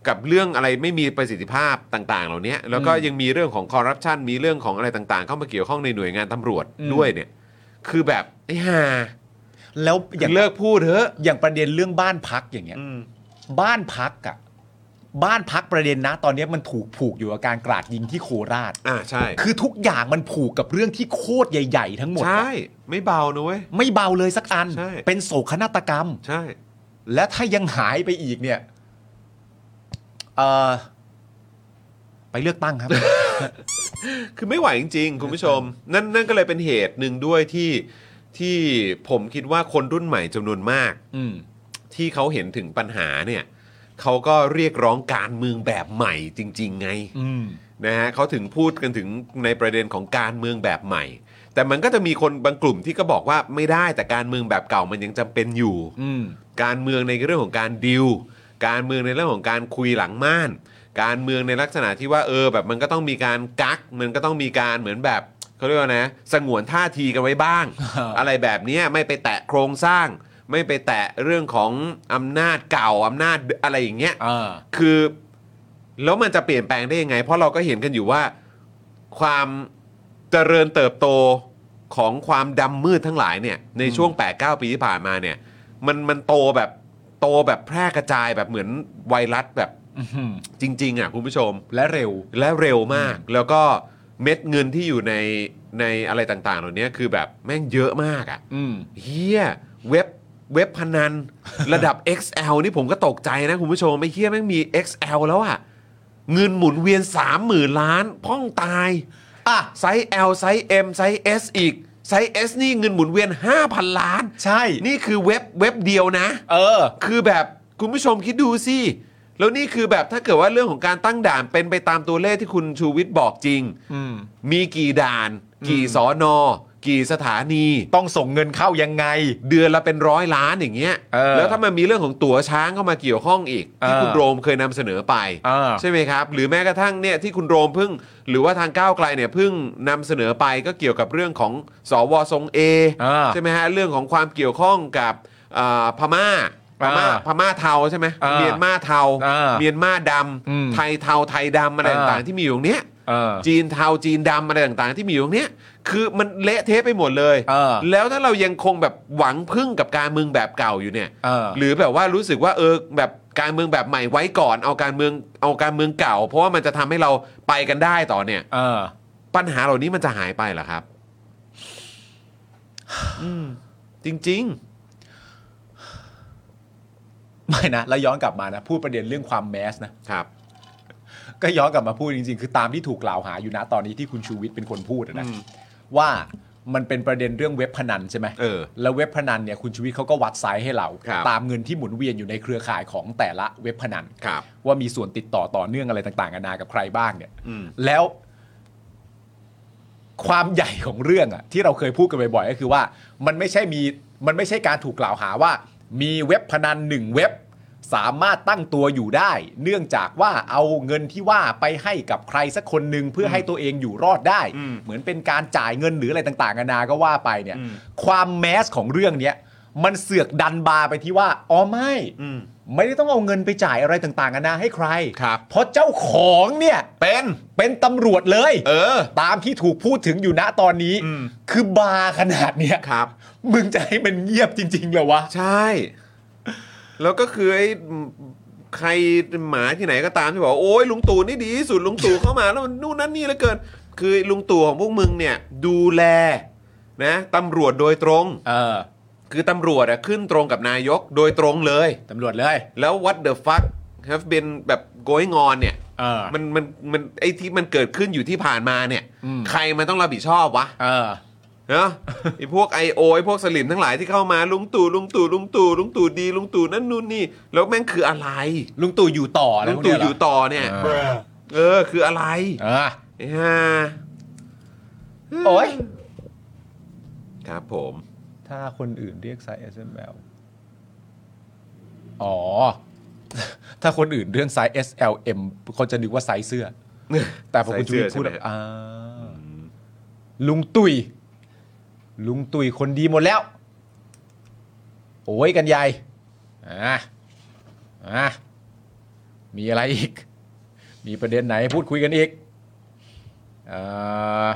A: กับเรื่องอะไรไม่มีประสิทธิภาพต่าง ๆ เหล่านี้แล้วก็ยังมีเรื่องของคอร์รัปชันมีเรื่องของอะไรต่าง ๆ เข้ามาเกี่ยวข้องในหน่วยงานตำรวจ
B: อืม
A: ด้วยเนี่ย คือแบบไอ้ห่า
B: แล้ว
A: อย่
B: อา
A: ย่าง เลิกพูดเถอะ
B: อย่างประเด็นเรื่องบ้านพักอย่างเงี้ย บ้านพักอะบ้านพักประเด็นนะ ตอนเนี้ยมันถูกผูกอยู่กับการกราดยิงที่โคราช
A: อ่าใช่
B: คือทุกอย่างมันผูกกับเรื่องที่โคตรใหญ่ ๆ ทั้งหมดอะ
A: ใช่ ไม่เบานะเว้ย
B: ไม่เบาเลยสักอัน
A: ใช่
B: เป็นโศกนาฏกรรม
A: ใช่
B: และถ้ายังหายไปอีกเนี่ยเอ่อไปเลือกตั้งครับ
A: คือไม่ไหวจริง ๆ คุณผู้ชม นั่นนั่นก็เลยเป็นเหตุหนึ่งด้วยที่ที่ผมคิดว่าคนรุ่นใหม่จำนวนมาก
B: อืม
A: ที่เขาเห็นถึงปัญหาเนี่ยเขาก็เรียกร้องการเมืองแบบใหม่จริง ๆ ไง
B: อืม
A: นะฮะเขาถึงพูดกันถึงในประเด็นของการเมืองแบบใหม่ แต่มันก็จะมีคนบางกลุ่มที่ก็บอกว่าไม่ได้แต่การเมืองแบบเก่ามันยังจำเป็นอยู่
B: อืม
A: การเมืองในเรื่องของการดิวการเมืองในเรื่องของการคุยหลังม่าน การเมืองในลักษณะที่ว่าเออแบบมันก็ต้องมีการกัก มันก็ต้องมีการเหมือนแบบเขาเรียกว่านะ สงวนท่าทีกันไว้บ้าง
B: ครับ
A: อะไรแบบเนี้ยไม่ไปแตะโครงสร้าง ไม่ไปแตะเรื่องของอำนาจเก่าอำนาจอะไรอย่างเงี้ย
B: อ่า
A: คือแล้วมันจะเปลี่ยนแปลงได้ยังไง เพราะเราก็เห็นกันอยู่ว่าความเจริญเติบโตของความดำมืดทั้งหลายเนี่ยในช่วง 8-9 ปีที่ผ่านมาเนี่ยมันมันโตแบบโตแบบแพร่กระจายแบบเหมือนไวรัสแบบ
B: อื้อหือ
A: จริง ๆอ่ะคุณผู้ชม
B: และเร็ว
A: และเร็วมากแล้วก็เม็ดเงินที่อยู่ในในอะไรต่างๆ เหล่านี้คือแบบแม่งเยอะมากอ่ะ
B: อืม
A: เฮียเว็บเว็บพ นัน ระดับ XL นี่ผมก็ตกใจนะคุณผู้ชมไม่เฮียแม่งมี XL แล้วอะเงินหมุนเวียน 3 0,000 ล้าน พ่องตาย
B: อ่ะ
A: ไซส์ L ไซส์ M ไซส์ S อีก ไซส์ S นี่เงินหมุนเวียน 5,000 ล้าน
B: ใช่
A: นี่คือเว็บเว็บเดียวนะ
B: เออ
A: คือแบบคุณผู้ชมคิดดูสิ แล้วนี่คือแบบถ้าเกิดว่าเรื่องของการตั้งด่านเป็นไปตามตัวเลขที่คุณชูวิทย์บอกจริง
B: อืม
A: มีกี่ด่าน กี่สอนอกี่สถานี
B: ต้องส่งเงินเข้ายังไง
A: เดือนละเป็นร้อยล้านอย่างเงี้ย
B: เออ
A: แล้วถ้ามันมีเรื่องของตั๋วช้างเข้ามาเกี่ยวข้องอีก ที่
B: เออ
A: คุณโรมเคยนำเสนอไป
B: เออ
A: ใช่ไหมครับ หรือแม้กระทั่งเนี่ยที่คุณโรมเพิ่ง หรือว่าทางก้าวไกลเนี่ยเพิ่งนำเสนอไปก็เกี่ยวกับเรื่องของสวทรงเอ
B: อ่า
A: ใช่ไหมฮะเรื่องของความเกี่ยวข้องกับอ่าพม่าพม่า
B: อ่า
A: พม่าเทาใช่ไหม
B: อ่า
A: เมียนมาเทา
B: อ่า
A: เมียนมาด
B: อืม
A: ำไทยเทาไทยดำอะไร
B: อ่า
A: ต่างๆที่มีอยู่ตรงเนี้ย
B: เออ
A: จีนเทาจีนดำอะไรต่างๆ ที่มีอยู่ตรงเนี้ยคือมันเละเทะไปหมดเลย
B: เออ
A: แล้วถ้าเรายังคงแบบหวังพึ่งกับการเมืองแบบเก่าอยู่เนี่ย
B: เออ
A: หรือแบบว่ารู้สึกว่าเออแบบการเมืองแบบใหม่ไว้ก่อนเอาการเมืองเอาการเมืองเก่า เพราะว่ามันจะทำให้เราไปกันได้ต่อเนี่ย
B: เออ
A: ปัญหาเหล่านี้มันจะหายไปเหรอครับ อืมจริง
B: ไม่นะ แล้วย้อนกลับมานะ พูดประเด็นเรื่องความแมสนะ
A: ๆ ครับ
B: ก็ย้อนกลับมาพูดจริงๆ คือตามที่ถูกกล่าวหาอยู่นะตอนนี้ที่คุณชูวิทย์เป็นคนพูดอะนะ
A: อืม
B: ว่ามันเป็นประเด็นเรื่องเว็บพนันใช่ไหม
A: เออ
B: แล้วเว็บพนันเนี่ยคุณชูวิทย์เขาก็วัดไซส์ให้เรา
A: ครับ
B: ตามเงินที่หมุนเวียนอยู่ในเครือข่ายของแต่ละเว็บพนัน
A: ครับ
B: ว่ามีส่วนติดต่อต่อเนื่องอะไรต่างๆนานากับใครบ้างเนี่ย
A: อืม
B: แล้วความใหญ่ของเรื่องอะที่เราเคยพูดกันบ่อยๆก็คือว่า มันไม่ใช่มีมันไม่ใช่การถูกกล่าวหาว่า มีเว็บพนันหนึ่งเว็บ สามารถตั้งตัวอยู่ได้ เนื่องจากว่าเอาเงินที่ว่าไปให้กับใครสักคนหนึ่งเพื่อให้ตัวเองอยู่รอดได้
A: อืม
B: เหมือนเป็นการจ่ายเงินหรืออะไรต่างๆนานาก็ว่าไปเนี่ย
A: อืม
B: ความแมสของเรื่องเนี้ยมันเสือกดันบาร์ไปที่ว่าอ๋อไม่
A: อืม
B: ไม่ได้ต้องเอาเงินไปจ่ายอะไรต่างๆนานาให้ใคร
A: ครับ
B: เพราะเจ้าของเนี่ย
A: เป็น
B: เป็นตำรวจเลย
A: เออ
B: ตามที่ถูกพูดถึงอยู่ณตอนนี้
A: อืม
B: คือบาร์ขนาดเนี้ย
A: ครับ
B: มึงจะให้มันเงียบจริงๆเหรอวะ
A: ใช่ แล้วก็คือไอ้ใครหมาที่ไหนก็ตามที่บอกว่าโอ้ยลุงตู่นี่ดีที่สุดลุงตู่เข้ามาแล้วมันนู่นนั่นนี่เหลือเกิน คือลุงตู่ของพวกมึงเนี่ย ดูแลนะตำรวจโดยตรง
B: เออ
A: คือตำรวจอะขึ้นตรงกับนายกโดยตรงเลย
B: ตำรวจเลย
A: แล้ว what the fuck have been แบบ going on เนี่ย
B: เออ
A: มันมันมันไอ้ที่มันเกิดขึ้นอยู่ที่ผ่านมาเนี่ย
B: อืม
A: ใครมันต้องรับผิดชอบวะ
B: เออ
A: เนาะ ไอ้พวกไอโอไอพวกสลิมทั้งหลายที่เข้ามาลุงตู่ลุงตู่ลุงตู่ลุงตู่ดีลุงตู่นั่นนู่นนี่ แล้วแม่งคืออะไร
B: ลุงตู่อยู่ต่ออะไร
A: ลุง
B: พวก
A: ตู่
B: เนี้เหร
A: อยู่ต่อเนี่ย
B: เออ
A: เออ คืออะไร
B: เออ
A: ไอ้ห่า
B: โอ้ย
A: ครับผม
B: ถ้าคนอื่นเรียกไซส์ SML อ๋อ ถ้าคนอื่นเรื่องไซส์ SLM คนจะนึกว่าไซส์ เสื้อ แต่พอคุณชูวิทย์พูดแบบอ่าลุงตุย ลุงตุยคนดีหมดแล้ว โอ้ยกันใหญ่อ่ะอ่ะมีอะไรอีก มีประเด็นไหนพูดคุยกันอีกอ่า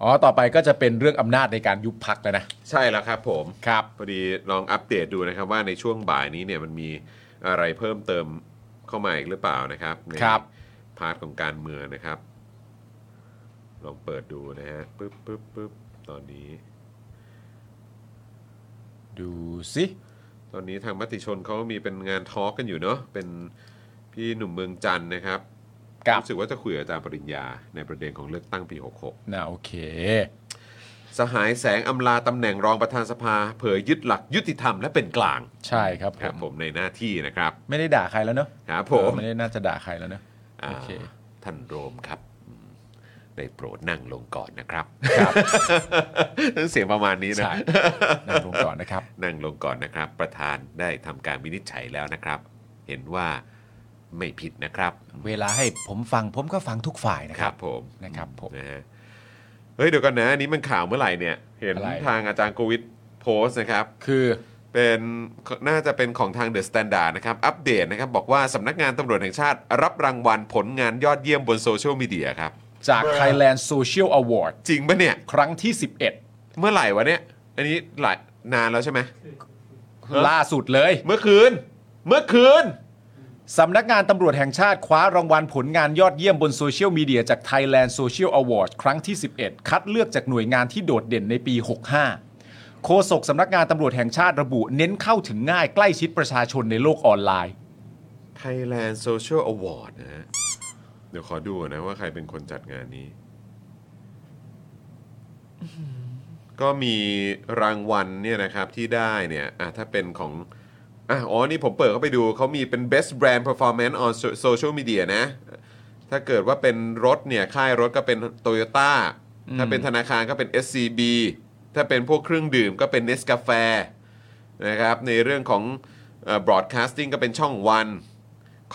B: อ๋อ ต่อไปก็จะเป็นเรื่องอำนาจในการยุบพักแล้วนะ
A: ใช่แล้วครับผม
B: ครับ
A: พอดีลองอัปเดตดูนะครับว่าในช่วงบ่ายนี้เนี่ยมันมีอะไรเพิ่มเติมเข้ามาอีกหรือเปล่านะครับใน
B: ครับ
A: พาร์ทของการเมืองนะครับ ลองเปิดดูนะฮะปึ๊บปึ๊บปึ๊บตอนนี้
B: ดูสิ
A: ตอนนี้ทางมติชนเขามีเป็นงานทอล์กกันอยู่เนาะเป็นพี่หนุ่มเมืองจันทร์นะครับ
B: กับ
A: รู้สึกว่าจะคุยกับอาจารย์ปริญญาในประเด็นของเลือกตั้งปี
B: น่าโอเค
A: 66 สหายแสงอำลาตำแหน่งรองประธานสภา เผยยึดหลักยุติธรรมและเป็นกลาง
B: ใช่ครับ
A: ครับผ
B: ผ
A: ม มในหน้าที่นะครับ
B: ไม่ได้ด่าใครแล้วเนอะ
A: ครับผม
B: ไม่ได้น่าจะด่าใครแล้วเนอะ โอเค
A: อ่าท่านโรมครับอืมได้โปรดนั่งลงก่อนนะครับ เสียงประมาณนี้นะ
B: ใช่นั่งลงก่อน นะครับ
A: นั่งลงก่อนนะครับ ประธานได้ทำการวินิจฉัยแล้วนะครับ เห็นว่าไม่ผิดนะครับ
B: เวลาให้ผมฟังผมก็ฟังทุกฝ่ายนะ
A: ค
B: ค
A: รั
B: รั
A: บบ ผม
B: นะครับผม
A: นะฮะเฮ้ยเดี๋ยวก่อนนะอันนี้มันข่าวเมื่อไหร่เนี่ย เห็น
B: อะไร
A: ทางอาจารย์โควิด โพสต์นะครับ
B: คือ
A: เป็นน่าจะเป็นของทางเดอะสแตนดาร์ดนะครับ อัปเดตนะครับ บอกว่าสำนักงานตำรวจแห่งชาติ รับรางวัลผลงานยอดเยี่ยมบนโซเชียลมีเดียครับ
B: จาก Thailand Social Award
A: จริงปะเนี่ย
B: ครั้งที่
A: เมื่อไหร่วะเนี่ย อันนี้หลายนานแล้วใช่ไหม
B: 11 ล่าสุดเลย
A: เมื่อคืน เมื่อคืน
B: สำนักงานตำรวจแห่งชาติคว้ารางวัลผลงานยอดเยี่ยมบนโซเชียลมีเดียจาก Thailand Social Award ครั้งที่ 11 คัดเลือกจากหน่วยงานที่โดดเด่นในปี 65 โฆษกสำนักงานตำรวจแห่งชาติระบุ เน้นเข้าถึงง่ายใกล้ชิดประชาชนในโลกออนไลน์
A: Thailand Social Award นะฮะ เดี๋ยวขอดูก่อนนะว่าใครเป็นคนจัดงานนี้ ก็มีรางวัลเนี่ยนะครับที่ได้เนี่ยอ่ะถ้าเป็นของอ่ะอ๋อ นี่ผมเปิดเข้าไปดูเขามีเป็น best brand performance on So- social media นะ ถ้าเกิดว่าเป็นรถเนี่ย ค่ายรถก็เป็น Toyota ถ้าเป็นธนาคารก็เป็น SCB ถ้าเป็นพวกเครื่องดื่มก็เป็น Nescafe นะครับ ในเรื่องของเอ่อ broadcasting ก็เป็นช่องวัน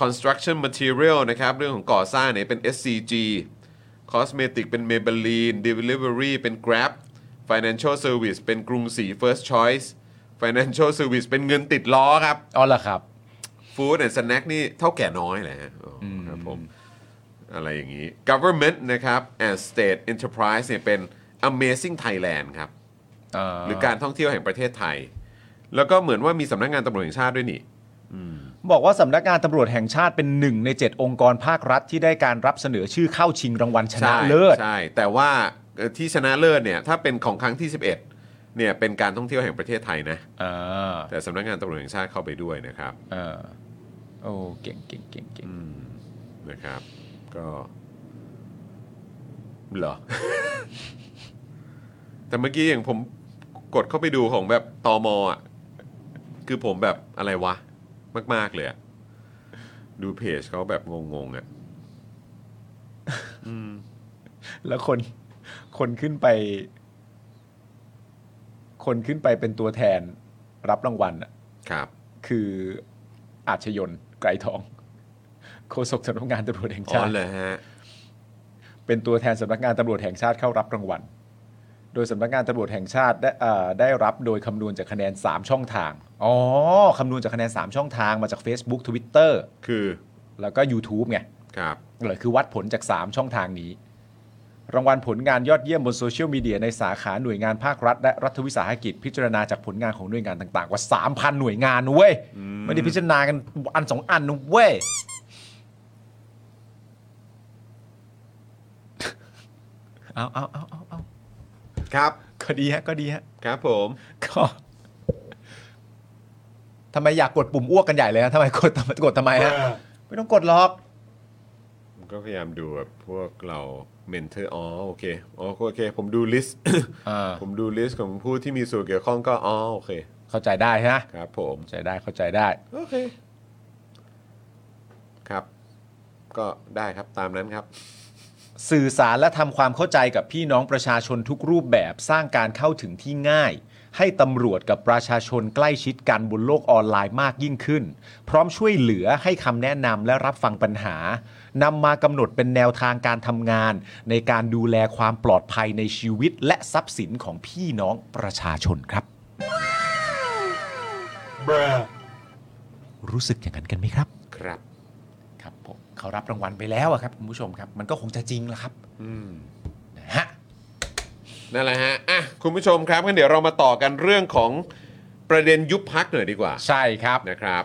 A: construction material นะครับ เรื่องของก่อสร้างเนี่ยเป็น SCG cosmetic เป็น Maybelline delivery เป็น Grab financial service เป็นกรุงศรี first choice financial service เป็นเงินติดล้อครับ
B: อ๋อเหรอครับ
A: ฟู้ดแอนด์สแน็คนี่เท่าแก่น้อยแหละฮะอ๋ออครับผม อะไรอย่างนี้ government นะครับ and state enterprise เนี่ยเป็น amazing Thailand ครับ หรือการท่องเที่ยวแห่งประเทศไทย แล้วก็เหมือนว่ามีสำนักงานตำรวจแห่งชาติด้วยนี่
B: บอกว่าสำนักงานตำรวจแห่งชาติเป็นหนึ่งใน 7 องค์กรภาครัฐที่ได้การรับเสนอชื่อเข้าชิงรางวัลชนะ
A: ใช่
B: เลิศ
A: ใช่ แต่ว่าเอ่อที่ชนะเลิศเนี่ย ถ้าเป็นของครั้งที่ 11 เนี่ย เป็นการท่องเที่ยวแห่งประเทศไทยนะ
B: อ่า
A: แต่สำนักงานตำรวจแห่งชาติเข้าไปด้วยนะครับ
B: อ่าโอ้เก่งเก่งเก่งเก่ง
A: นะครับ ก็เหรอ แต่เมื่อกี้อย่างผมกดเข้าไปดูของแบบตอมอ่ะ คือผมแบบอะไรวะ มาก ๆ เลยอะดูเพจเขาแบบงง ๆ อ่ะ
B: แล้วคนคนขึ้นไป คนขึ้นไปเป็นตัวแทนรับรางวัลน่ะ
A: ครับ
B: คืออาชยนไกรทอง โฆษกสำนักงานตำรวจแห่ง
A: อ๋
B: ชา
A: อ
B: ติ
A: เลยฮะ
B: เป็นตัวแทนสำนักงานตำรวจแห่งชาติเข้ารับรางวัล โดยสำนักงานตำรวจแห่งชาติได้เอ่อได้รับโดยคำนวณจากคะแนน 3 ช่องทาง อ๋อ คำนวณจากคะแนน 3 ช่องทางมาจาก Facebook Twitter
A: คือ
B: แล้วก็ YouTube ไง
A: ครับ
B: เออคือวัดผลจาก 3 ช่องทางนี้ รางวัลผลงานยอดเยี่ยมบนโซเชียลมีเดียในสาขาหน่วยงานภาครัฐ และรัฐวิสาหกิจพิจารณาจากผลงานของหน่วยงานต่างๆ กว่า 3,000 หน่วยงานนะเว้ย ไม่ได้พิจารณากันอันสองอันนะเว้ย เอาเอาเอาเอาเอา
A: ครับ
B: ก็ดีฮะ ก็ดีฮะ
A: ครับผม
B: ก็ทำไมอยากกดปุ่มอ้วกกันใหญ่เลยฮะทำไมกดกดทำไมฮะ ไม่ต้องกดหรอก
A: ผมก็พยายามดูแบบพวกเราเมนเทอร์อ๋อโอเคอ๋อโอเค ผมดูลิสต์
B: อ่า
A: ผมดูลิสต์ของผู้ที่มีส่วนเกี่ยวข้องก็อ๋อโอเค
B: เข้าใจได้ฮะ
A: ครับผม
B: เข้าใจได้เข้าใจได้
A: โอเค ครับ ก็ได้ครับตามนั้นครับ
B: สื่อสารและทำความเข้าใจกับพี่น้องประชาชนทุกรูปแบบสร้างการเข้าถึงที่ง่าย ให้ตำรวจกับประชาชนใกล้ชิดกันบนโลกออนไลน์มากยิ่งขึ้น พร้อมช่วยเหลือให้คำแนะนำและรับฟังปัญหานำมากำหนดเป็นแนวทางการทำงาน ในการดูแลความปลอดภัยในชีวิตและทรัพย์สินของพี่น้องประชาชนครับ รู้สึกอย่างนั้นกันไหมครับ
A: ครับ
B: ครับผมเขารับรางวัลไปแล้วอะครับคุณผู้ชมครับ มันก็คงจะจริงแหละครับ
A: อืม
B: นะฮะ
A: นั่นแหละฮะอ่ะคุณผู้ชมครับงั้นเดี๋ยวเรามาต่อกันเรื่องของประเด็นยุบพักหน่อยดีกว่า
B: ใช่ครับ
A: นะครับ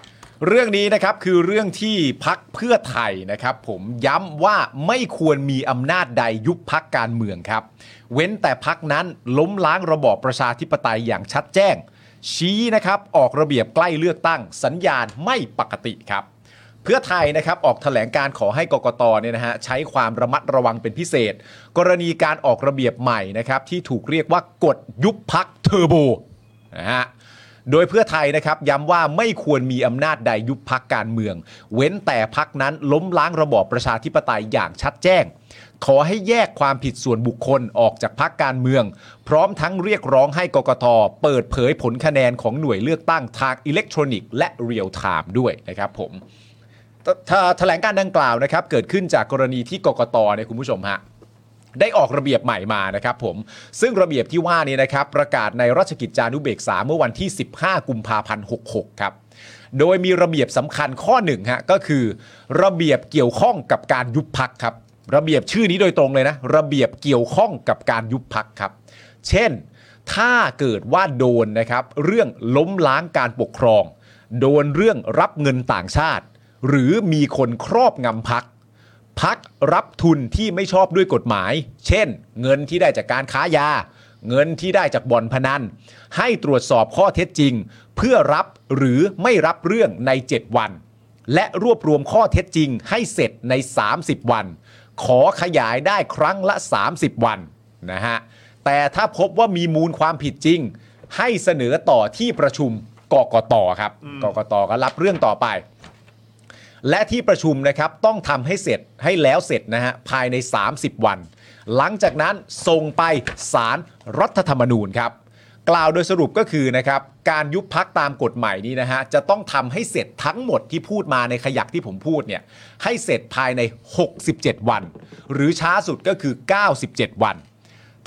B: เรื่องนี้นะครับคือเรื่องที่พักเพื่อไทยนะครับ ผมย้ำว่าไม่ควรมีอำนาจใดยุบพักการเมืองครับ เว้นแต่พักนั้นล้มล้างระบอบประชาธิปไตยอย่างชัดแจ้ง ชี้นะครับออกระเบียบใกล้เลือกตั้ง สัญญาณไม่ปกติครับ เพื่อไทยนะครับออกแถลงการขอให้กกตเนี่ยนะฮะใช้ความระมัดระวังเป็นพิเศษ กรณีการออกระเบียบใหม่นะครับที่ถูกเรียกว่ากฎยุบพักเทอร์โบนะฮะ โดยเพื่อไทยนะครับย้ำว่าไม่ควรมีอำนาจใดยุบพักการเมือง เว้นแต่พักนั้นล้มล้างระบอบประชาธิปไตยอย่างชัดแจ้ง ขอให้แยกความผิดส่วนบุคคลออกจากพักการเมือง พร้อมทั้งเรียกร้องให้กกตเปิดเผยผลคะแนนของหน่วยเลือกตั้งทางอิเล็กทรอนิกส์และเรียลไทม์ด้วยนะครับผม ถถแถลงการดังกล่าวนะครับเกิดขึ้นจากกรณีที่กกตเนี่ยคุณผู้ชมฮะ ได้ออกระเบียบใหม่มานะครับผม ซึ่งระเบียบที่ว่านี้นะครับ ประกาศในราชกิจจานุเบกษาเมื่อวันที่ 15 กุมภาพันธ์ 66 ครับ โดยมีระเบียบสำคัญข้อหนึ่งฮะก็คือ ระเบียบเกี่ยวข้องกับการยุบพักครับ ระเบียบชื่อนี้โดยตรงเลยนะ ระเบียบเกี่ยวข้องกับการยุบพักครับ เช่น ถ้าเกิดว่าโดนนะครับ เรื่องล้มล้างการปกครอง โดนเรื่องรับเงินต่างชาติ หรือมีคนครอบงำพัก พักรับทุนที่ไม่ชอบด้วยกฎหมาย เช่น เงินที่ได้จากการค้ายา เงินที่ได้จากบ่อนพนัน ให้ตรวจสอบข้อเท็จจริง เพื่อรับหรือไม่รับเรื่องใน 7 วัน และรวบรวมข้อเท็จจริงให้เสร็จใน 30 วัน ขอขยายได้ครั้งละ 30 วันนะฮะ แต่ถ้าพบว่ามีมูลความผิดจริง ให้เสนอต่อที่ประชุมกกตครับกกตก็รับเรื่องต่อไป และที่ประชุมนะครับต้องทำให้เสร็จให้แล้วเสร็จนะฮะภายใน 30 วัน หลังจากนั้นส่งไปสารรัฐธรรมนูญครับกล่าวโดยสรุปก็คือนะครับการยุบพักตามกฎหมายนี้นะฮะจะต้องทำให้เสร็จทั้งหมดที่พูดมาในขยักที่ผมพูดเนี่ยให้เสร็จภายใน 67 วัน หรือช้าสุดก็คือ 97 วัน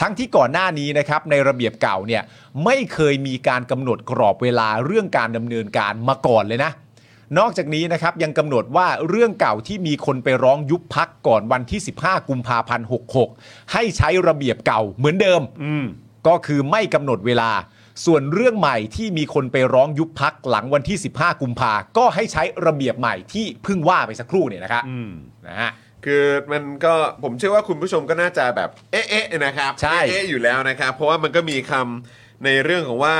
B: ทั้งที่ก่อนหน้านี้นะครับในระเบียบเก่าเนี่ยไม่เคยมีการกำหนดกรอบเวลาเรื่องการดำเนินการมาก่อนเลยนะ นอกจากนี้นะครับยังกำหนดว่าเรื่องเก่าที่มีคนไปร้องยุบพักก่อนวันที่ 15 กุมภาพันธ์ 66 ให้ใช้ระเบียบเก่าเหมือนเดิม ก็คือไม่กำหนดเวลา ส่วนเรื่องใหม่ที่มีคนไปร้องยุบพักหลังวันที่ 15 กุมภาก็ให้ใช้ระเบียบใหม่ที่เพิ่งว่าไปสักครู่เนี่ยนะครับนะฮะ
A: คือมันก็ผมเชื่อว่าคุณผู้ชมก็น่าจะแบบเอ๊ะเอ๊ะนะครับ
B: ใช่
A: เอ๊ะเอ๊ะอยู่แล้วนะครับ เพราะว่ามันก็มีคำในเรื่องของว่า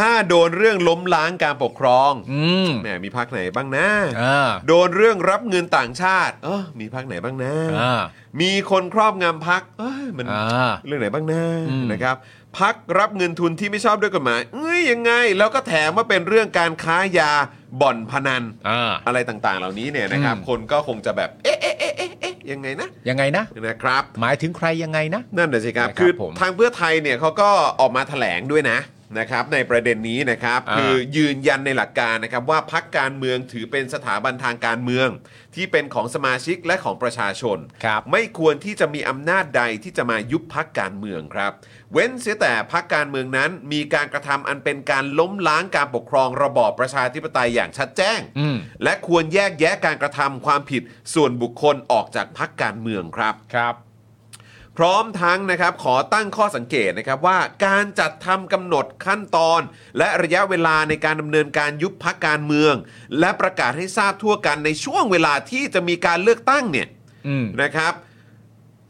A: ถ้าโดนเรื่องล้มล้างการปกครอง
B: อืม
A: แหมมีพักไหนบ้างนะ
B: อ่า
A: โดนเรื่องรับเงินต่างชาติเออมีพักไหนบ้างนะ
B: อ่า
A: มีคนครอบงำพักเอ้ยมัน
B: อ่า
A: เรื่องไหนบ้างนะ
B: อืม
A: นะครับพักรับเงินทุนที่ไม่ชอบด้วยกฎหมายเอ้ยยังไง แล้วก็แถมว่าเป็นเรื่องการค้ายาบ่อนพนัน
B: อ่า
A: อะไรต่างๆ เหล่านี้เนี่ยนะครับ
B: อืม
A: คนก็คงจะแบบ เอ๊ะเอ๊ะเอ๊ะเอ๊ะเอ๊ะยังไงนะ
B: ยังไงนะ
A: นะครับ
B: หมายถึงใครยังไงนะ
A: นั่นแหละสิครับ
B: นะครับ
A: คือ
B: ผม
A: ทางเพื่อไทยเนี่ยเขาก็ออกมาถแถลงด้วยนะนะครับ ในประเด็นนี้นะครับ
B: อ่า
A: คือยืนยันในหลักการนะครับว่าพักการเมืองถือเป็นสถาบันทางการเมือง ที่เป็นของสมาชิกและของประชาชน
B: ครับ
A: ไม่ควรที่จะมีอำนาจใดที่จะมายุบพักการเมืองครับ เว้นเสียแต่พักการเมืองนั้น มีการกระทำอันเป็นการล้มล้างการปกครองระบอบประชาธิปไตยอย่างชัดแจ้ง
B: อืม
A: และควรแยกแยะการกระทำความผิดส่วนบุคคลออกจากพักการเมืองครับ
B: ครับ
A: พร้อมทั้งนะครับขอตั้งข้อสังเกตนะครับว่าการจัดทำกำหนดขั้นตอน และระยะเวลาในการดำเนินการยุบพักการเมือง และประกาศให้ทราบทั่วกันในช่วงเวลาที่จะมีการเลือกตั้งเนี่ย
B: อืม
A: นะครับ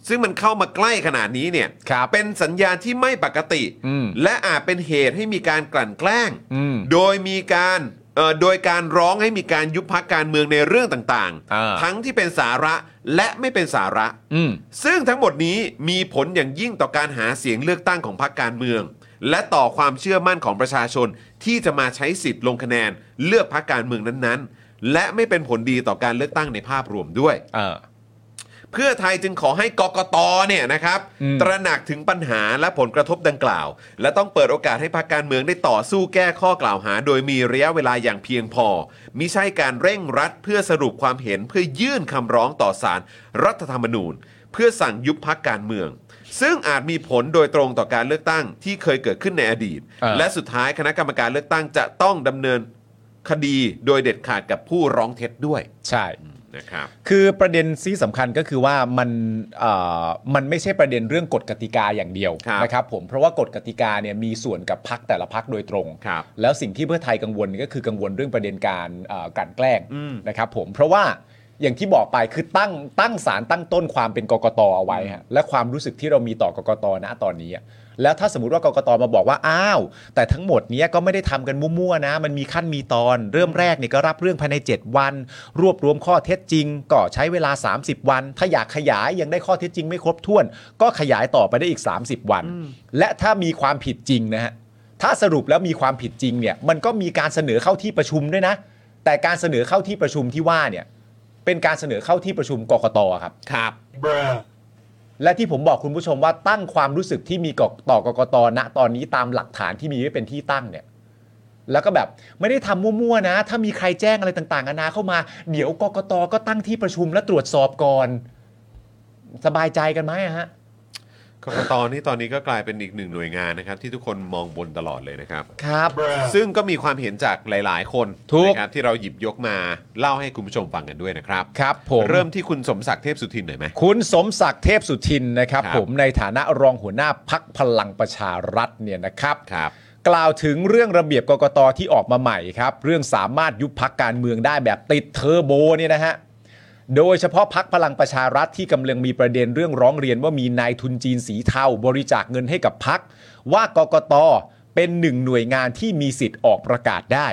A: ซึ่งมันเข้ามาใกล้ขนาดนี้เนี่ย
B: ครับ
A: เป็นสัญญาณที่ไม่ปกติ
B: อืม
A: และอาจเป็นเหตุให้มีการกลั่นแกล้ง
B: อืม
A: โดยมีการเอ่อโดยการร้องให้มีการยุบพักการเมืองในเรื่องต่าง
B: อ่า
A: ทั้งที่เป็นสาระและไม่เป็นสาระ
B: อืม
A: ซึ่งทั้งหมดนี้มีผลอย่างยิ่งต่อการหาเสียงเลือกตั้งของพรรคการเมือง และต่อความเชื่อมั่นของประชาชนที่จะมาใช้สิทธิ์ลงคะแนน เลือกพรรคการเมืองนั้นๆ และไม่เป็นผลดีต่อการเลือกตั้งในภาพรวมด้วย
B: เออ
A: เพื่อไทยจึงขอให้กกตเนี่ยนะครับ
B: อืม
A: ตระหนักถึงปัญหาและผลกระทบดังกล่าว และต้องเปิดโอกาสให้พรรคการเมืองได้ต่อสู้แก้ข้อกล่าวหา โดยมีระยะเวลาอย่างเพียงพอมิใช่การเร่งรัดเพื่อสรุปความเห็นเพื่อยื่นคำร้องต่อศาลรรัฐธรรมนูญ เพื่อสั่งยุบพักการเมือง ซึ่งอาจมีผลโดยตรงต่อการเลือกตั้งที่เคยเกิดขึ้นในอดีต
B: เออ
A: และสุดท้ายคณะกรรมการเลือกตั้งจะต้องดำเนินคดีโดยเด็ดขาดกับผู้ร้องเท็จด้วย
B: ใช่
A: นะครับ
B: คือประเด็นที่สำคัญก็คือว่ามันเอ่อมันไม่ใช่ประเด็นเรื่องกฎกติกาอย่างเดียว
A: ครับ
B: นะครับผมเพราะว่ากฎกติกาเนี่ยมีส่วนกับพักแต่ละพักโดยตรง
A: ครับ
B: แล้วสิ่งที่เพื่อไทยกังวลก็คือกังวลเรื่องประเด็นการเอ่อกลันแกล้ง
A: อืม
B: นะครับผมเพราะว่าอย่างที่บอกไปคือตั้งตั้งสารตั้งต้นความเป็นกกตเอาไว้ฮะและความรู้สึกที่เรามีต่อกกตณตอนนี้อะแล้วถ้าสมมติว่ากกตมาบอกว่าอ้าว แต่ทั้งหมดเนี้ยก็ไม่ได้ทำกันมั่วๆนะ มันมีขั้นมีตอน เริ่มแรกเนี่ยก็รับเรื่องภายใน 7 วัน รวบรวมข้อเท็จจริง ก็ใช้เวลา 30 วัน ถ้าอยากขยายยังได้ข้อเท็จจริงไม่ครบถ้วน ก็ขยายต่อไปได้อีก 30 วัน และถ้ามีความผิดจริงนะฮะถ้าสรุปแล้วมีความผิดจริงเนี่ยมันก็มีการเสนอเข้าที่ประชุมด้วยนะ แต่การเสนอเข้าที่ประชุมที่ว่าเนี่ยเป็นการเสนอเข้าที่ประชุมกกตครับ
A: ครับ
B: และที่ผมบอกคุณผู้ชมว่าตั้งความรู้สึกที่มีกต่อกกตณตอนนี้ตามหลักฐานที่มีไว้เป็นที่ตั้งเนี่ย แล้วก็แบบไม่ได้ทำมั่วๆนะ ถ้ามีใครแจ้งอะไรต่างๆนานาเข้ามา เดี๋ยวกกตก็ตั้งที่ประชุมและตรวจสอบก่อน สบายใจกันไหมอะฮะ
A: กกตนี่ตอนนี้ก็กลายเป็นอีกหนึ่งหน่วยงานนะครับ ที่ทุกคนมองบนตลอดเลยนะครับ
B: ครับ
A: ซึ่งก็มีความเห็นจากหลาย ๆ คน
B: ถูก
A: นะครับที่เราหยิบยกมาเล่าให้คุณผู้ชมฟังกันด้วยนะครับ
B: ครับผม
A: เริ่มที่คุณสมศักดิ์เทพสุทินหน่อยไหม
B: คุณสมศักดิ์เทพสุทินนะครับ
A: ครับ
B: ผมในฐานะรองหัวหน้าพักพลังประชารัฐเนี่ยนะครับ
A: ครับ
B: กล่าวถึงเรื่องระเบียบกกตที่ออกมาใหม่ครับ เรื่องสามารถยุบพักการเมืองได้แบบติดเทอร์โบเนี่ยนะฮะ โดยเฉพาะพักพลังประชารัฐที่กำลังมีประเด็นเรื่องร้องเรียนว่ามีนายทุนจีนสีเทาบริจาคเงินให้กับพัก ว่ากกตเป็นหนึ่งหน่วยงานที่มีสิทธิ์ออกประกาศได้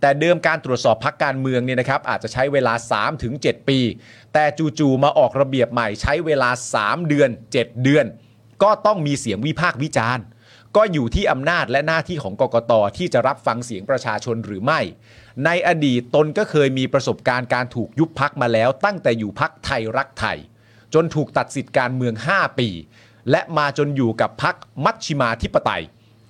B: แต่เดิมการตรวจสอบพักการเมืองเนี่ยนะครับ อาจจะใช้เวลา 3-7 ปี แต่จู่ๆมาออกระเบียบใหม่ใช้เวลา 3 เดือน 7 เดือน ก็ต้องมีเสียงวิพากษ์วิจารณ์ ก็อยู่ที่อำนาจและหน้าที่ของกกตที่จะรับฟังเสียงประชาชนหรือไม่ ในอดีตตนก็เคยมีประสบการณ์การถูกยุบพักมาแล้วตั้งแต่อยู่พักไทยรักไทย จนถูกตัดสิทธิ์การเมือง 5 ปี และมาจนอยู่กับพักมัชชิมาธิปไตย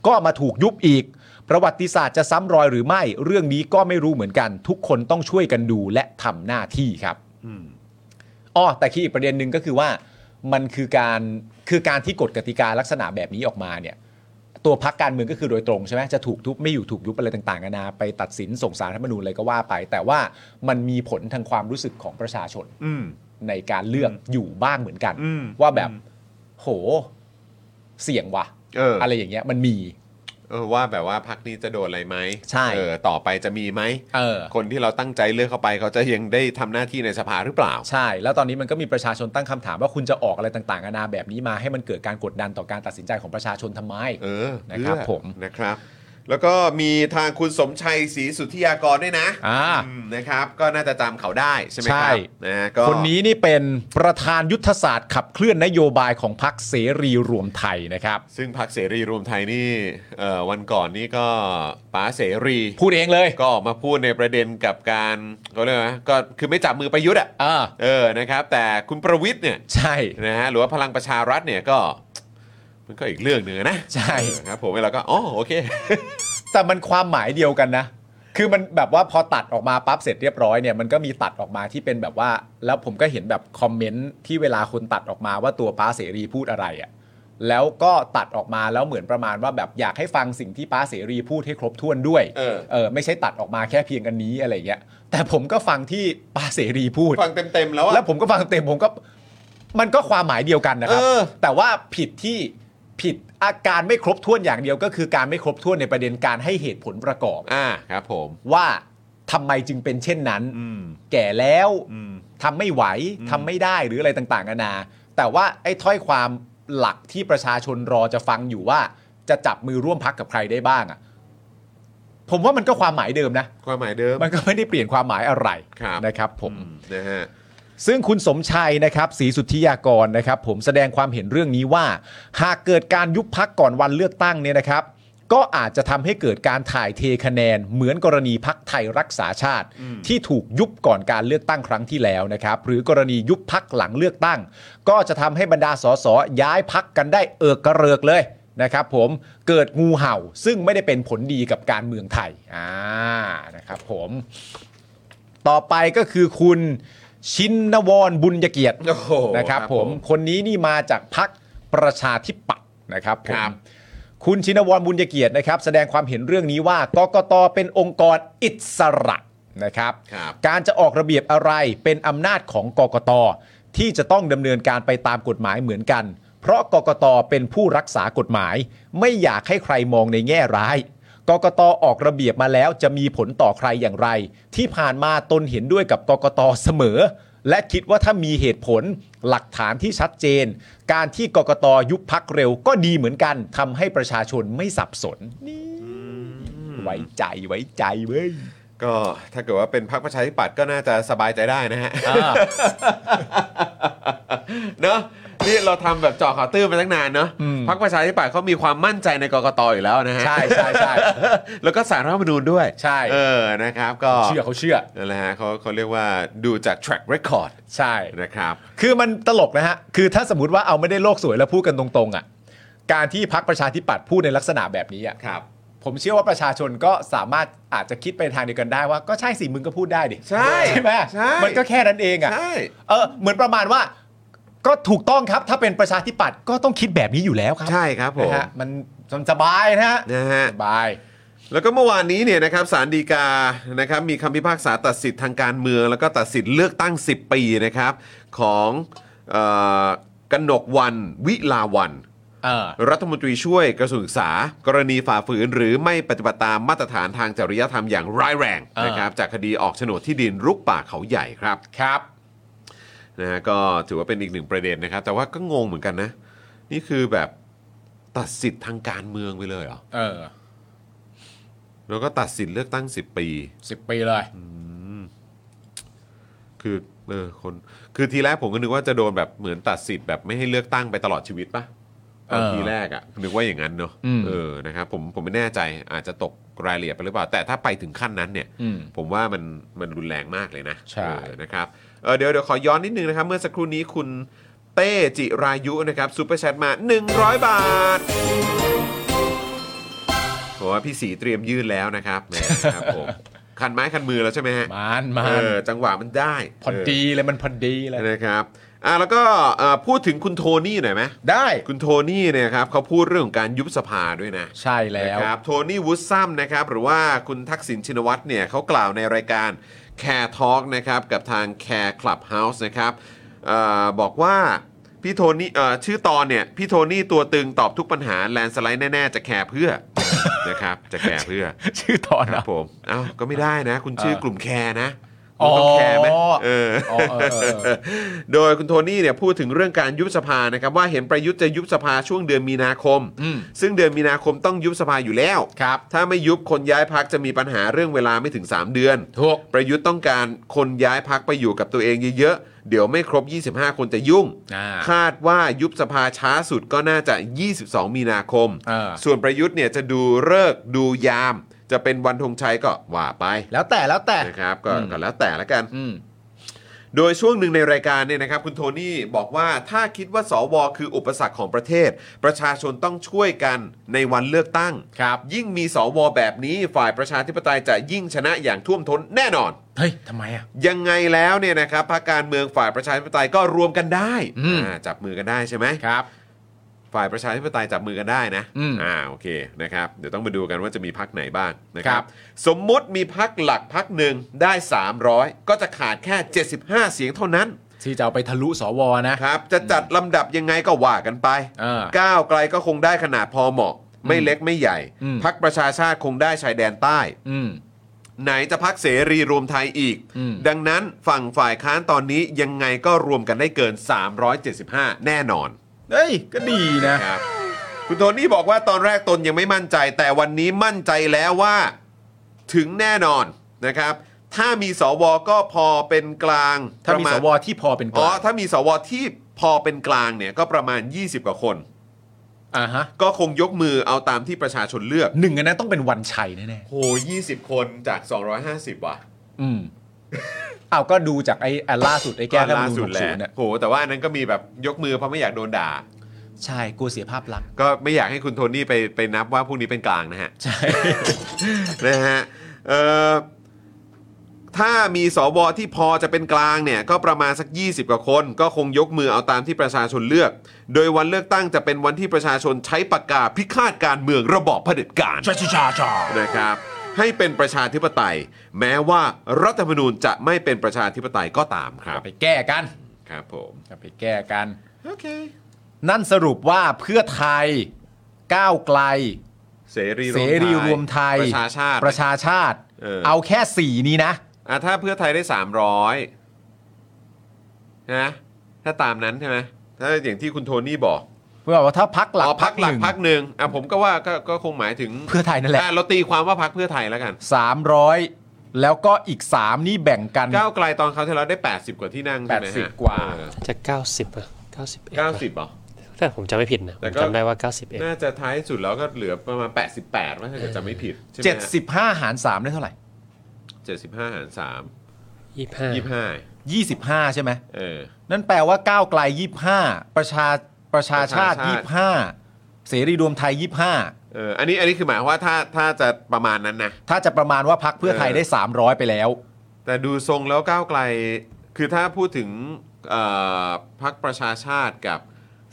B: ก็มาถูกยุบอีก ประวัติศาสตร์จะซ้ำรอยหรือไม่ เรื่องนี้ก็ไม่รู้เหมือนกัน ทุกคนต้องช่วยกันดูและทำหน้าที่ครับอ๋อแต่ที่อีกประเด็นหนึ่งก็คือว่ามันคือการคือการที่กฎกติกาลักษณะแบบนี้ออกมาเนี่ย ตัวพักการเมืองก็คือโดยตรงใช่ไหมจะถูกทุบไม่อยู่ถูกยุบอะไรต่างๆนานาไปตัดสินส่งสารรัฐธรรมนูญอะไรก็ว่าไป แต่ว่ามันมีผลทางความรู้สึกของประชาชน
A: อืม
B: ในการเลือกอยู่บ้างเหมือนกัน
A: อืม
B: ว่าแบบ
A: อืม
B: โหเสี่ยงว่ะ
A: เอออ
B: อะไรอย่างเงี้ยมันมี
A: เออว่าแบบว่าพักนี้จะโดนอะไรไหม
B: ใช่
A: เออต่อไปจะมีไหม
B: เออ
A: คนที่เราตั้งใจเลือกเข้าไปเขาจะยังได้ทำหน้าที่ในสภาหรือเปล่า
B: ใช่ แล้วตอนนี้มันก็มีประชาชนตั้งคำถามว่าคุณจะออกอะไรต่างๆนานาแบบนี้มาให้มันเกิดการกดดันต่อการตัดสินใจของประชาชนทำไม
A: เออ
B: นะครับ
A: เพื่อ
B: ผม
A: นะครับ แล้วก็มีทางคุณสมชัยศรีสุทธิยากรด้วยนะ
B: อ่า
A: อืมนะครับ ก็น่าจะจำเขาได้ใช่ไหมค
B: ใช่
A: รับนะก็
B: คนนี้นี่เป็นประธานยุทธศาสตร์ขับเคลื่อนนโยบายของพรรคเสรีรวมไทยนะครับ
A: ซึ่งพรรคเสรีรวมไทยนี่เอ่อวันก่อนนี่ก็ป๋าเสรี
B: พูดเองเลย
A: ก็ออกมาพูดในประเด็นกับการเขาเรียกว่าไงก็คือไม่จับมือประยุทธ์อ่ะ
B: อ่า
A: เออนะครับ แต่คุณประวิทย์เนี่ย
B: ใช่
A: นะฮะหรือว่าพลังประชารัฐเนี่ยก็ มันก็อีกเรื่องหนึ่งนะ
B: ใช่
A: เออครับผมแล้วเราก็อ๋อโอเค
B: แต่มันความหมายเดียวกันนะ คือมันแบบว่าพอตัดออกมาปั๊บเสร็จเรียบร้อยเนี่ยมันก็มีตัดออกมาที่เป็นแบบว่า แล้วผมก็เห็นแบบคอมเมนต์ที่เวลาคนตัดออกมาว่าตัวป้าเสรีพูดอะไรอะ่ะ แล้วก็ตัดออกมาแล้วเหมือนประมาณว่าแบบอยากให้ฟังสิ่งที่ป้าเสรีพูดให้ครบถ้วนด้วย
A: เออ
B: เออไม่ใช่ตัดออกมาแค่เพียงอันนี้อะไรเงี้ย แต่ผมก็ฟังที่ป้าเสรีพูด
A: ฟังเต็มๆแล้วอะ
B: แล้วผมก็ฟังเต็มผมก็มันก็ความหมายเดียวกันนะครับ
A: เออ
B: แต่ว่าผิดที่ผิดอาการไม่ครบถ้วนอย่างเดียวก็คือการไม่ครบถ้วนในประเด็นการให้เหตุผลประกอบ
A: อ่าครับผม
B: ว่าทำไมจึงเป็นเช่นนั้น
A: อืม
B: แก่แล้ว
A: อืม
B: ทำไม่ไหว
A: อืม
B: ทำไม่ได้หรืออะไรต่างๆนานาแต่ว่าไอ้ถ้อยความหลักที่ประชาชนรอจะฟังอยู่ว่า จะจับมือร่วมพักกับใครได้บ้างอะผมว่ามันก็ความหมายเดิมนะ
A: ความหมายเดิม
B: มันก็ไม่ได้เปลี่ยนความหมายอะไร
A: ครับ
B: นะครับ ผม
A: อืมนะฮะ
B: ซึ่งคุณสมชัยนะครับศรีสุทธิยากรนะครับผมแสดงความเห็นเรื่องนี้ว่า หากเกิดการยุบพักก่อนวันเลือกตั้งเนี่ยนะครับ ก็อาจจะทำให้เกิดการถ่ายเทคะแนน เหมือนกรณีพักไทยรักษาชาติ ที่ถูกยุบก่อนการเลือกตั้งครั้งที่แล้วนะครับ หรือกรณียุบพักหลังเลือกตั้ง ก็จะทำให้บรรดาสสย้ายพักกันได้เอิกกระเริกเลยนะครับ ผมเกิดงูเห่า ซึ่งไม่ได้เป็นผลดีกับการเมืองไทยอ่านะครับผม ต่อไปก็คือคุณชินนวรบุญยเกียรติ
A: โอ้โห
B: นะครับ
A: ครับ
B: ผ
A: ผม
B: มคนนี้นี่มาจากพักประชาธิปัตย์นะครับ
A: ค
B: ผม
A: รับ
B: คุณชินวรบุญยเกียรตินะครับ แสดงความเห็นเรื่องนี้ว่ากกตเป็นองค์กรอิสระนะครับ
A: ครับ
B: การจะออกระเบียบอะไรเป็นอำนาจของกกตที่จะต้องดำเนินการไปตามกฎหมายเหมือนกัน เพราะกกตเป็นผู้รักษากฎหมาย ไม่อยากให้ใครมองในแง่ร้าย กกตออกระเบียบมาแล้วจะมีผลต่อใครอย่างไร ที่ผ่านมาตนเห็นด้วยกับกกตเสมอ และคิดว่าถ้ามีเหตุผลหลักฐานที่ชัดเจน การที่กกตยุบพักเร็วก็ดีเหมือนกันทำให้ประชาชนไม่สับสนนี่ไว้ใจไว้ใจเว้ย
A: ก็ถ้าเกิดว่าเป็นพรรคประชาธิปัตย์ก็น่าจะสบายใจได้ นะฮะ เนอะนี่เราทำแบบเจอข่าวตื้นมาตั้งนานเนอะ
B: อืม
A: พรรคประชาธิปัตย์เขามีความมั่นใจในกกตอยู่แล้วนะฮะ
B: ใช่ใช่ใช่
A: แล้วก็สารรัฐธรรมนูญด้วย
B: ใช่
A: เออนะครับ ก็
B: เชื่อเขาเชื่อ
A: นั่นแหละฮะเขาเขาเรียกว่าดูจาก track record
B: ใช่
A: นะครับ
B: คือมันตลกนะฮะ คือถ้าสมมติว่าเอาไม่ได้โลกสวยแล้วพูดกันตรงๆอ่ะ การที่พักประชาธิปัตย์พูดในลักษณะแบบนี้อ่ะ
A: ครับ
B: ผมเชื่อว่าประชาชนก็สามารถอาจจะคิดไปทางเดียวกันได้ว่าก็ใช่สิมึงก็พูดได้ดิ
A: ใช่
B: ใช่ไหม
A: ใช่
B: มันก็แค่นั้นเองอ่ะ
A: ใช่
B: เออเหมือนประมาณว่า ก็ถูกต้องครับถ้าเป็นประชาธิปัตย์ก็ต้องคิดแบบนี้อยู่แล้วครับ
A: ใช่ครับผม
B: นะฮะมันมันสบายนะฮะ
A: นะฮะ
B: สบาย
A: แล้วก็เมื่อวานนี้เนี่ยนะครับสารดีกานะครับมีคำพิพากษาตัดสิทธิ์ทางการเมือง แล้วก็ตัดสิทธิ์เลือกตั้ง 10 ปีนะครับของเออกนกวันวิลาวัน
B: เออ
A: รัฐมนตรีช่วยกระทรวงศึกษา กรณีฝ่าฝืนหรือไม่ปฏิบัติตามมาตรฐานทางจริยธรรมอย่างร้ายแรง
B: อ่าน
A: นะครับจากคดีออกโฉนดที่ดินรุกป่าเขาใหญ่ครับ
B: ครับ
A: นะฮะก็ถือว่าเป็นอีกหนึ่งประเด็นนะครับ แต่ว่าก็งงเหมือนกันนะ นี่คือแบบตัดสิทธิ์ทางการเมืองไปเลยเหรอ
B: เออ
A: แล้วก็ตัดสิทธิ์เลือกตั้ง 10 ปี
B: สิบปีเลย
A: คือเออคนคือทีแรกผมก็นึกว่าจะโดนแบบเหมือนตัดสิทธิ์แบบไม่ให้เลือกตั้งไปตลอดชีวิตปะตอนทีแรกอะนึกว่าอย่างนั้นเนอะเออนะครับผมผมไม่แน่ใจอาจจะตกรายละเอียดไปหรือเปล่า แต่ถ้าไปถึงขั้นนั้นเนี่ย
B: อืม
A: ผมว่ามันมันรุนแรงมากเลยนะ
B: ใช่
A: เออนะครับเออเดี๋ยวเดี๋ยวขอย้อนนิดนึงนะครับ เมื่อสักครู่นี้คุณเต้จิรายุนะครับซูเปอร์แชทมา 100 บาทผมว่าพี่สีเตรียมยื่นแล้วนะครับแหมครับผม คันไม้คันมือแล้วใช่ไหมฮะ
B: มันมั
A: เอน อจังหวะมันได้
B: พอดีเลยมันพอดีเล
A: เอย อนะครับอ่ะแล้วก็เอ่อพูดถึงคุณโทนี่หน่อยไหม
B: ได้
A: คุณโทนี่เนี่ยครับเขาพูดเรื่องของการยุบสภาด้วยนะ
B: ใช่แล้
A: นะ
B: ว
A: ครับโทนี่วูดซัมนะครับหรือว่าคุณทักษิณชินวัตรเนี่ยเขากล่าวในรายการแคร์ทอล์กนะครับกับทางแคร์คลับเฮาส์นะครับเออบอกว่าพี่โทนี่เอ่อชื่อตอนเนี่ยพี่โทนี่ตัวตึงตอบทุกปัญหาแลนสไลด์แน่ ๆ จะแคร์เพื่อ นะครับจะแคร์เพื่อ
B: ชื่อตอน
A: ครั
B: นะ
A: บผมเอ้าก็ไม่ได้นะ คุณชื่อ
B: เออก
A: ลุ่มแคร์นะคุณต้องแคร์ไหม
B: อ๋อ
A: เอออ
B: อเออเออเออ
A: โดยคุณโทนี่เนี่ยพูดถึงเรื่องการยุบสภานะครับ ว่าเห็นประยุทธ์จะยุบสภาช่วงเดือนมีนาคม
B: อืม
A: ซึ่งเดือนมีนาคมต้องยุบสภาอยู่แล้ว
B: ครับ
A: ถ้าไม่ยุบคนย้ายพักจะมีปัญหาเรื่องเวลาไม่ถึง 3 เดือน
B: ถูก
A: ประยุทธ์ต้องการคนย้ายพักไปอยู่กับตัวเองเยอะๆ เดี๋ยวไม่ครบ 25 คนจะยุ่ง
B: อ่า
A: คาดว่ายุบสภาช้าสุดก็น่าจะ 22 มีนาคม
B: เออ
A: ส่วนประยุทธ์เนี่ยจะดูเลิกษ์ดูยาม จะเป็นวันธงชัยก็ว่าไป
B: แล้วแต่แล้วแต่
A: นะครับก็
B: อืม
A: ก็แล้วแต่ละกัน
B: อืม
A: โดยช่วงหนึ่งในรายการเนี่ยนะครับ คุณโทนี่บอกว่าถ้าคิดว่าสวคืออุปสรรคของประเทศ ประชาชนต้องช่วยกันในวันเลือกตั้ง
B: ครับ
A: ยิ่งมีสวแบบนี้ฝ่ายประชาธิปไตยจะยิ่งชนะอย่างท่วมท้นแน่นอน
B: เฮ้ยทำไมอ่ะ
A: ยังไงแล้วเนี่ยนะครับพรรคการเมืองฝ่ายประชาธิปไตยก็รวมกันได้
B: อืม
A: อ่าจับมือกันได้ใช่ไหม
B: ครับ
A: ฝ่ายประชาธิปไตยจับมือกันได้นะ
B: อืม
A: อ่าโอเคนะครับเดี๋ยวต้องมาดูกันว่าจะมีพักไหนบ้างนะค
B: ครั
A: รับ
B: บ
A: สมมุติมีพักหลักพักหนึ่งได้ 300 ก็จะขาดแค่ 75 เสียงเท่านั้น
B: ที่จะเอาไปทะลุสวนะ
A: ครับจะจัดลำดับยังไงก็ว่ากันไป
B: เออ
A: ก้าวไกลก็คงได้ขนาดพอเหมาะ ไม่เล็กไม่ใหญ่
B: อืม
A: พักประชาชาติคงได้ชายแดนใต้
B: อืม
A: ไหนจะพักเสรีรวมไทยอีก
B: อืม
A: ดังนั้นฝั่งฝ่ายค้านตอนนี้ยังไงก็รวมกันได้เกิน 375 แน่นอน
B: เฮ้ย ก็ดีนะ
A: นะครับคุณโทนี่บอกว่าตอนแรกตนยังไม่มั่นใจ แต่วันนี้มั่นใจแล้วว่าถึงแน่นอนนะครับ ถ้ามีสวก็พอเป็นกลาง
B: ถ้ามี
A: ประ
B: ส
A: ณ
B: วที่พอเป็นก
A: อ๋อ
B: ลาง
A: ถ้ามีสวที่พอเป็นกลางเนี่ยก็ประมาณ 20 กว่าคน
B: อ่าฮะ
A: ก็คงยกมือเอาตามที่ประชาชนเลือก
B: หนึ่งอันนั้นต้องเป็นวันชัยแน่
A: โห20 คนจาก 250 ว่ะ
B: ๆอืมเอาก็ดูจากไอ้อันล่าสุดไอ้แก้
A: ก็
B: รัฐธร
A: ล่าร
B: ม
A: สุ
B: นู
A: ด
B: ญ
A: แห
B: 60
A: ละ
B: เนี่ย
A: โห แต่ว่าอันนั้นก็มีแบบยกมือเพราะไม่อยากโดนด่า
B: ใช่กลัวเสียภาพลักษณ์
A: ก็ไม่อยากให้คุณโทนี่ไปไปนับว่าพวกนี้เป็นกลางนะฮ ะ
B: ใช่
A: นะฮะเอ่อถ้ามีสวที่พอจะเป็นกลางเนี่ย ก็ประมาณสัก 20 กว่าคน ก็คงยกมือเอาตามที่ประชาชนเลือก โดยวันเลือกตั้งจะเป็นวันที่ประชาชนใช้ปากกาพิฆาตการเมืองระบอบเผด็จการ
B: จ้าจ้าจ้า
A: นะครับ ให้เป็นประชาธิปไตย แม้ว่ารัฐธรรมนูญจะไม่เป็นประชาธิปไตยก็ตามครับ
B: ไปแก้กัน
A: ครับผม
B: กลับไปแก้กัน
A: โอเค
B: นั่นสรุปว่าเพื่อไทยก้าวไกล
A: เสรี
B: เสรีรวมไทย
A: ประชาชาติ
B: ประชาชาติ
A: เออ
B: เอาแค่สี่นี้นะ
A: อ่ะถ้าเพื่อไทยได้ 300นะถ้าตามนั้นใช่ไหมถ้าอย่างที่คุณโทนี่บอก
B: เพื่อว่าถ้าพักหลัก
A: อ๋อพักหลัก
B: นึ่ง
A: พักหนึ่งอ่ะผมก็ว่าก็ก็คงหมายถึง
B: เพื่อไทยนั่นแหละ
A: อ่ะเราตีความว่าพักเพื่อไทยแล้วกัน
B: 300 แล้วก็อีก 3 นี่แบ่งกัน
A: ก้าวไกลตอนเขาวที่เราได้ 80 กว่าที่นั่งใช่ไหมฮะ
B: 80กว่า
A: เออ
C: จะ 90อะ91ปะ
A: 90เหรอ
C: ถ้าผมจำไม่ผิดนะผ
A: แต่
C: ม
A: ก็
C: จำได้ว่า 91
A: น่าจะท้ายสุดแล้วก็เหลือประมาณ 88ว่าถ้าเกิดจะไม่ผิดใช่ไหมฮะ
B: 75 หาร 3 ได้เท่าไหร่
A: 75หาร3
B: 25
C: 25
B: ใช่ไหม
A: 25เออ
B: นั่นแปลว่าก้าวไกล 25 ประชาประชาชาติ
A: ประชาชาติ
B: 25 เสรีรวมไทย 25
A: เอออันนี้อันนี้คือหมายความว่าถ้าถ้าจะประมาณนั้นนะ
B: ถ้าจะประมาณว่าพักเพื่อไทยได้ 300 ไปแล้ว
A: แต่ดูทรงแล้วก้าวไกล คือถ้าพูดถึง เอ่อพักประชาชาติกับ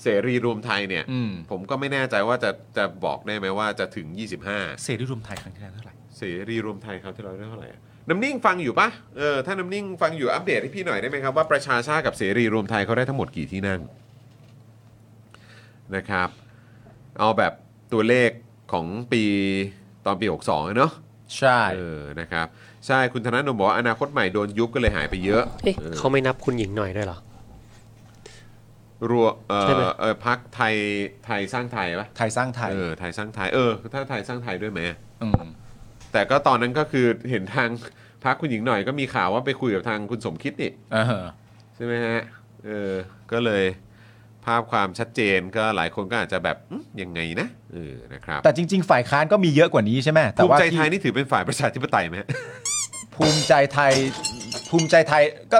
A: เสรีรวมไทยเนี่ย
B: อืม
A: ผมก็ไม่แน่ใจว่าจะจะบอกได้ไหมว่าจะถึง 25
B: เสรีรวมไทยครั้งที่แล้วเท่าไหร่
A: เสรีรวมไทยครับที่เราได้เท่าไหร่อะน้ำนิ่งฟังอยู่ปะเออถ้าน้ำนิ่งฟังอยู่อัปเดตให้พี่หน่อยได้ไหมครับว่าประชาชาติกับเสรีรวมไทยเขาได้ทั้งหมดกี่ที่นั่งนะครับ เอาแบบตัวเลขของปีตอนปี 62อะเนาะ
B: ใช่
A: เออนะครับใช่คุณธนาโนมบอกว่าอนาคตใหม่โดนยุบก็เลยหายไปเยอะ
C: เอ๊ะเขาไม่นับคุณหญิงหน่อยด้วยเหรอ
A: รัวเอ
C: ใช่ไหม
A: อเออพักไทยไทยสร้างไทยปะ
B: ไทยสร้างไทย
A: เออไทยสร้างไทยเออถ้าไทยสร้างไทยด้วยไหม
B: ม
A: แต่ก็ตอนนั้นก็คือเห็นทางพักคุณหญิงหน่อยก็มีข่าวว่าไปคุยกับทางคุณสมคิดนี่
B: อ่าฮะ
A: ใช่ไหมฮะ เออ ก็เลยภาพความชัดเจนก็หลายคนก็อาจจะแบบอื้อยังไงนะ เออ นะครับ
B: แต่จริง ๆ ฝ่ายค้านก็มีเยอะกว่านี้ใช่ไหมแต่
A: ภูมิ
B: ว่า
A: ใจ
B: ที่
A: ไทยนี่ถือเป็นฝ่ายประชาธิปไตยไหมฮะ
B: ภูมิใจไทย ภูมิใจไทยก็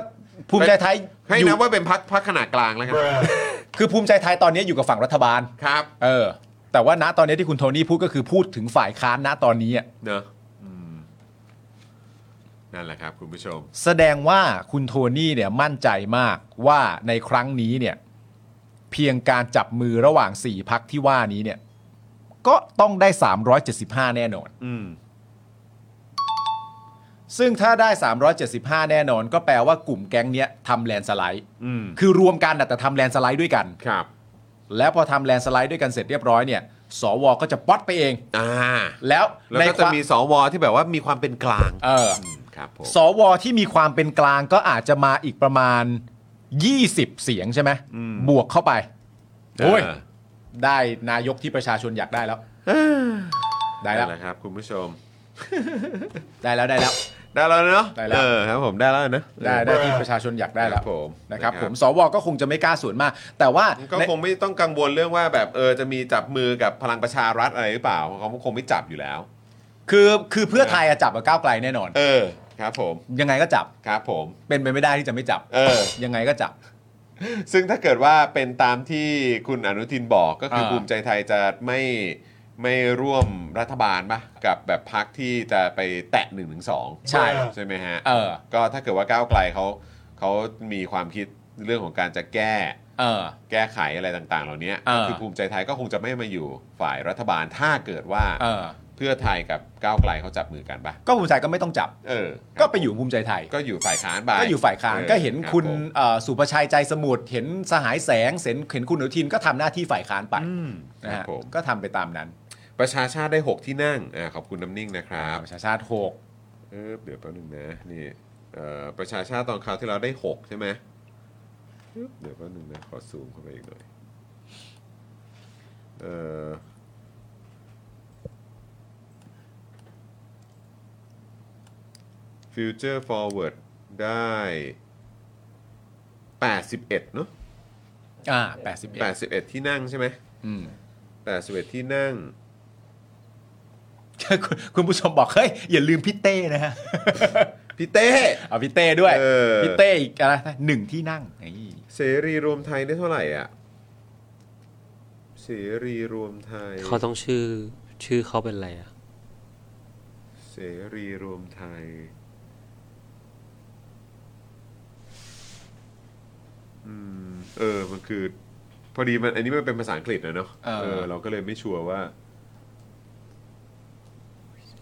B: ภูมิใจไทย
A: ให้
B: อยู่
A: นับว่าเป็นพักพักขนาดกลางแล้วกัน
B: คือภูมิใจไทยตอนนี้อยู่กับฝั่งรัฐบาล
A: ครับ
B: เออ แต่ว่าณตอนนี้ที่คุณโทนี่พูดก็คือพูดถึงฝ่ายค้านณตอนนี้อะ
A: เนอะอืมนั่นแหละครับ คุณผู้ชม
B: แสดงว่าคุณโทนี่เนี่ยมั่นใจมากว่าในครั้งนี้เนี่ย เพียงการจับมือระหว่าง 4พักที่ว่านี้เนี่ย ก็ต้องได้ 375 แน่นอน
A: อืม
B: ซึ่งถ้าได้ 375 แน่นอน ก็แปลว่ากลุ่มแก๊งเนี้ยทำแลนด์สไลด์
A: อืม
B: คือรวมกันน่ะแต่ทำแลนด์สไลด์ด้วยกัน
A: ครับ
B: แล้วพอทำแลนด์สไลด์ด้วยกันเสร็จเรียบร้อยเนี่ย สวก็จะป๊อตไปเอง
A: อ่า
B: แล้ว
A: แล้วก็
B: ในค
A: จะ
B: วาม
A: มีสวที่แบบว่ามีความเป็นกลาง
B: เออ
A: มครับผม
B: สวที่มีความเป็นกลางก็อาจจะมาอีกประมาณ 20 เสียงใช่ไหม
A: อืม
B: บวกเข้าไป
A: เ
B: โอ้ย ได้นายกที่ประชาชนอยากได้แล้ว ได้
A: ได้
B: แล้ว
A: แล้วครับ คุณผู้ชม
B: ได้แล้วได้แล้ว
A: ได้แล้วเนอะ
B: ได้แล้ว
A: เออครับผมได้แล้วนะ
B: ได้ได้ที่ประชาชนอยากได้แล้
A: คว รับผม
B: นะครับ
A: นะครับ
B: ผมสวก็คงจะไม่กล้าสวนมาก แต่ว่า
A: ก็
B: ใน
A: คงไม่ต้องกังวลเรื่องว่าแบบเออจะมีจับมือกับพลังประชารัฐอะไรหรือเปล่าเขาคงไม่จับอยู่แล้ว
B: คือคือเพื่อไทยอะจับกับก้าวไกลแน่นอน
A: เออครับผม
B: ยังไงก็จับ
A: ครับผม
B: เป็นไปไม่ได้ที่จะไม่จับ
A: เออ
B: ยังไงก็จับ
A: ซึ่งถ้าเกิดว่าเป็นตามที่คุณอนุทินบอกก็คือ
B: เออ
A: ภูมิใจไทยจะไม่ไม่ร่วมรัฐบาลปะกับแบบพักที่จะไปแตะ1นึถึงส
B: ใช่
A: ใช่ไหมฮะ
B: เออ
A: ก็ถ้าเกิดว่าก้าวไกลเขาเขามีความคิดเรื่องของการจะแก้
B: เออ
A: แก้ไขอะไรต่างๆ เหล่านี้
B: เออ
A: คือภูมิใจไทยก็คงจะไม่มาอยู่ฝ่ายรัฐบาลถ้าเกิดว่า
B: เออ
A: เพื่อไทยกับก้าวไกลเขาจับมือกันปะ
B: ก็ภูมิใจก็ไม่ต้องจับ
A: เออ
B: ก็ไปอยู่ภูมิใจไทย
A: ก็อยู่ฝ่ายค้านไป
B: ก็อยู่ฝ่ายค้าน
A: ออ
B: ก็เห็น
A: รับ
B: คุณ
A: ผม
B: เอ่อสุภชัยใจสมุทรเห็นสหายแสงเห็นเห็นคุณอนุทินก็ทำหน้าที่ฝ่ายค้านไป
A: อืม
B: นะครับ ฮะ
A: ผม
B: ก็ทำไปตามนั้น
A: ประชาชาติได้ 6 ที่นั่งอ่าขอบคุณน้ำนิ่งนะครับ
B: ประชาชาติหก
A: เออเดี๋ยวแป๊บนึงนะนี่เอ่อประชาชาติตอนคราวที่เราได้ 6 ใช่ไหมปึ๊บเดี๋ยวแป๊บนึงนะขอซูมเข้าไปอีกหน่อยเออฟิวเจอร์ฟอร์เวิร์ดได้ 81เนอะ
B: อ่าแปดสิบเอ็ด
A: 81 ที่นั่งใช่ไหม
B: อืม
A: 81 ที่นั่ง
B: คุณคุณผู้ชมบอกเฮ้ยอย่าลืมพี่เต้นะฮะ
A: พี่เต้
B: เอาพี่เต้ด้วย
A: เออ
B: พี่เต้อีกอะไรนะหนึ่งที่นั่งนี่
A: เสรีรวมไทยได้เท่าไหร่อ่ะ เสรีรวมไทย
C: เขาต้องชื่อชื่อเขาเป็นอะไรอะ
A: เสรีรวมไทย อืม เออ มันคือ พอดีมัน อันนี้มันเป็นภาษาอังกฤษนะเนาะเออ เราก็เลยไม่ชัวร์ว่า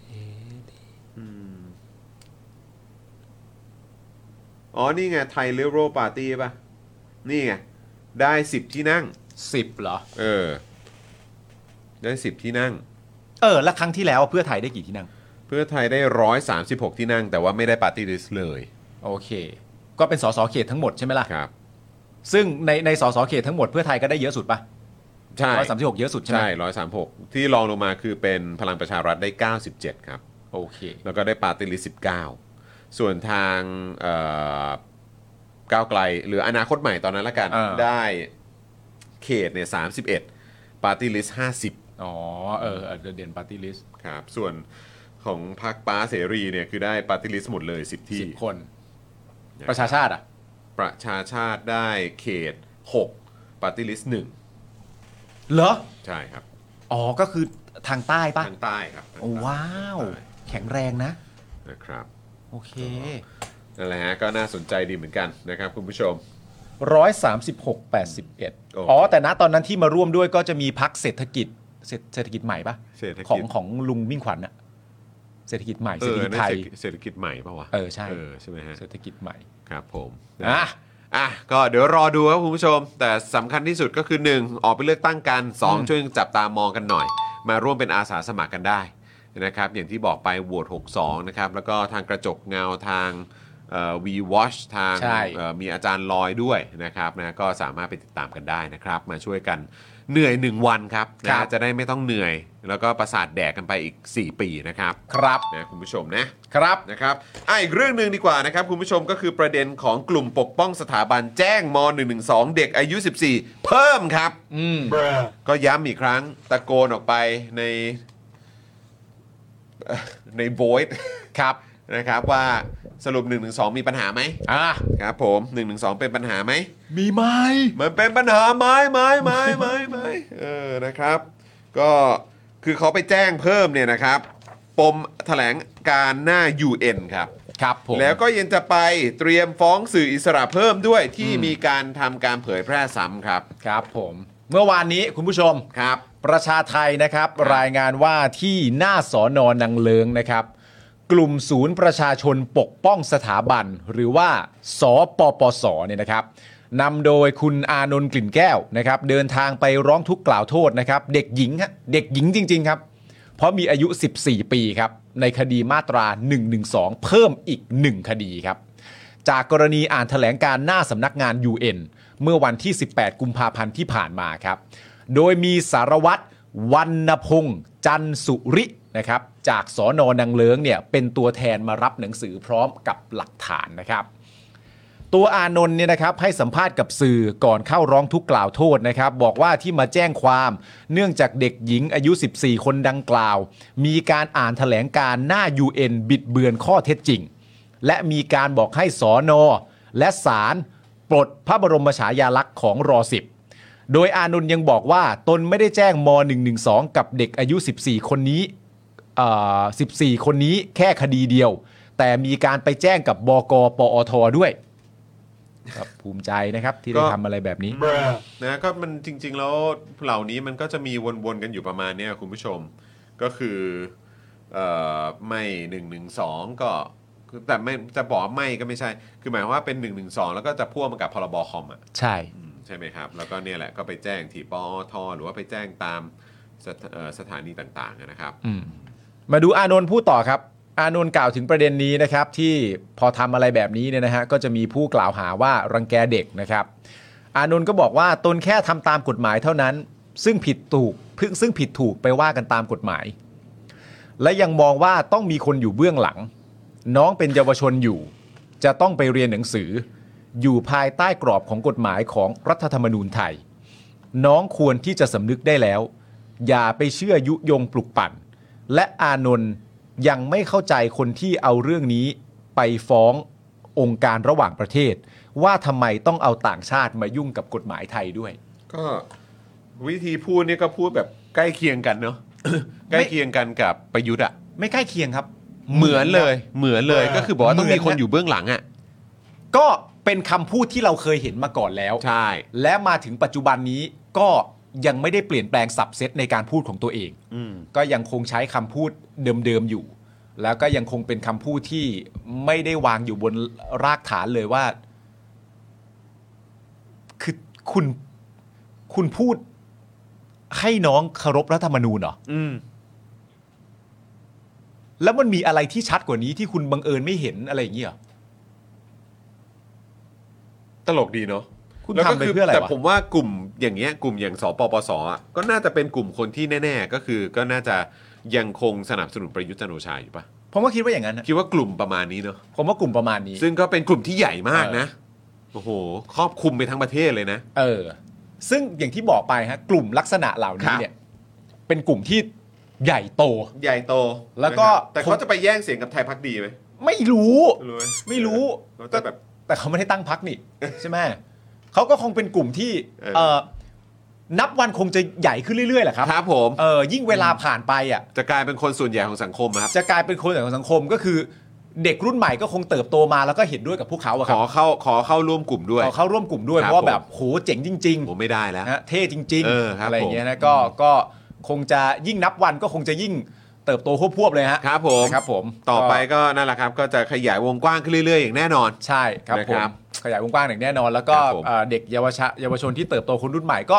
A: อืม อ๋อ นี่ไง ไทยเลเวอร์ปาร์ตี้ป่ะ นี่ไง ได้สิบที่นั่ง
B: สิบเหรอ
A: เออ ได้สิบที่นั่ง
B: เออ แล้วครั้งที่แล้วเพื่อไทยได้กี่ที่นั่ง
A: เพื่อไทยได้ 136 ที่นั่ง แต่ว่าไม่ได้ปาร์ตี้ลิสต์เลย
B: โอเค ก็เป็นสสเขตทั้งหมดใช่ไหมล่ะ
A: ครับ
B: ซึ่งในในสสเขตทั้งหมดเพื่อไทยก็ได้เยอะสุดปะ
A: ใช่
B: ร้อยสามสิบหกเยอะสุดใช่ไหม
A: ใช่136 ที่รองลงมาคือเป็นพลังประชารัฐได้ 97 ครับ
B: โอเค
A: แล้วก็ได้ปาร์ตี้ลิสต์19 ส่วนทางเอ่อก้าวไกล หรืออนาคตใหม่ตอนนั้นละกัน
B: อ่า
A: ได้เขตเนี่ย31 ปาร์ตี้ลิสต์
B: อ๋อเออเด่นปาร์ตี้ลิส
A: 50 ครับ ส่วนของพรรคป้าเสรีเนี่ยคือได้ปาร์ตี้ลิสต์หมดเลย 10 ที่
B: สิบคน
A: นะครับ
B: ประชาชาติอ่ะ
A: ประชาชาติได้เขต 6 ปาร์ตี้ลิสต์
B: เหรอ
A: 1ใช่ครับ
B: อ๋อ ก็คือทางใต้ป่ะ
A: ทางใต้ครับ
B: โอ้ว้าว แข็งแรงนะ
A: นะครับ
B: โอเค
A: นั่นแหละฮะก็น่าสนใจดีเหมือนกันนะครับคุณผู้ชม
B: 136 81 อ๋อ แต่ณตอนนั้นที่มาร่วมด้วยก็จะมีพักเศรษฐกิจเศรษฐเศรษฐกิจใหม่ปะ
A: เศรษฐกิจ
B: ของของลุงมิ่งขวัญอะเศรษฐกิจใหม่
A: เอ
B: เศรษ
A: อ
B: ฐกิจ
A: นั่น
B: ไทย
A: เศรษฐกิจเศรษฐกิจใหม่ป่าววะ
B: เออใช่
A: เออใช่ไหมฮะ
B: เศรษฐกิจใหม่
A: ครับผม
B: อ่ะ
A: อ่ะก็เดี๋ยวรอดูครับคุณผู้ชม แต่สำคัญที่สุดก็คือ 1 ออกไปเลือกตั้งกัน 2 ช่วยจับตามองกันหน่อย มาร่วมเป็นอาสาสมัครกันได้นะครับ อย่างที่บอกไปโหวต62 นะครับ แล้วก็ทางกระจกเงาทางวีวอชทาง
B: ใช่
A: เอ่อมีอาจารย์ลอยด้วยนะครับนะก็สามารถไปติดตามกันได้นะครับ มาช่วยกันเหนื่อย 1 วันครับนะจะได้ไม่ต้องเหนื่อย แล้วก็ประสาทแดกกันไปอีก 4 ปีนะครับ
B: ครับ
A: นะคุณผู้ชมนะ
B: ครับ
A: นะครับอ่ะอีกเรื่องหนึ่งดีกว่านะครับคุณผู้ชมก็คือประเด็นของกลุ่มปกป้องสถาบันแจ้งม .112 เด็กอายุ 14 เพิ่มครับ
B: อืม
A: ก็ย้ำอีกครั้งตะโกนออกไปในเอ่อในโ o ยครับนะครับว่าสรุป 112 มีปัญหาไหม
B: อ่ะ
A: ครับผม 112 เป็นปัญหาไหม
B: มีไหม
A: มันเป็นปัญหาไหม้ไม้ไม้ไม้ไม้เออนะครับ ก็คือเขาไปแจ้งเพิ่มเนี่ยนะครับ ปมแถลงการหน้า UN ครับ
B: ครับผม
A: แล้วก็ยังจะไปเตรียมฟ้องสื่ออิสระเพิ่มด้วยที่มีการทำการเผยแพร่ซ้ำครับ
B: ครับผม เมื่อวานนี้คุณผู้ชม
A: ครับ
B: ประชาไทยนะครับ รายงานว่าที่หน้าสอนอนังเลิงนะครับ กลุ่มศูนย์ประชาชนปกป้องสถาบัน หรือว่าสปปสเนี่ยนะครับนำโดยคุณอานนท์กลิ่นแก้วนะครับ เดินทางไปร้องทุกข์กล่าวโทษนะครับ เด็กหญิงฮะเด็กหญิงจริง ๆ ครับ เพราะมีอายุ 14 ปีครับ ในคดีมาตรา 112 เพิ่มอีก 1 คดีครับ จากกรณีอ่านแถลงการหน้าสำนักงาน UN เมื่อวันที่ 18 กุมภาพันธ์ที่ผ่านมาครับ โดยมีสารวัตรวันณพงษ์จันสุรินะครับ จากสอนอนังเลิงเนี่ยเป็นตัวแทนมารับหนังสือพร้อมกับหลักฐานนะครับ ตัวอานนท์เนี่ยนะครับให้สัมภาษณ์กับสื่อก่อนเข้าร้องทุกข์กล่าวโทษนะครับ บอกว่าที่มาแจ้งความ เนื่องจากเด็กหญิงอายุ 14 คนดังกล่าว มีการอ่านแถลงการหน้า UN บิดเบือนข้อเท็จจริง และมีการบอกให้สอนอและศาลปลดพระบรมฉายาลักษณ์ของรอสิบ โดยอานนท์ยังบอกว่าตนไม่ได้แจ้งม .112 กับเด็กอายุ 14 คนนี้เอ่อ14 คนนี้แค่คดีเดียว แต่มีการไปแจ้งกับบกปอทด้วยครับภูมิใจนะครับที่ได้
A: ก็
B: ทำอะไรแบบนี้
A: นะก็มันจริง ๆ แล้วเหล่านี้มันก็จะมีวนๆกันอยู่ประมาณเนี้ยคุณผู้ชมก็คือเอ่อไม่หนึ่งหนึ่งสองก็คือแต่ไม่จะบอกไม่ก็ไม่ใช่ คือหมายความว่าเป็น1นึแล้วก็จะพ่วงมากับพรบคอมอ่ะ
B: ใช่
A: อืมใช่ไหมครับ แล้วก็เนี่ยแหละก็ไปแจ้งที่ปอทหรือว่าไปแจ้งตามสถเอ่อสถานีต่างๆนะครับ
B: มาดูอานนท์พูดต่อครับ อานนท์กล่าวถึงประเด็นนี้นะครับ ที่พอทำอะไรแบบนี้เนี่ยนะฮะก็จะมีผู้กล่าวหาว่ารังแกเด็กนะครับ อานนท์ก็บอกว่าตนแค่ทำตามกฎหมายเท่านั้น ซึ่งผิดถูกพึ่งซึ่งผิดถูกไปว่ากันตามกฎหมาย และยังมองว่าต้องมีคนอยู่เบื้องหลัง น้องเป็นเยาวชนอยู่ จะต้องไปเรียนหนังสือ อยู่ภายใต้กรอบของกฎหมายของรัฐธรรมนูญไทย น้องควรที่จะสำนึกได้แล้ว อย่าไปเชื่อยุยงปลุกปั่น และอานนท์ยังไม่เข้าใจคนที่เอาเรื่องนี้ไปฟ้ององค์การระหว่างประเทศ ว่าทำไมต้องเอาต่างชาติมายุ่งกับกฎหมายไทยด้วย
A: ก็วิธีพูดเนี่ยก็พูดแบบใกล้เคียงกันเนาะ ใกล้เคียงกันกับประยุทธ์อะ
B: ไม่ใกล้เคียงครับ
A: เหมือนเลยเหมือนเลย
B: เออ
A: ก็คือบอกว่าต้องมี
B: เหมือนนะ
A: คนอยู่เบื้องหลังอะ
B: ก็เป็นคำพูดที่เราเคยเห็นมาก่อนแล้ว
A: ใช่
B: และมาถึงปัจจุบันนี้ก็ยังไม่ได้เปลี่ยนแปลงสับเซตในการพูดของตัวเอง
A: อืม
B: ก็ยังคงใช้คำพูดเดิมๆอยู่ แล้วก็ยังคงเป็นคำพูดที่ไม่ได้วางอยู่บนรากฐานเลยว่า คือคุณคุณพูดให้น้องเคารพรัฐธรรมนูญเหรอ
A: อืม
B: แล้วมันมีอะไรที่ชัดกว่านี้ที่คุณบังเอิญไม่เห็นอะไรอย่างเงี้ยเหรอ
A: ตลกดีเนาะ
B: คุณ
A: แล้วก็
B: ทำไปเพื่ออะไรวะ
A: แต่ผมว่ากลุ่มอย่างเงี้ยกลุ่มอย่างสปปสอะก็น่าจะเป็นกลุ่มคนที่แน่ ๆ ก็คือก็น่าจะยังคงสนับสนุนประยุทธ์จันทร์โอชาอยู่ปะ
B: ผมว่าคิดว่าอย่างนั้นนะ
A: คิดว่ากลุ่มประมาณนี้เนาะ
B: ผมว่ากลุ่มประมาณนี้
A: ซึ่งก็เป็นกลุ่มที่ใหญ่มากนะโอ้โหครอบคลุมไปทั้งประเทศเลยนะ
B: เออ ซึ่งอย่างที่บอกไปฮะ กลุ่มลักษณะเหล่า
A: ครั
B: นี้
A: บ
B: เนี่ย เป็นกลุ่มที่ใหญ่โต
A: ใหญ่โต
B: แล้วก็
A: นะครับแต่เขาจะไปแย่งเสียงกับไทยพักดีไหม
B: ไม่รู้
A: รู้ห
B: ไม่รู้
A: เขาจะแบบ
B: แต่เขาไม่ได้ตั้งพักนี่ ใช่ไหมเขาก็คงเป็นกลุ่มที่
A: เออ
B: เอ่อนับวันคงจะใหญ่ขึ้นเรื่อยๆแหละครับ
A: ครับผม
B: เออยิ่งเวลาผ่านไปอ่ะ
A: จะกลายเป็นคนส่วนใหญ่ของสังคมอะครับ
B: จะกลายเป็นคนของสังคมก็คือ เด็กรุ่นใหม่ก็คงเติบโตมาแล้วก็เห็นด้วยกับพวกเขาอะ
A: ข
B: ครับ
A: อเข้าขอเข้าร่วมกลุ่มด้วย
B: ขอเข้าร่วมกลุ่มด้วย
A: ครับ
B: เพราะว่า
A: ผม
B: แบบโหเจ๋งจริง
A: ผมไม่ได้แล้ว
B: ๆนะเท่จริง
A: เออครับ
B: อะไรอย่างเงี้ย
A: ผม
B: นะก็ก็คงจะยิ่งนับวันก็คงจะยิ่งเติบโตควบๆเลยฮะ
A: ครับผม
B: นะครับผม
A: ต่อไปก็นั่นแหละครับ ก็จะขยายวงกว้างขึ้นเรื่อยๆ อย่างแน่นอน
B: ใช่ครับ
A: นะ
B: ผ
A: ค
B: ม
A: รับ
B: ขยายวงกว้างอย่างแน่นอน แล้วก็
A: ครับผม
B: เอ่อเด็กเยาวชะเยาวชนที่เติบโตคนรุ่นใหม่ก็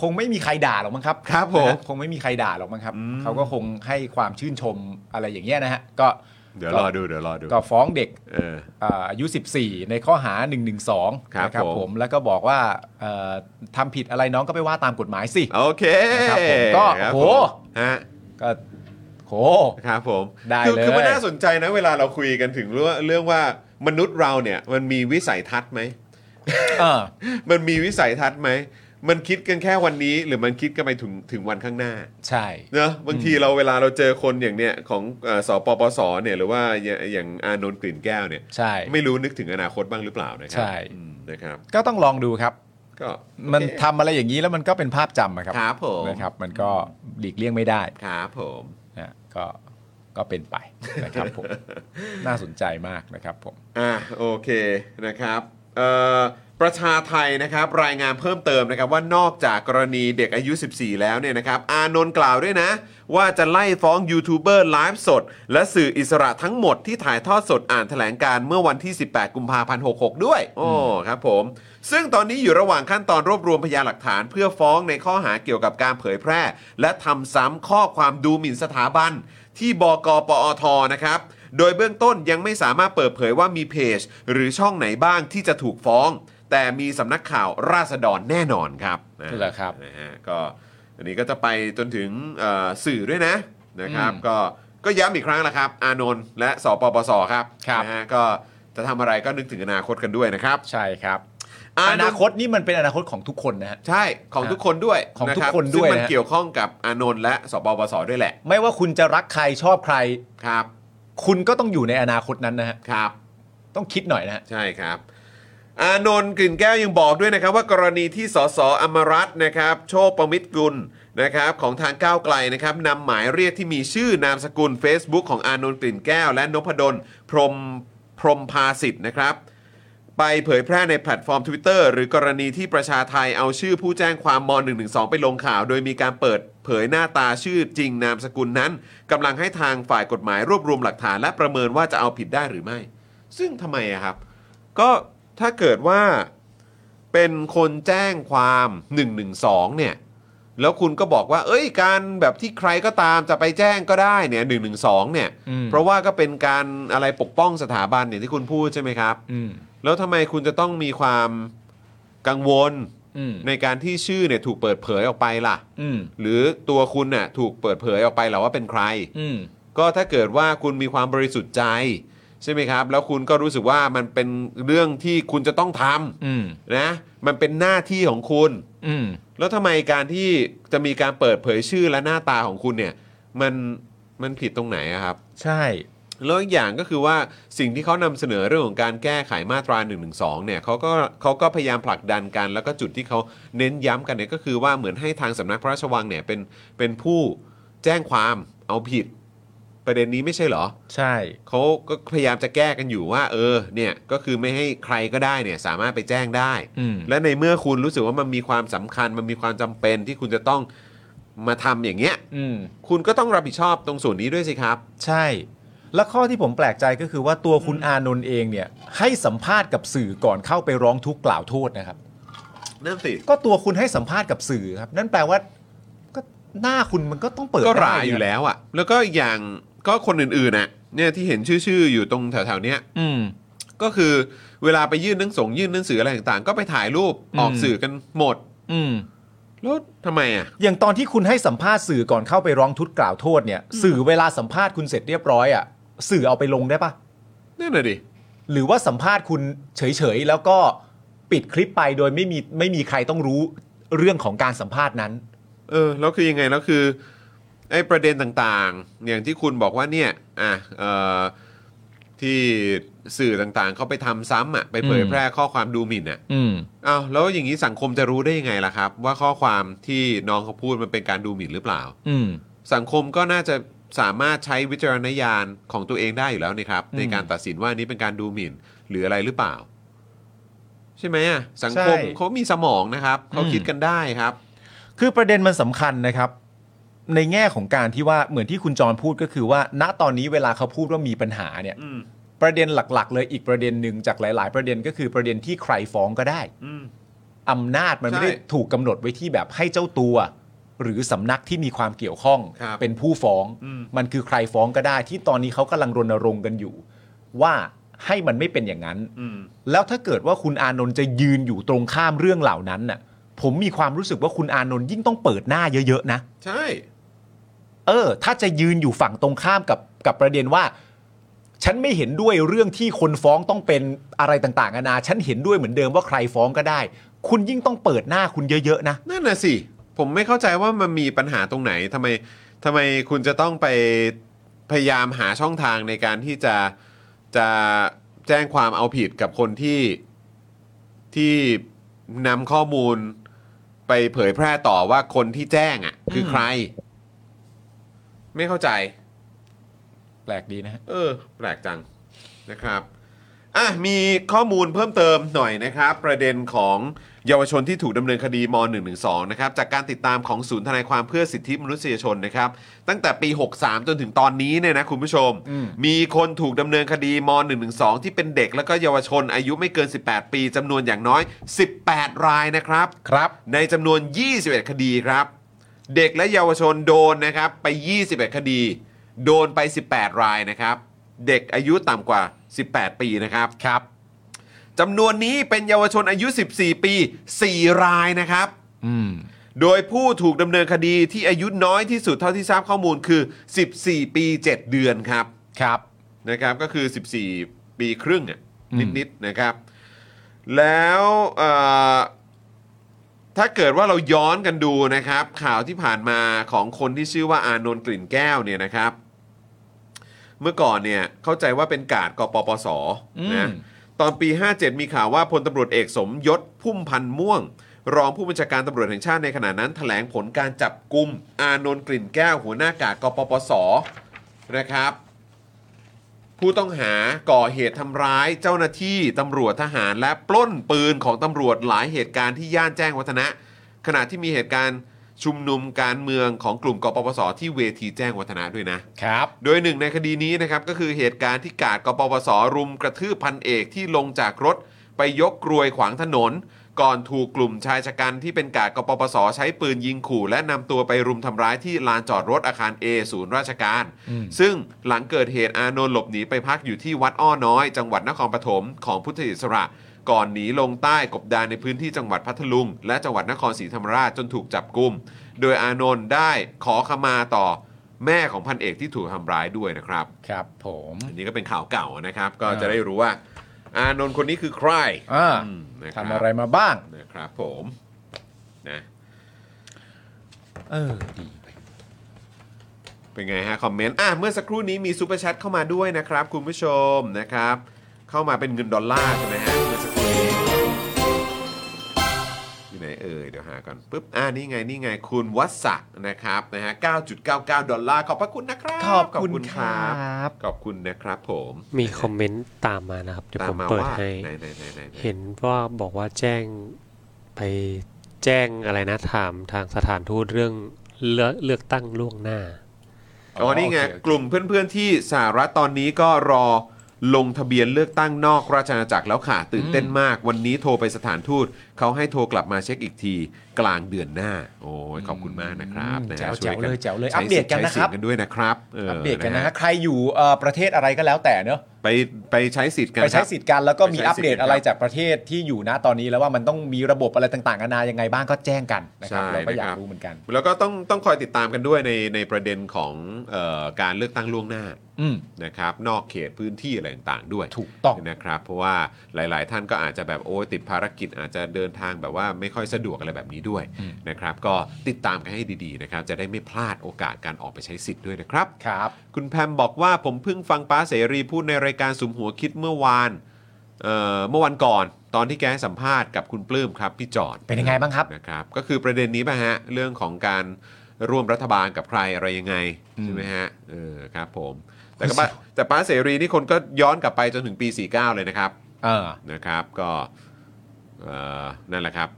B: คงไม่มีใครด่าหรอกมั้งครับ
A: ครับผม
B: นะฮะคงไม่มีใครด่าหรอกมั้งครับ เขาก็คงให้ความชื่นชมอะไรอย่างเงี้ยนะฮะ ก็
A: เดี๋ยวรอดูเดี๋ยวรอดู
B: ก็ฟ้องเด็ก
A: เออ
B: เอ่ออายุ 14 ในข้อหา 1 1 2
A: ครับ
B: นะครับ
A: ผม
B: ผม แล้วก็บอกว่าเอ่อทำผิดอะไรน้องก็ไปว่าตามกฎหมายสิ
A: โอเค
B: นะครับผมก็
A: ครับผ
B: โอ้
A: ม
B: โห
A: ฮะ
B: ก็โห
A: ครับผม
B: ได้
A: คือ
B: เลย
A: คือมันน่าสนใจนะเวลาเราคุยกันถึงเรื่องเรื่องว่ามนุษย์เราเนี่ยมันมีวิสัยทัศน์ไหม
B: เออ
A: มันมีวิสัยทัศน์ไหม มันคิดกันแค่วันนี้ หรือมันคิดกันไปถึงถึงวันข้างหน้า
B: ใช่
A: เนอะบางทีเราเวลาเราเจอคนอย่างเนี้ยของเอ่อสปปสเนี่ยหรือว่าอย่างอย่างอานนท์กลิ่นแก้วเนี่ย
B: ใช่
A: ไม่รู้นึกถึงอนาคตบ้างหรือเปล่านะครั
B: ใช่
A: อืมนะครับ
B: ก็ต้องลองดูครับ
A: ก็
B: มัน
A: โอเค
B: ทำอะไรอย่างนี้แล้วมันก็เป็นภาพจำอะครับ
A: ครับผม
B: นะครับ มันก็หลีกเลี่ยงไม่ได้
A: ครับผม
B: นะก็ก็เป็นไปนะครับ ผม น่าสนใจมากนะครับผม
A: อ่ะโอเคนะครับเอ่อประชาไทยนะครับรายงานเพิ่มเติมนะครับว่านอกจากกรณีเด็กอายุ 14 แล้วเนี่ยนะครับอานนท์กล่าวด้วยนะ ว่าจะไล่ฟ้องยูทูบเบอร์ไลฟ์สด และสื่ออิสระทั้งหมดที่ถ่ายทอดสดอ่านแถลงการณ์เมื่อวันที่ 18 กุมภาพันธ์ 66 ด้วย โอ้ครับผม ซึ่งตอนนี้อยู่ระหว่างขั้นตอนรวบรวมพยานหลักฐาน เพื่อฟ้องในข้อหาเกี่ยวกับการเผยแพร่ และทำซ้ำข้อความดูหมิ่นสถาบัน ที่บกปอทนะครับ โดยเบื้องต้นยังไม่สามารถเปิดเผยว่ามีเพจ หรือช่องไหนบ้างที่จะถูกฟ้อง แต่มีสำนักข่าวราษฎรแน่นอนครับนะ
B: เหรอครับ
A: นะฮะก็อันนี้ก็จะไปจนถึงเอ่อสื่อด้วยนะนะครับ
B: อืม
A: ก็ก็ย้ำอีกครั้งละครับ อานนท์และสปปสครับ
B: ครับ
A: นะฮะก็จะทำอะไรก็นึกถึงอนาคตกันด้วยนะครับ
B: ใช่ครับ
A: อ
B: อ
A: นา
B: นา
A: ค
B: ค
A: ต
B: ตนี่มันเป็นอนาคตของทุกคนนะฮะ
A: ใช่ของทุกคนด้วย
B: ของทุก
A: ะรับ
B: คนด้วย
A: ซึ่งมัน
B: นะฮะ
A: เกี่ยวข้องกับอานนท์และสปปสด้วยแหละ
B: ไม่ว่าคุณจะรักใครชอบใคร
A: ครับ
B: คุณก็ต้องอยู่ในอนาคตนั้นนะฮะ
A: ครับ
B: ต้องคิดหน่อยนะฮะ
A: ใช่ครับ อานนท์กลิ่นแก้วยังบอกด้วยนะครับว่ากรณีที่สสอมรัตน์นะครับ โชคประมิตรกุลนะครับของทางก้าวไกลนะครับนำหมายเรียกที่มีชื่อนามสกุล Facebook ของอานนท์กลิ่นแก้ว และนพดลพรหมพรหมพาสิทธิ์นะครับ ไปเผยแพร่ในแพลตฟอร์ม Twitter หรือกรณีที่ประชาไทยเอาชื่อผู้แจ้งความม .112 ไปลงข่าว โดยมีการเปิดเผยหน้าตาชื่อจริงนามสกุลนั้นกำลังให้ทางฝ่ายกฎหมายรวบรวมหลักฐาน และประเมินว่าจะเอาผิดได้หรือไม่ ซึ่งทำไมอะครับ ก็ถ้าเกิดว่าเป็นคนแจ้งความ 112 เนี่ย แล้วคุณก็บอกว่า เอ้ย การแบบที่ใครก็ตามจะไปแจ้งก็ได้เนี่ย112 เนี่ย
B: อืม
A: เพราะว่าก็เป็นการอะไรปกป้องสถาบันเนี่ยที่คุณพูดใช่ไหมครับ
B: อืม
A: แล้วทำไมคุณจะต้องมีความกังวล
B: อืม
A: ในการที่ชื่อเนี่ยถูกเปิดเผยออกไปล่ะ
B: อืม
A: หรือตัวคุณน่ะถูกเปิดเผยออกไปหรอว่าเป็นใคร
B: อืม
A: ก็ถ้าเกิดว่าคุณมีความบริสุทธิ์ใจใช่ไหมครับ แล้วคุณก็รู้สึกว่ามันเป็นเรื่องที่คุณจะต้องท
B: อืม
A: ำนะ มันเป็นหน้าที่ของคุณ
B: อืม
A: แล้วทำไมการที่จะมีการเปิดเผยชื่อและหน้าตาของคุณเนี่ยมันมันผิดตรงไหนอะครับ
B: ใช่
A: แล้วอีกอย่างก็คือว่าสิ่งที่เขานำเสนอเรื่องของการแก้ไขมาตรา1นึเนี่ยเขาก็เขาก็พยายามผลักดันกัน แล้วก็จุดที่เขาเน้นย้ำกันเนี่ยก็คือว่าเหมือนให้ทางสำนักพระราชวังเนี่ยเป็นเป็นผู้แจ้งความเอาผิด ประเด็นนี้ไม่ใช่เหรอ
B: ใช่
A: เขาก็พยายามจะแก้กันอยู่ว่า เออเนี่ยก็คือไม่ให้ใครก็ได้เนี่ยสามารถไปแจ้งได้
B: อืม
A: และในเมื่อคุณรู้สึกว่ามันมีความสำคัญมันมีความจำเป็นที่คุณจะต้องมาทำอย่างเงี้ย
B: อืม
A: คุณก็ต้องรับผิดชอบตรงส่วนนี้ด้วยสิครับ
B: ใช่ และข้อที่ผมแปลกใจก็คือว่าตัวคุณอานนท์เองเนี่ย ให้สัมภาษณ์กับสื่อก่อนเข้าไปร้องทุกข์กล่าวโทษนะครับ
A: นั่นสิ
B: ก็ตัวคุณให้สัมภาษณ์กับสื่อครับ นั่นแปลว่า ก็หน้าคุณมันก็ต้องเปิด
A: ก็หรา
B: ได้นะ
A: อยู่แล้วอะ่ะ แล้วก็อีกอย่างก็คนอื่นๆน่ะเนี่ยที่เห็นชื่อๆอยู่ตรงแถวๆเนี้ย
B: อืม
A: ก็คือเวลาไปยื่นหนังสงยื่นหนังสืออะไรต่างๆ ก็ไปถ่ายรูป
B: อืม
A: ออกสื่อกันหมด
B: อืม
A: แล้วทำไมอะ่ะ
B: อย่างตอนที่คุณให้สัมภาษณ์สื่อก่อนเข้าไปร้องทุกข์กล่าวโทษเนี่ย สื่อเวลาสัมภาษณ์คุณเสร็จเรียบร้อยอ่ะสื่อเอาไปลงได้ปะ
A: นั่นน่ะดิ
B: หรือว่าสัมภาษณ์คุณเฉยๆแล้วก็ปิดคลิปไปโดยไม่มีไม่มีใครต้องรู้เรื่องของการสัมภาษณ์นั้น
A: เออ แล้วคือยังไง แล้วคือไอ้ประเด็นต่างๆ อย่างที่คุณบอกว่าเนี่ย อ่ะเอ่อที่สื่อต่างๆ เขาไปทำซ้ำอ่ะ ไปเผย
B: อืม
A: แพร่ข้อความดูหมิ่นอ่ะ
B: อืม
A: อ้าวแล้วอย่างนี้สังคมจะรู้ได้ยังไงล่ะครับ ว่าข้อความที่น้องเขาพูดมันเป็นการดูหมิ่นหรือเปล่า
B: อืม
A: สังคมก็น่าจะ สามารถใช้วิจารณญาณของตัวเองได้อยู่แล้วนะครับ ในการตัดสินว่าอันนี้เป็นการดูหมิ่นหรืออะไรหรือเปล่า ใช่ไหมอะสังคม
B: ใช่
A: เขามีสมองนะครับเขา
B: อืม
A: คิดกันได้ครับ
B: คือประเด็นมันสำคัญนะครับ ในแง่ของการที่ว่าเหมือนที่คุณจรพูดก็คือว่า ณตอนนี้เวลาเขาพูดว่ามีปัญหาเนี่ยประเด็นหลัก ๆ เลยอีกประเด็นหนึ่งจากหลาย ๆ ประเด็นก็คือประเด็นที่ใครฟ้องก็ได้อำนาจมันไม่ได้
A: ใช่
B: ถูกกำหนดไว้ที่แบบให้เจ้าตัว หรือสำนักที่มีความเกี่ยวข้อง
A: ครับ
B: เป็นผู้ฟ้อง
A: อืม
B: มันคือใครฟ้องก็ได้ ที่ตอนนี้เขากำลังรณรงค์กันอยู่ ว่าให้มันไม่เป็นอย่างนั้น แล้วถ้าเกิดว่าคุณอานนท์จะยืนอยู่ตรงข้ามเรื่องเหล่านั้นน่ะ ผมมีความรู้สึกว่าคุณอานนท์ยิ่งต้องเปิดหน้าเยอะๆนะ
A: ใช่
B: เออ ถ้าจะยืนอยู่ฝั่งตรงข้ามกับกับประเด็นว่า ฉันไม่เห็นด้วยเรื่องที่คนฟ้องต้องเป็นอะไรต่างๆนานาฉันเห็นด้วยเหมือนเดิมว่าใครฟ้องก็ได้ คุณยิ่งต้องเปิดหน้าคุณเยอะๆนะ
A: นั่นน่ะสิ ผมไม่เข้าใจว่ามันมีปัญหาตรงไหนทำไมทำไมคุณจะต้องไปพยายามหาช่องทางในการที่จะจะแจ้งความเอาผิดกับคนที่ที่นำข้อมูลไปเผยแพร่ต่อว่าคนที่แจ้งอ่ะ คือใคร ไม่เข้าใจ
B: แปลกดีนะฮะ
A: เออแปลกจังนะครับอ่ะมีข้อมูลเพิ่มเติมหน่อยนะครับ ประเด็นของเยาวชนที่ถูกดำเนินคดีม .112 นะครับจากการติดตามของศูนย์ทนายความเพื่อสิทธิมนุษยชนนะครับ ตั้งแต่ปี 63 จนถึงตอนนี้เนี่ยนะคุณผู้ชม
B: อืม
A: มีคนถูกดำเนินคดีม .112 ที่เป็นเด็กแล้วก็เยาวชนอายุไม่เกิน 18 ปีจำนวนอย่างน้อย 18 รายนะครับ
B: ครับ
A: ในจำนวน 21 คดีครับ เด็กและเยาวชนโดนนะครับ ไป 21 คดี โดนไป 18 รายนะครับ เด็กอายุต่ำกว่า 18 ปีนะครับครับจำนวนนี้เป็นเยาวชนอายุ 14 ปี 4 รายนะครับ
B: อืม
A: โดยผู้ถูกดำเนินคดีที่อายุน้อยที่สุดเท่าที่ทราบข้อมูลคือ 14 ปี 7 เดือนครับ
B: ครับ
A: นะครับก็คือ 14 ปีครึ่งอ่ะ
B: อืม
A: นิดๆนะครับ แล้วเอ่อถ้าเกิดว่าเราย้อนกันดูนะครับ ข่าวที่ผ่านมาของคนที่ชื่อว่าอานนท์กลิ่นแก้วเนี่ยนะครับ เมื่อก่อนเนี่ยเข้าใจว่าเป็นกาดกปปสนะตอนปี 57 มีข่าวว่าพลตำรวจเอกสมยศพุ่มพันธ์ม่วง รองผู้บัญชาการตำรวจแห่งชาติในขณะนั้น แถลงผลการจับกลุ่มอานนท์กลิ่นแก้ว หัวหน้ากาดกปปสนะครับ ผู้ต้องหาก่อเหตุทำร้ายเจ้าหน้าที่ตำรวจทหารและปล้นปืนของตำรวจหลายเหตุการณ์ที่ย่านแจ้งวัฒนะ ขณะที่มีเหตุการณ์ชุมนุมการเมืองของกลุ่มกปปสที่เวทีแจ้งวัฒนะด้วยนะ
B: ครับ
A: โดยหนึ่งในคดีนี้นะครับก็คือเหตุการณ์ที่กาดกปปสรุมกระทืบพันเอกที่ลงจากรถ ไปยกกรวยขวางถนน ก่อนถูกกลุ่มชายชะกันที่เป็นกาดกปปสใช้ปืนยิงขู่ และนำตัวไปรุมทำร้ายที่ลานจอดรถอาคาร A ศูนย์ราชการ ซึ่งหลังเกิดเหตุอานนท์หลบหนีไปพักอยู่ที่วัดอ้อน้อย จังหวัดนครปฐมของพุทธอิสระ ก่อนหนีลงใต้กบดานในพื้นที่จังหวัดพัทลุง และจังหวัดนครศรีธรรมราชจนถูกจับกุม โดยอานนท์ได้ขอขมาต่อแม่ของพันเอกที่ถูกทำร้ายด้วยนะครับ
B: ครับ ผม
A: อันนี้ก็เป็นข่าวเก่านะครับ ก็
B: อ่า
A: จะได้รู้ว่าอานนท์คนนี้คือใคร
B: อ่า
A: อืมนคบ
B: ทำอะไรมาบ้าง
A: นะครับผมนะ
B: เออ
A: เป็นไงฮะ คอมเมนต์อ่ะเมื่อสักครู่นี้มีซูเปอร์แชทเข้ามาด้วยนะครับ คุณผู้ชมนะครับ เข้ามาเป็นเงินดอลลาร์ใช่ไหมฮะเมื่อสักครู่นี้อยู่ไหนเอ่ยเดี๋ยวหาก่อนปุ๊บอ่านี่ไงนี่ไงคุณวัสสักนะครับนะฮะ9.99 ดอลลาร์ขอบพระคุณนะครับ
B: ขอบคุณครับ
A: ขอบคุณนะครับผม
C: มีคอมเมนต์ตามมานะครับ เดี๋ยว
A: ตา
C: ผม ม
A: มา
C: เปิด
A: ว่า
C: ให้
A: ไหนไหนไหนไหนไหน
C: เห็นว่าบอกว่าแจ้งไปแจ้งอะไรนะถามทางสถานทูตเรื่องเลือกเลือกตั้งล่วงหน้า
A: อ๋อนี่ไง
B: โอเคโอเค
A: กลุ่มเพื่อนๆที่สหรัฐตอนนี้ก็รอลงทะเบียนเลือกตั้งนอกราชอาณาจักรแล้วค่ะตื่นเต้นมาก วันนี้โทรไปสถานทูตเขาให้โทรกลับมาเช็คอีกที กลางเดือนหน้า โอ้ยขอบคุณมากนะครับ
B: อืม
A: นะ
B: แจ๋
A: ฮะ
B: ว
A: ช่วย
B: แจ๋วเลยแจ๋วเลย
A: ใช้
B: อัปเดตกัน
A: สิทธิ์ใช้
B: นะค
A: เสี
B: รั
A: ย
B: บ
A: งกันด้วยนะครับ
B: อัปเดตกันนะฮะใครอยู่เอ่อประเทศอะไรก็แล้วแต่เนอะ
A: ไปไปใช้สิทธิ์กัน
B: ไปใช้
A: ครับ
B: สิทธิ์กันแล้วก็มี
A: ไปใช้
B: อัปเด
A: สิทธิ์
B: ต
A: กัน
B: อะไรจากประเทศที่อยู่นะตอนนี้แล้วว่ามันต้องมีระบบอะไรต่างๆนานายังไงบ้างก็แจ้งกันนะครับ
A: ใช่
B: เราก็อยา
A: นะ
B: ก
A: ครับ
B: รู้เหมือนกัน
A: แล้วก็ต้องต้องคอยติดตามกันด้วยในในประเด็นของเอ่อการเลือกตั้งล่วงหน้า
B: อืม
A: นะครับนอกเขตพื้นที่อะไรต่างๆด้วย
B: ถูกต้อง
A: นะครับ เพราะว่าหลาย ๆ ท่านก็อาจจะแบบโอ้ยติดภารกิจอาจจะเดินทางแบบว่าไม่ค่อยสะดวกอะไรแบบนี้ด้วย
B: อืม
A: นะครับ ก็ติดตามกันให้ดีๆนะครับจะได้ไม่พลาดโอกาสการออกไปใช้สิทธิ์ด้วยนะครับ
B: ครับ
A: คุณแพมบอกว่าผมเพิ่งฟังป้าเสรีพูดในรายการสุมหัวคิดเมื่อวานเอ่อเมื่อวันก่อน ตอนที่แกให้สัมภาษณ์กับคุณปลื้มครับพี่จอด
B: เป็นยังไงบ้างครับ
A: นะครับ ก็คือประเด็นนี้ป่ะฮะเรื่องของการ ร่วมรัฐบาลกับใครอะไรยังไง ใช่ไหมฮะเออครับผม แต่ก็ป้าแต่ป้าเสรีนี่คนก็ย้อนกลับไปจนถึงปี 49 เลยนะครับ
B: เออ
A: นะครับก็เอ่อนั่นแหละครับ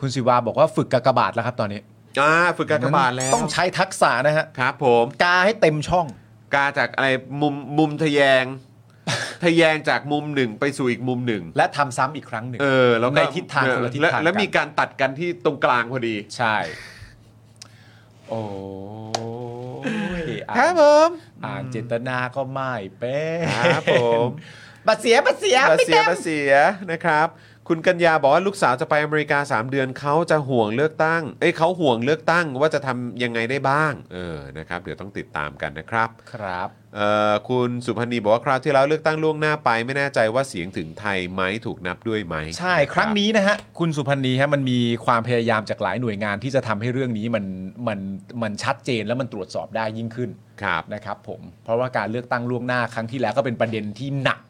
B: คุณสิวาบอกว่าฝึกกากบาทแล้วครับตอนนี้
A: อ่าฝึกกากบาทแล้ว
B: ต้องใช้ทักษะนะฮะ
A: ครับผม
B: กาให้เต็มช่อง
A: กาจากอะไรมุมมุมทะแย ง ทะแยงจากมุมหนึ่งไปสู่อีกมุมหนึ่ง
B: และทำซ้ำอีกครั้งหนึ่ง
A: เออแล้วก็
B: ในทิศทางคนละทิศทาง
A: แแล้ว
B: กัน
A: มีการตัดกันที่ตรงกลางพอดี
B: ใช่ โอ้ยอ่าน
A: ครับผม
B: อ่านเจตนาก็ไม่เป็น
A: ครับผม
B: บัตรเสียบัตรเสีย
A: ภา
B: พี่
A: ษี
B: แต้ม
A: ภาษีนะครับ คุณกัญญาบอกว่าลูกสาวจะไปอเมริกา 3 เดือนเขาจะห่วงเลือกตั้ง เอ้ยเขาห่วงเลือกตั้งว่าจะทำยังไงได้บ้าง เออนะครับ เดี๋ยวต้องติดตามกันนะครับ
B: ครับ
A: เอ่อคุณสุพันธ์นีบอกว่าคราวที่แล้วเลือกตั้งล่วงหน้าไป ไม่แน่ใจว่าเสียงถึงไทยไหมถูกนับด้วยไหม
B: ใช่ครั้งนี้นะฮะ คุณสุพันธ์นีฮะมันมีความพยายามจากหลายหน่วยงานที่จะทำให้เรื่องนี้มันมันมันชัดเจนและมันตรวจสอบได้ยิ่งขึ้น
A: ครับ
B: นะครับผมเพราะว่าการเลือกตั้งล่วงหน้าครั้งที่แล้วก็เป็นประเด็นที่หนัก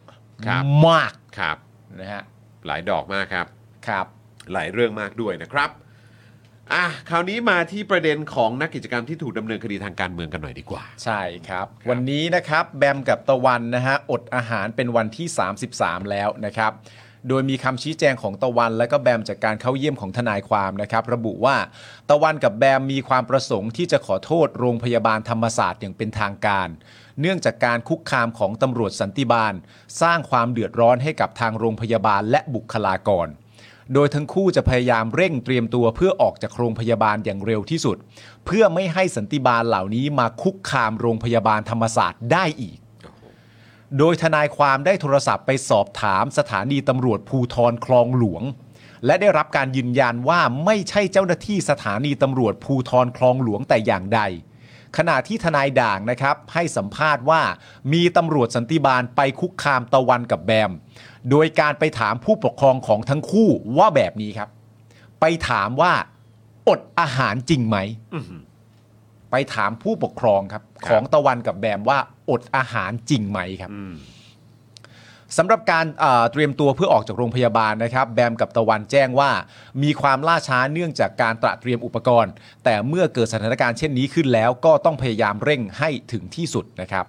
A: ครับ
B: มาก
A: ครับ
B: นะฮะ
A: หลายดอกมากครับ
B: ครับ
A: หลายเรื่องมากด้วยนะครับ อ่ะ คราวนี้มาที่ประเด็นของนักกิจกรรมที่ถูกดำเนินคดีทางการเมืองกันหน่อยดีกว่า
B: ใช่ครับ วันนี้นะครับ แบมกับตะวันนะฮะอดอาหารเป็นวันที่ 33 แล้วนะครับ โดยมีคำชี้แจงของตะวัน และก็แบมจากการเข้าเยี่ยมของทนายความนะครับ ระบุว่าตะวันกับแบมมีความประสงค์ที่จะขอโทษโรงพยาบาลธรรมศาสตร์อย่างเป็นทางการ เนื่องจากการคุกคามของตำรวจสันติบาล สร้างความเดือดร้อนให้กับทางโรงพยาบาลและบุคลากร โดยทั้งคู่จะพยายามเร่งเตรียมตัวเพื่อออกจากโรงพยาบาลอย่างเร็วที่สุด เพื่อไม่ให้สันติบาลเหล่านี้มาคุกคามโรงพยาบาลธรรมศาสตร์ได้อีก โดยทนายความได้โทรศัพท์ไปสอบถามสถานีตำรวจภูทรคลองหลวง และได้รับการยืนยันว่าไม่ใช่เจ้าหน้าที่สถานีตำรวจภูทรคลองหลวงแต่อย่างใด ขณะที่ทนายด่างนะครับให้สัมภาษณ์ว่ามีตำรวจสันติบาลไปคุกคามตะวันกับแบม โดยการไปถามผู้ปกครองของทั้งคู่ว่าแบบนี้ครับ ไปถามว่าอดอาหารจริงไหม ไปถามผู้ปกครองครับ ของตะวันกับแบมว่าอดอาหารจริงไหมครับ สำหรับการเอ่อเตรียมตัวเพื่อออกจากโรงพยาบาลนะครับแบมกับตะวันแจ้งว่า มีความล่าช้าเนื่องจากการตระเตรียมอุปกรณ์ แต่เมื่อเกิดสถานการณ์เช่นนี้ขึ้นแล้วก็ต้องพยายามเร่งให้ถึงที่สุดนะครับ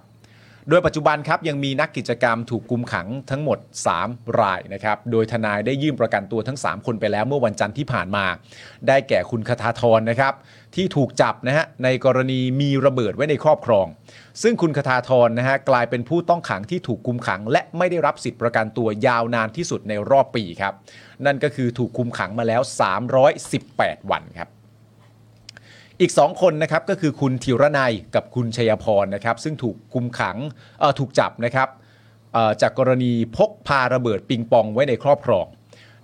B: โดยปัจจุบันครับยังมีนักกิจกรรมถูกกุมขังทั้งหมด 3 รายนะครับโดยทนายได้ยื่นประกันตัวทั้ง 3 คนไปแล้วเมื่อวันจันทร์ที่ผ่านมา ได้แก่คุณคทาธรนะครับที่ถูกจับนะฮะในกรณีมีระเบิดไว้ในครอบครอง ซึ่งคุณคทาธรนะฮะกลายเป็นผู้ต้องขังที่ถูกคุมขัง และไม่ได้รับสิทธิประกันตัวยาวนานที่สุดในรอบปีครับนั่นก็คือถูกคุมขังมาแล้ว 318 วันครับ อีก 2 คนนะครับก็คือคุณธีรนัยกับคุณชัยพรนะครับซึ่งถูกคุมขังเอ่อถูกจับนะครับเอ่อจากกรณีพกพาระเบิดปิงปองไว้ในครอบครอง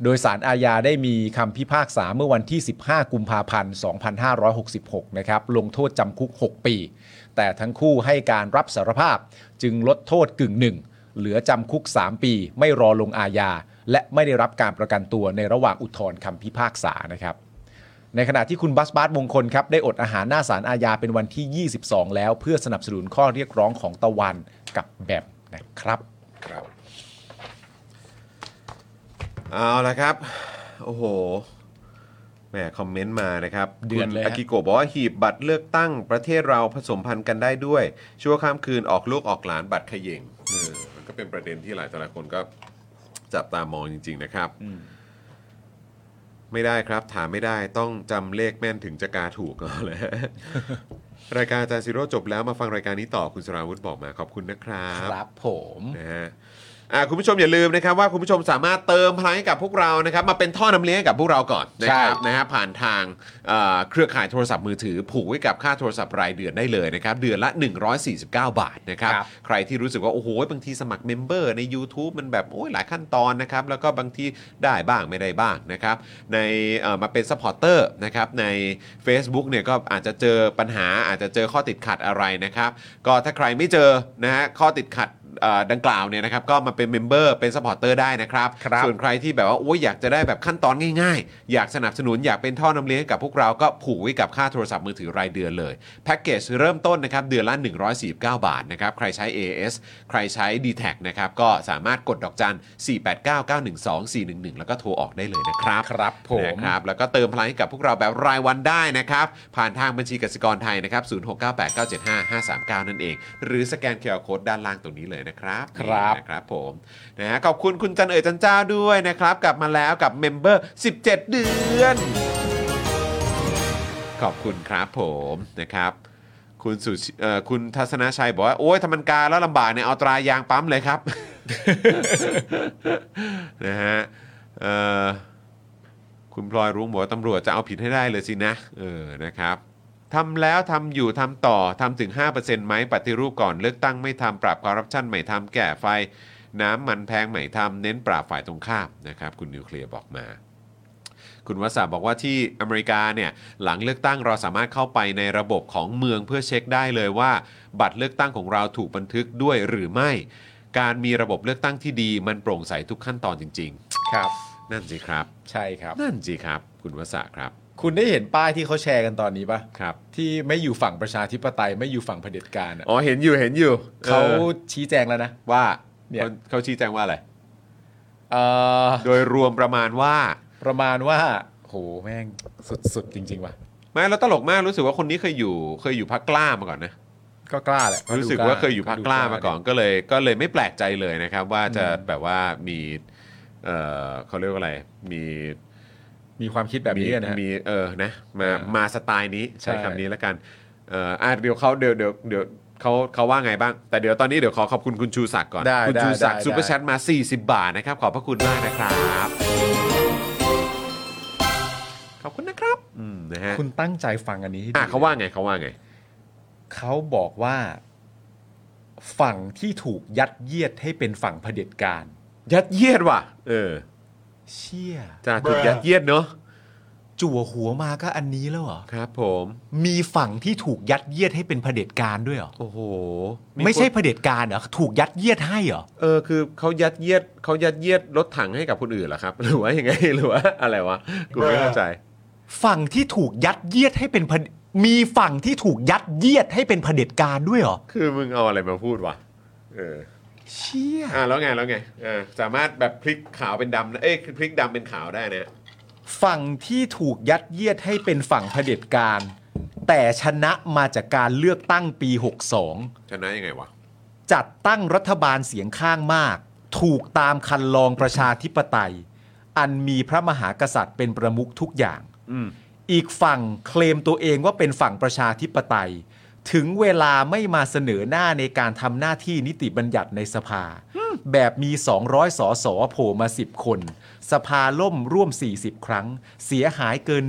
B: โดยสารอาญาได้มีคำพิพากษาเมื่อวันที่ 15 กุมภาพันธ์ 2566 นะครับลงโทษจำคุก 6 ปี แต่ทั้งคู่ให้การรับสารภาพจึงลดโทษกึ่งหนึ่ง เหลือจำคุก 3 ปี ไม่รอลงอาญา และไม่ได้รับการประกันตัวในระหว่างอุทธรณ์คำพิพากษานะครับ ในขณะที่คุณบัสบาสมงคลครับได้อดอาหารหน้าศาลอาญาเป็นวันที่ 22 แล้วเพื่อสนับสนุนข้อเรียกร้องของตะวันกับแบมนะครับ
A: เอาละครับ โอ้โห แหมคอมเมนต์มานะครับ
B: เดือด
A: คุณ
B: เลยฮะ
A: อากิโกะบอกว่าหีบบัตรเลือกตั้งประเทศเราผสมพันธุ์กันได้ด้วย ชั่วข้ามคืนออกลูกออกหลานบัตรเขย่งเออมันก็เป็นประเด็นที่หลายต่อหลายคนก็จับตามองจริง ๆ นะครับ ไม่ได้ครับ ถามไม่ได้ต้องจำเลขแม่นถึงจะก าถูกก็เลย รายการอาจารย์ซิโร่จบแล้วมาฟังรายการนี้ต่อคุณสราวุธบอกมาขอบคุณนะครับ
B: ครับผม
A: นะฮะอ่าคุณผู้ชมอย่าลืมนะครับว่าคุณผู้ชมสามารถเติมพลังให้กับพวกเรานะครับมาเป็นท่อนำเลี้ยงให้กับพวกเราก่อนนะครับนะฮะผ่านทางเอ่อเครือข่ายโทรศัพท์มือถือ ผูกไว้กับค่าโทรศัพท์รายเดือนได้เลยนะครับเดือนละ 149 บาทนะครับ
B: ครับ
A: ใครที่รู้สึกว่า โอ้โห บางทีสมัครเมมเบอร์ใน YouTube มันแบบโอ้ยหลายขั้นตอนนะครับแล้วก็บางทีได้บ้างไม่ได้บ้างนะครับในเอ่อมาเป็นซัพพอร์เตอร์นะครับใน Facebook เนี่ยก็อาจจะเจอปัญหาอาจจะเจอข้อติดขัดอะไรนะครับก็ถ้าใครไม่เจอนะฮะข้อติดขัด เอ่อดังกล่าวเนี่ยนะครับก็มาเป็นเมมเบอร์เป็นสปอร์เตอร์ได้นะครับ
B: ครับ
A: ส่วนใครที่แบบว่าโอ้ยอยากจะได้แบบขั้นตอนง่ายๆ อยากสนับสนุนอยากเป็นท่อนำเลี้ยงให้กับพวกเราก็ผูกไว้กับค่าโทรศัพท์มือถือรายเดือนเลย แพ็กเกจเริ่มต้นนะครับเดือนละ 149 บาทนะครับ ใครใช้ AS ใครใช้ d t แทนะครับก็สามารถกดดอกจัน 489-912-411 แล้วก็โทรออกได้เลยนะครับ
B: ครับผม
A: นะครับ ครับแล้วก็เติมพลังให้กับพวกเราแบบรายวันได้นะครับ ผ่านทางบัญชีกสิกรไทยนะครับ 0698975539 นั่นเอง หรือสแกนเคอร์โคดด้านล่างตรงนี้เลยนะครับ
B: ครับ
A: นี่นะครับผมนะฮะขอบคุณคุณจันเอ๋ยจันเจ้าด้วยนะครับ กลับมาแล้วกับเมมเบอร์ 17 เดือน ขอบคุณครับผมนะครับ คุณสุชิเอ่อคุณทัศนชัยบอกว่า โอ้ยทำมันกาแล้วลำบากเนี่ย เอาตรายางปั๊มเลยครับ นะฮะเอ่อ คุณพลอยรุ้งบอกว่าตำรวจจะเอาผิดให้ได้เลยสินะ เออ นะครับทำแล้วทำอยู่ทำต่อทำถึง 5%ไหมปฏิรูปก่อนเลือกตั้งไม่ทำปราบคอร์รัปชันไม่ทำแก่ไฟ น้ำมันแพงไม่ทำเน้นปราบฝ่ายตรงข้ามนะครับ คุณนิวเคลียร์บอกมา คุณวสันต์บอกว่าที่อเมริกาเนี่ยหลังเลือกตั้งเราสามารถเข้าไปในระบบของเมืองเพื่อเช็คได้เลยว่า บัตรเลือกตั้งของเราถูกบันทึกด้วยหรือไม่ การมีระบบเลือกตั้งที่ดีมันโปร่งใสทุกขั้นตอนจริง
B: ครับ
A: ๆ นั่นสิครับ
B: ใช่ครับ
A: นั่นสิครับ คุณวสาครับ
B: คุณได้เห็นป้ายที่เขาแชร์กันตอนนี้ปะ
A: ครับ
B: ที่ไม่อยู่ฝั่งประชาธิปไตยไม่อยู่ฝั่งเผด็จการอะ
A: อ๋อเห็นอยู่เห็นอยู่
B: เขา
A: ออ
B: ชี้แจงแล้วนะ
A: ว่า
B: เนี่ย
A: เขาเขาชี้แจงว่าอะไร
B: เอ่อ
A: โดยรวมประมาณว่า
B: ประมาณว่าโหแม่งสุดๆจริงๆว่ะ
A: ไม่แล้วตลกมากรู้สึกว่าคนนี้เคยอยู่เคยอยู่พักกล้ามาก่อนนะ
B: ก็กล้าแหละดู
A: รู้สึกว่าเคยอยู่พักกล้ามาก่อนก็เลย ก็เลยไม่แปลกใจเลยนะครับ ว่าจะแบบว่ามีเออเขาเรียกว่าอะไรมี
B: มีความคิดแบบ
A: มี
B: นี้กันนะฮะ
A: มีเออนะมา
B: อ่า
A: มาสไตล์นี้ใช้
B: ใช่
A: คำนี้แล้วกันเอออ่ะเดี๋ยวเขาเดี๋ยวเดี๋ยวเดี๋ยวเขาเขาว่าไงบ้าง แต่เดี๋ยวตอนนี้เดี๋ยวขอขอบคุณคุณชูศักดิ์ก่อน
B: ได้
A: คุณ
B: ได้
A: ชูศักดิ์
B: ได้
A: ซูเปอร์
B: ได้
A: แชทมา 40 บาทนะครับ ขอบพระคุณมากนะครับ ขอบคุณนะครับ อืมนะฮะ
B: คุณตั้งใจฟังอันนี้ให้ดี
A: อ่ะเขาว่าไงเขาว่าไง
B: เขาบอกว่า ฝั่งที่ถูกยัดเยียดให้เป็นฝั่งเผด็จการ
A: ยัดเยียดว่ะ เออ
B: เชี่ย
A: จะถูกยัดเยียดเนาะ
B: จั่วหัวมาก็อันนี้แล้วเหรอ
A: ครับผม
B: มีฝั่งที่ถูกยัดเยียดให้เป็นเผด็จการด้วยเหรอ
A: โอ้โห
B: ไม่ใช่
A: คน
B: เผด็จการเหรอ ถูกยัดเยียดให้เหรอ
A: เออคือเขายัดเยียดเขายัดเยียดรถถังให้กับคนอื่นเหรอครับ หรือว่ายังไง หรือว่าอะไรวะกูไม่เข้าใจ
B: ฝั่งที่ถูกยัดเยียดให้เป็นเผดมีฝั่งที่ถูกยัดเยียดให้เป็นเผด็จการด้วยเหรอ
A: คือมึงเอาอะไรมาพูดวะเออ
B: เชี่ย
A: อ่ะแล้วไงแล้วไงเออสามารถแบบพลิกขาวเป็นดำนะเอ้ยพลิกดำเป็นขาวได้นะ
B: ฝั่งที่ถูกยัดเยียดให้เป็นฝั่งเผด็จการ แต่ชนะมาจากการเลือกตั้งปี
A: ชนะยังไงวะ
B: 62 จัดตั้งรัฐบาลเสียงข้างมาก ถูกตามคันลองประชาธิปไตย อันมีพระมหากษัตริย์เป็นประมุขทุกอย่าง อีกฝั่งเคลมตัวเองว่าเป็นฝั่งประชาธิปไตย ถึงเวลาไม่มาเสนอหน้าในการทำหน้าที่นิติบัญญัติในสภา แบบมี 200สอสอโผล่มา 10 คน สภาล่มร่วม 40 ครั้ง เสียหายเกิน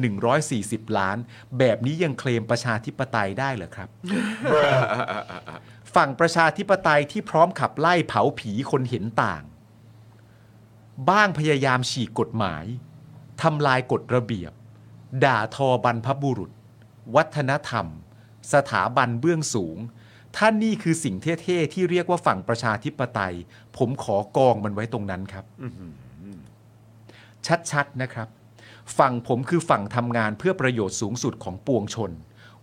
B: 140 ล้าน แบบนี้ยังเคลมประชาธิปไตยได้เหรอครับ ฝั่งประชาธิปไตยที่พร้อมขับไล่เผาผีคนเห็นต่าง บ้างพยายามฉีกกฎหมายทำลายกฎระเบียบ ด่าทอบรรพบุรุษ วัฒนธรรม สถาบันเบื้องสูง ท่านนี่คือสิ่งเท่ๆที่เรียกว่าฝั่งประชาธิปไตย ผมขอกองมันไว้ตรงนั้นครับ ชัดๆนะครับ ฝั่งผมคือฝั่งทำงานเพื่อประโยชน์สูงสุดของปวงชน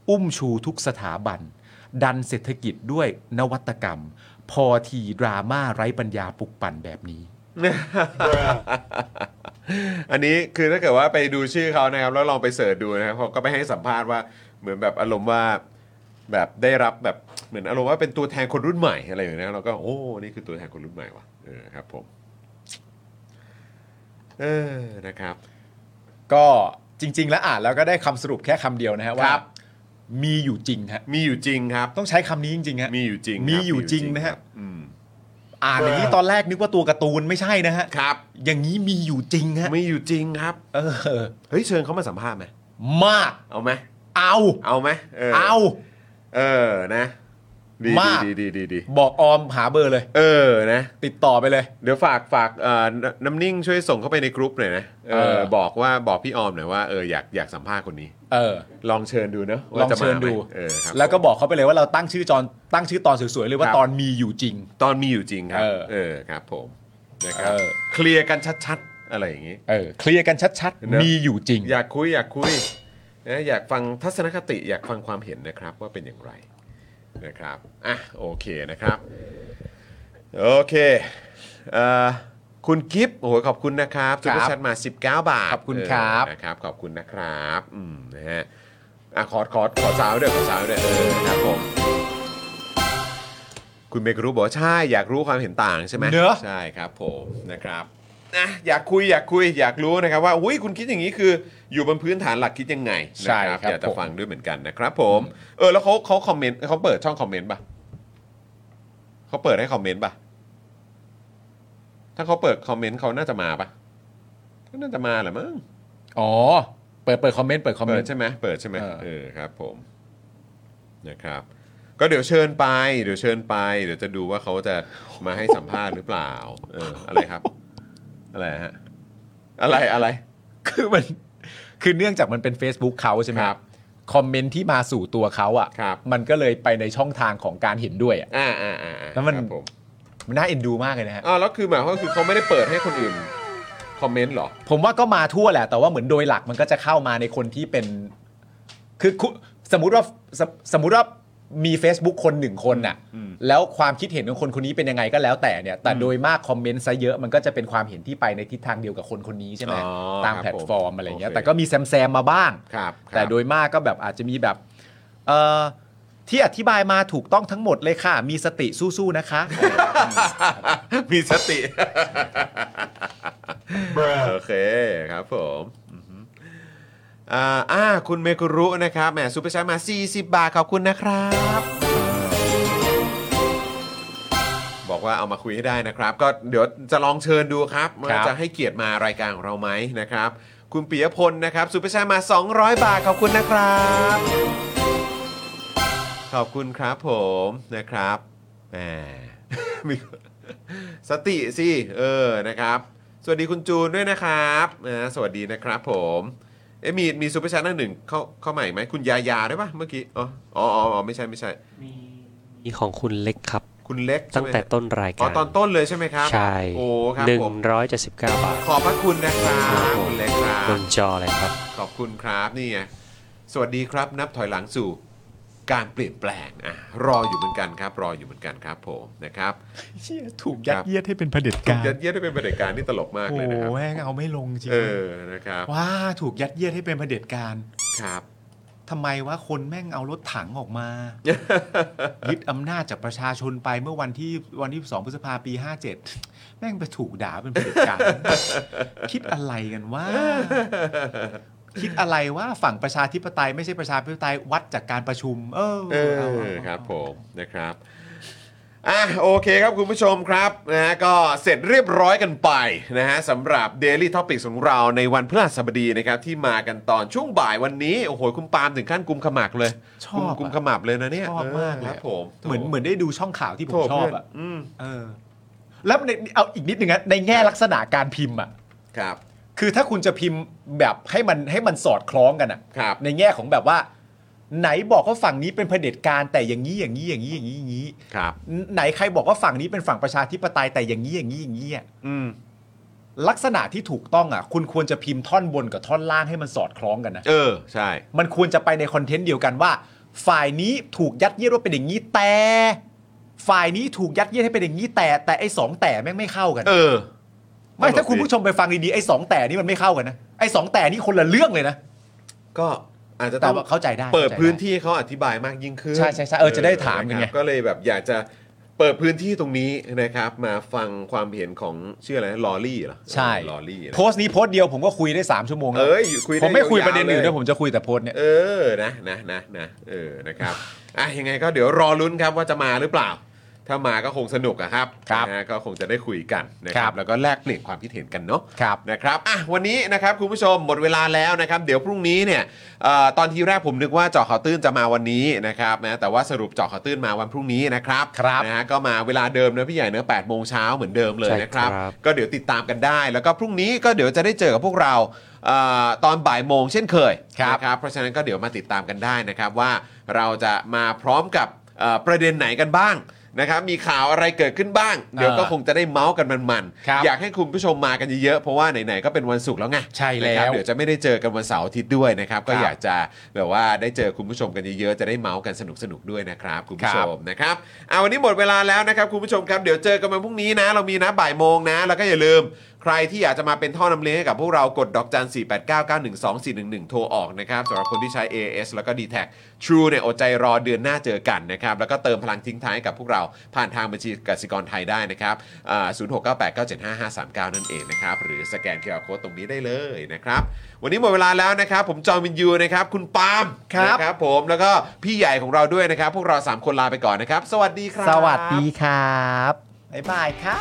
B: อุ้มชูทุกสถาบัน ดันเศรษฐกิจด้วยนวัตกรรม พอทีดราม่าไร้ปัญญาปลุกปั่นแบบนี้
A: อันนี้คือถ้าเกิดว่าไปดูชื่อเขานะครับ แล้วลองไปเสิร์ชดูนะครับเขาก็ไปให้สัมภาษณ์ว่าเหมือนแบบอารมณ์ว่าแบบได้รับแบบเหมือนอารมณ์ว่าเป็นตัวแทนคนรุ่นใหม่อะไรอย่างเงี้ยเราก็โอ้นี่คือตัวแทนคนรุ่นใหม่ว่ะเออครับผมเออนะครับ
B: ก็จริง ๆ แล้วอ่านแล้วก็ได้คำสรุปแค่คำเดียวนะฮะว่า
A: ครับ
B: มีอยู่จริงฮะ
A: มีอยู่จริงครับ
B: ต้องใช้คำนี้จริงๆฮะ
A: มีอยู่จริง
B: มีอยู่จริงนะฮะ
A: อืม
B: อ่านอย่างนี้ตอนแรกนึกว่าตัวการ์ตูนไม่ใช่นะฮะ
A: ครับ
B: อย่างนี้มีอยู่จริงฮะ
A: มีอยู่จริงครับ
B: เออ
A: เฮ้ยเชิญเขามาสัมภาษณ์ไหม
B: มาก
A: เอาไหม
B: เอา
A: เอาไหม
B: เอา
A: เออนะ ดี
B: มาก
A: ดีดีดีดี
B: บอกออมหาเบอร์เลย
A: เออนะ
B: ติดต่อไปเลย
A: เดี๋ยวฝากฝากเอ่อนน้ำนิ่งช่วยส่งเข้าไปในกรุ๊ปหน่อยนะเอ
B: เอ
A: อ
B: อ
A: บอกว่าบอกพี่ออมหน่อยว่าเอออยากอยากสัมภาษณ์คนนี้
B: เออ
A: ลองเชิญดูเนอะว่า
B: ลอง
A: จะมา
B: เชิญ
A: ไหม
B: ดู
A: เออครับ
B: แล้วก็บอกเขาไปเลยว่าเราตั้งชื่อจอนตั้งชื่อตอนสวยๆเลยว่า
A: ครับ
B: ตอนมีอยู่จริง
A: ตอนมีอยู่จริงครับ
B: เออ
A: เออครับผมนะครับ
B: เออ
A: เคลียร์กันชัดๆ อะไรอย่างนี้
B: เออเคลียร์กันชัด
A: เนอะ
B: ๆ มีอยู่จริง
A: อยากคุยอยากคุยนะอยากฟังทัศนคติอยากฟังความเห็นนะครับว่าเป็นอย่างไรนะครับอ่ะโอเคนะครับ โอเคเอ่อคุณกิฟต์โอ้โหขอบคุณนะครับ
B: ครับ
A: ทุกชัดมา 19 บาท
B: ขอบคุณครับ
A: เออนะครับ ขอบคุณนะครับอืมนะฮะอ่ะขอขอขอสาวด้วยขอสาวด้วยเออครับผมคุณเมกรู้บอกว่าใช่อยากรู้ความเห็นต่างใช่ไหม
B: เนอะ
A: ใช่ครับผมนะครับ นะอยากคุยอยากคุยอยากรู้นะครับว่าอุ้ยคุณคิดอย่างนี้คืออยู่บนพื้นฐานหลักคิดยังไงนะ
B: ใช่ครับ
A: อยากจะ
B: ผม
A: ฟังด้วยเหมือนกันนะครับผมเออแล้วเขาเขาคอมเมนต์เขาเปิดช่องคอมเมนต์ป่ะเขาเปิดให้คอมเมนต์ป่ะถ้าเขาเปิดคอมเมนต์เขาน่าจะมาป่ะก็น่าจะมาแหละมั้ง
B: อ๋อ เปิดเปิดคอมเมนต์เปิดคอมเม
A: เปิด
B: นต์
A: ใช่ไหมเปิดใช่ไหม
B: เออ
A: เออครับ ผมนะครับ ก็เดี๋ยวเชิญไป เดี๋ยวเชิญไป เดี๋ยวจะดูว่าเขาจะมาให้สัมภาษณ์หรือเปล่า เอออะไรครับอะไรฮะอะไรอะไร
B: คือมัน คือเนื่องจากมันเป็น Facebook เขาใช่ไหม
A: ค
B: ค
A: รั
B: รั
A: บบ
B: คอมเมนต์ที่มาสู่ตัวเขาอ่ะ
A: ครับ
B: มันก็เลยไปในช่องทางของการเห็นด้วยอ่ะ
A: อ่าอ่าอ่าอ่า
B: แล้วมัน
A: ครับผม
B: มันน่าเอ็นดูมากเลยนะฮะ
A: อ่าแล้วคือหมายความว่าคือเขาไม่ได้เปิดให้คนอื่นคอมเมนต์เหรอ
B: ผมว่าก็มาทั่วแหละ แต่ว่าเหมือนโดยหลักมันก็จะเข้ามาในคนที่เป็น คือคุสมมติว่าสมสมมติว่ามี Facebook คนหนึ่งคนน่ะแล้วความคิดเห็นของคนคนนี้เป็นยังไงก็แล้วแต่เนี่ย แต่โดยมากคอมเมนต์ซะเยอะมันก็จะเป็นความเห็นที่ไปในทิศทางเดียวกับคนคนนี้ใช่ไหม
A: อ๋อ
B: ตาม
A: ครับ
B: แพลตฟอร์มอะไรเงี้ย
A: ผม
B: แต่ก็มีแซมแซมๆมาบ้าง
A: ครับ
B: แต่โดยมากก็แบบอาจจะมีแบบเอ่อที่อธิบายมาถูกต้องทั้งหมดเลยค่ะ มีสติสู้ๆนะคะ
A: มีสติ โอเคครับผมอือฮึอ่าอ่าคุณเมกุรุนะครับแหมซูเปอร์ชาร์จมา 40 บาทขอบคุณนะครับ บอกว่าเอามาคุยให้ได้นะครับ ก็เดี๋ยวจะลองเชิญดูครับว่าจะให้เกียรติมารายการของเราไหมนะครับ คุณปิยพลนะครับซูเปอร์ชาร์จมา 200 บาทขอบคุณนะครับ ขอบคุณครับผมนะครับแหม มีสติสิเออนะครับ สวัสดีคุณจูนด้วยนะครับนะสวัสดีนะครับผมเอะมีมีซูเปอร์ชาร์จหนึ่งเข้าเข้าใหม่ไหมคุณยายาด้วยปะเมื่อกี้อ๋ออ๋ออ๋ออ๋อไม่ใช่ไม่ใช่
C: นี่ของคุณเล็กครับ
A: คุณเล็กใช่
C: ตั้ง
A: ไหม
C: แต่ต้นราย
A: อ๋อ
C: การ
A: ตอนต้นเลยใช่ไหมครับ
C: ใช่
A: โอ้ครับ
C: หนึ่ง
A: ผม
C: ร้อยเจ็ดสิบเก้าบาท
A: ขอบพระคุณนะครับคุณเล็กครับ
C: นจอเลยครับ
A: ขอบคุณครับนี่ไงสวัสดีครับนับถอยหลังสู่การเปลี่ยนแปลงอ่ะรออยู่เหมือนกันครับ รออยู่เหมือนกันครับผมนะครับ
B: ถูกยัดเยียดให้เป็นเผด็จ
A: ถู
B: กาก ร
A: ยัดเยียดให้เป็นประเด็จการที่ตลกมาก
B: โอ้
A: เลยนะครับ
B: แม่งเอาไม่ลงจริง
A: เออ นะครับ
B: ว้าถูกยัดเยียดให้เป็นเผด็จการ
A: ครับ
B: ทำไมว่าคนแม่งเอารถถังอ อกมา ยึดอำนาจจากประชาชนไปเมื่อวันที่วันที่2พฤษภาปี 57 แม่งไปถูกด่าเป็นเผด็จการ คิดอะไรกัน ว่า คิดอะไรว่าฝั่งประชาธิปไตยไม่ใช่ประชาธิปไตยวัดจากการประชุม เออ
A: เอ
B: อาอา
A: อ
B: อา
A: ครับผม นะครับ อ่ะ โอเคครับคุณผู้ชมครับนะฮะก็เสร็จเรียบร้อยกันไปนะฮะสำหรับ Daily Topics ของเราในวันพฤหัสบดีนะครับ ที่มากันตอนช่วงบ่ายวันนี้ โอ้โห คุณปาล์มถึงขั้นกุมขมักเลย
B: ชอบอะ
A: กุมขมับเลยนะเนี่ย
B: ชอบมาก
A: เออค
B: เลย
A: รับผม
B: เหมือนเหมือนได้ดูช่องข่าวที่ผม
A: โถ่
B: ชอบ
A: เพื่น
B: อ่ะ
A: อืม
B: เออ แล้วในเอาอีกนิดนึงนะในแง่ลักษณะการพิมพ์อ่ะ
A: ครับ
B: คือถ้าคุณจะพิมพ์แบบให้มันให้มันสอดคล้องกันอ่ะ
A: ครับ
B: ในแง่ของแบบว่า ไหนบอกว่าฝั่งนี้เป็นเผด็จการแต่อย่างนี้อย่างนี้อย่างนี้อย่างนี้อย่างนี้
A: ครับ
B: ไหนใครบอกว่าฝั่งนี้เป็นฝั่งประชาธิปไตยแต่อย่างนี้อย่างนี้อย่างนี้อะ
A: อืม
B: ลักษณะที่ถูกต้องอ่ะ คุณควรจะพิมพ์ท่อนบนกับท่อนล่างให้มันสอดคล้องกันนะ
A: เออ ใช่
B: มันควรจะไปในคอนเทนต์เดียวกันว่า ฝ่ายนี้ถูกยัดเยียดว่าเป็นอย่างนี้แต่ ฝ่ายนี้ถูกยัดเยียดให้เป็นอย่างนี้แต่แต่ไอ้สองแต่แม่งไม่เข้ากัน
A: เออ
B: ไม่ถ้าคุณผู้ชมไปฟังดีๆไอ้สองแต่นี่มันไม่เข้ากันนะไอ้สองแต่นี่คนละเรื่องเลยนะ
A: ก็อาจจะต้
B: แต่
A: อง
B: ว่าเข้าใจได้
A: เปิด
B: ข้าใจไ
A: พื้นที่ให้เขาอธิบายมากยิ่งขึ้น
B: ใช่ใช่ใช่เออจะได้ถามกัน
A: นะค
B: ไง
A: รับก็เลยแบบอยากจะเปิดพื้นที่ตรงนี้นะครับ มาฟังความเห็นของชื่ออะไรนะลอรี่เหรอ
B: ใช่
A: ลอรี่นะ
B: โพสต์นี้โพสต์เดียวผมก็คุยได้สามชั่วโมงแล้ว
A: เอ้ยอยู่คุยด้
B: ผมไม่คุย
A: าวๆ
B: ประเด็นอื่นด้วย
A: ล
B: ผมจะคุยแต่โพสต์เนี่ย
A: เออนะนะนะนะเออนะครับอ่ะยังไงก็เดี๋ยวรอลุ้นครับว่าจะมาหรือเปล่า ถ้ามาก็คงสนุกอะครับ
B: ครับ
A: นะฮะก็คงจะได้คุยกันนะค
B: ครั
A: รับบ แล้วก็แลกเปลี่ยนความคิดเห็นกันเนาะ
B: ครับ
A: นะครับอ่ะวันนี้นะครับคุณผู้ชมหมดเวลาแล้วนะครับเดี๋ยวพรุ่งนี้เนี่ยเอ่อตอนทีแรกผมนึกว่าเจาะข่าวตื้นจะมาวันนี้นะครับนะแต่ว่าสรุปเจาะข่าวตื้นมาวันพรุ่งนี้นะครับ
B: ครับ
A: นะฮะก็มาเวลาเดิมนะพี่ใหญ่เนอะแปดโมงเช้าเหมือนเดิมเลย
C: ใช่
A: นะครับ
C: ครับ
A: ก็เดี๋ยวติดตามกันได้ แล้วก็พรุ่งนี้ก็เดี๋ยวจะได้เจอกับพวกเราเอ่อตอนบ่ายโมงเช่นเคย
B: ครับ
A: นะครับเพราะฉะนั้นก็เดี๋ยวมาติดตามกันได้นะครับว่าเราจะมาพร้อมกับเอ่อประเด็นไหนกันบ้างนะครับมีข่าวอะไรเกิดขึ้นบ้าง เดี๋ยวก็คงจะได้เมาส์กันมัน
B: ครับ
A: ๆอยาก อยากให้คุณผู้ชมมากันเยอะๆ เพราะว่าไหนๆ ก็เป็นวันศุกร์แล้วไง
B: ใช่แล้
A: นะ
B: ว
A: ครับเดี๋ยวจะไม่ได้เจอกันวันเสาร์อาทิตย์ด้วยนะครับ ก็
B: ครับ
A: อยากจะแบบว่าได้เจอคุณผู้ชมกันเยอะๆ จะได้เมาส์กันสนุกๆ ด้วยนะครับ คุณผู้ชมนะครับเอาวันนี้หมดเวลาแล้วนะครับคุณผู้ชมครับ เดี๋ยวเจอกันวันพรุ่งนี้นะ เรามีนะบ่ายโมงนะ แล้วก็อย่าลืม ใครที่อยากจะมาเป็นท่อนำเลี้ยงให้กับพวกเรากดดอกจัน 4 8 9 9 1 2 4 1 1 โทรออกนะครับสำหรับคนที่ใช้ AS แล้วก็ d t แท True เนี่ยอดใจรอเดือนหน้าเจอกันนะครับ แล้วก็เติมพลังทิ้งท้ายให้กับพวกเราผ่านทางบัญชีกสิกรไทยได้นะครับ0 6 9 8 9 7 5 5 3 9 นั่นเองนะครับ หรือสแกน QR Code ตรงนี้ได้เลยนะครับ วันนี้หมดเวลาแล้วนะครับ ผมจอมินยูนะครับ คุณปาล์ม
B: ครับ
A: นะครับผมแล้วก็พี่ใหญ่ของเราด้วยนะครับ พวกเราสามคนลาไปก่อนนะครับ สวัสดีครับ
B: สวัสดีครับบ๊ายบายครับ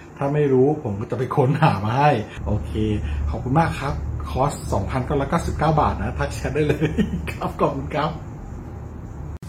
D: ถ้าไม่รู้ผมก็จะไปค้นหามาให้ โอเค ขอบคุณมากครับ คอร์ส 2,999 บาทนะ ทักแชทได้เลย ครับ ขอบคุณครับ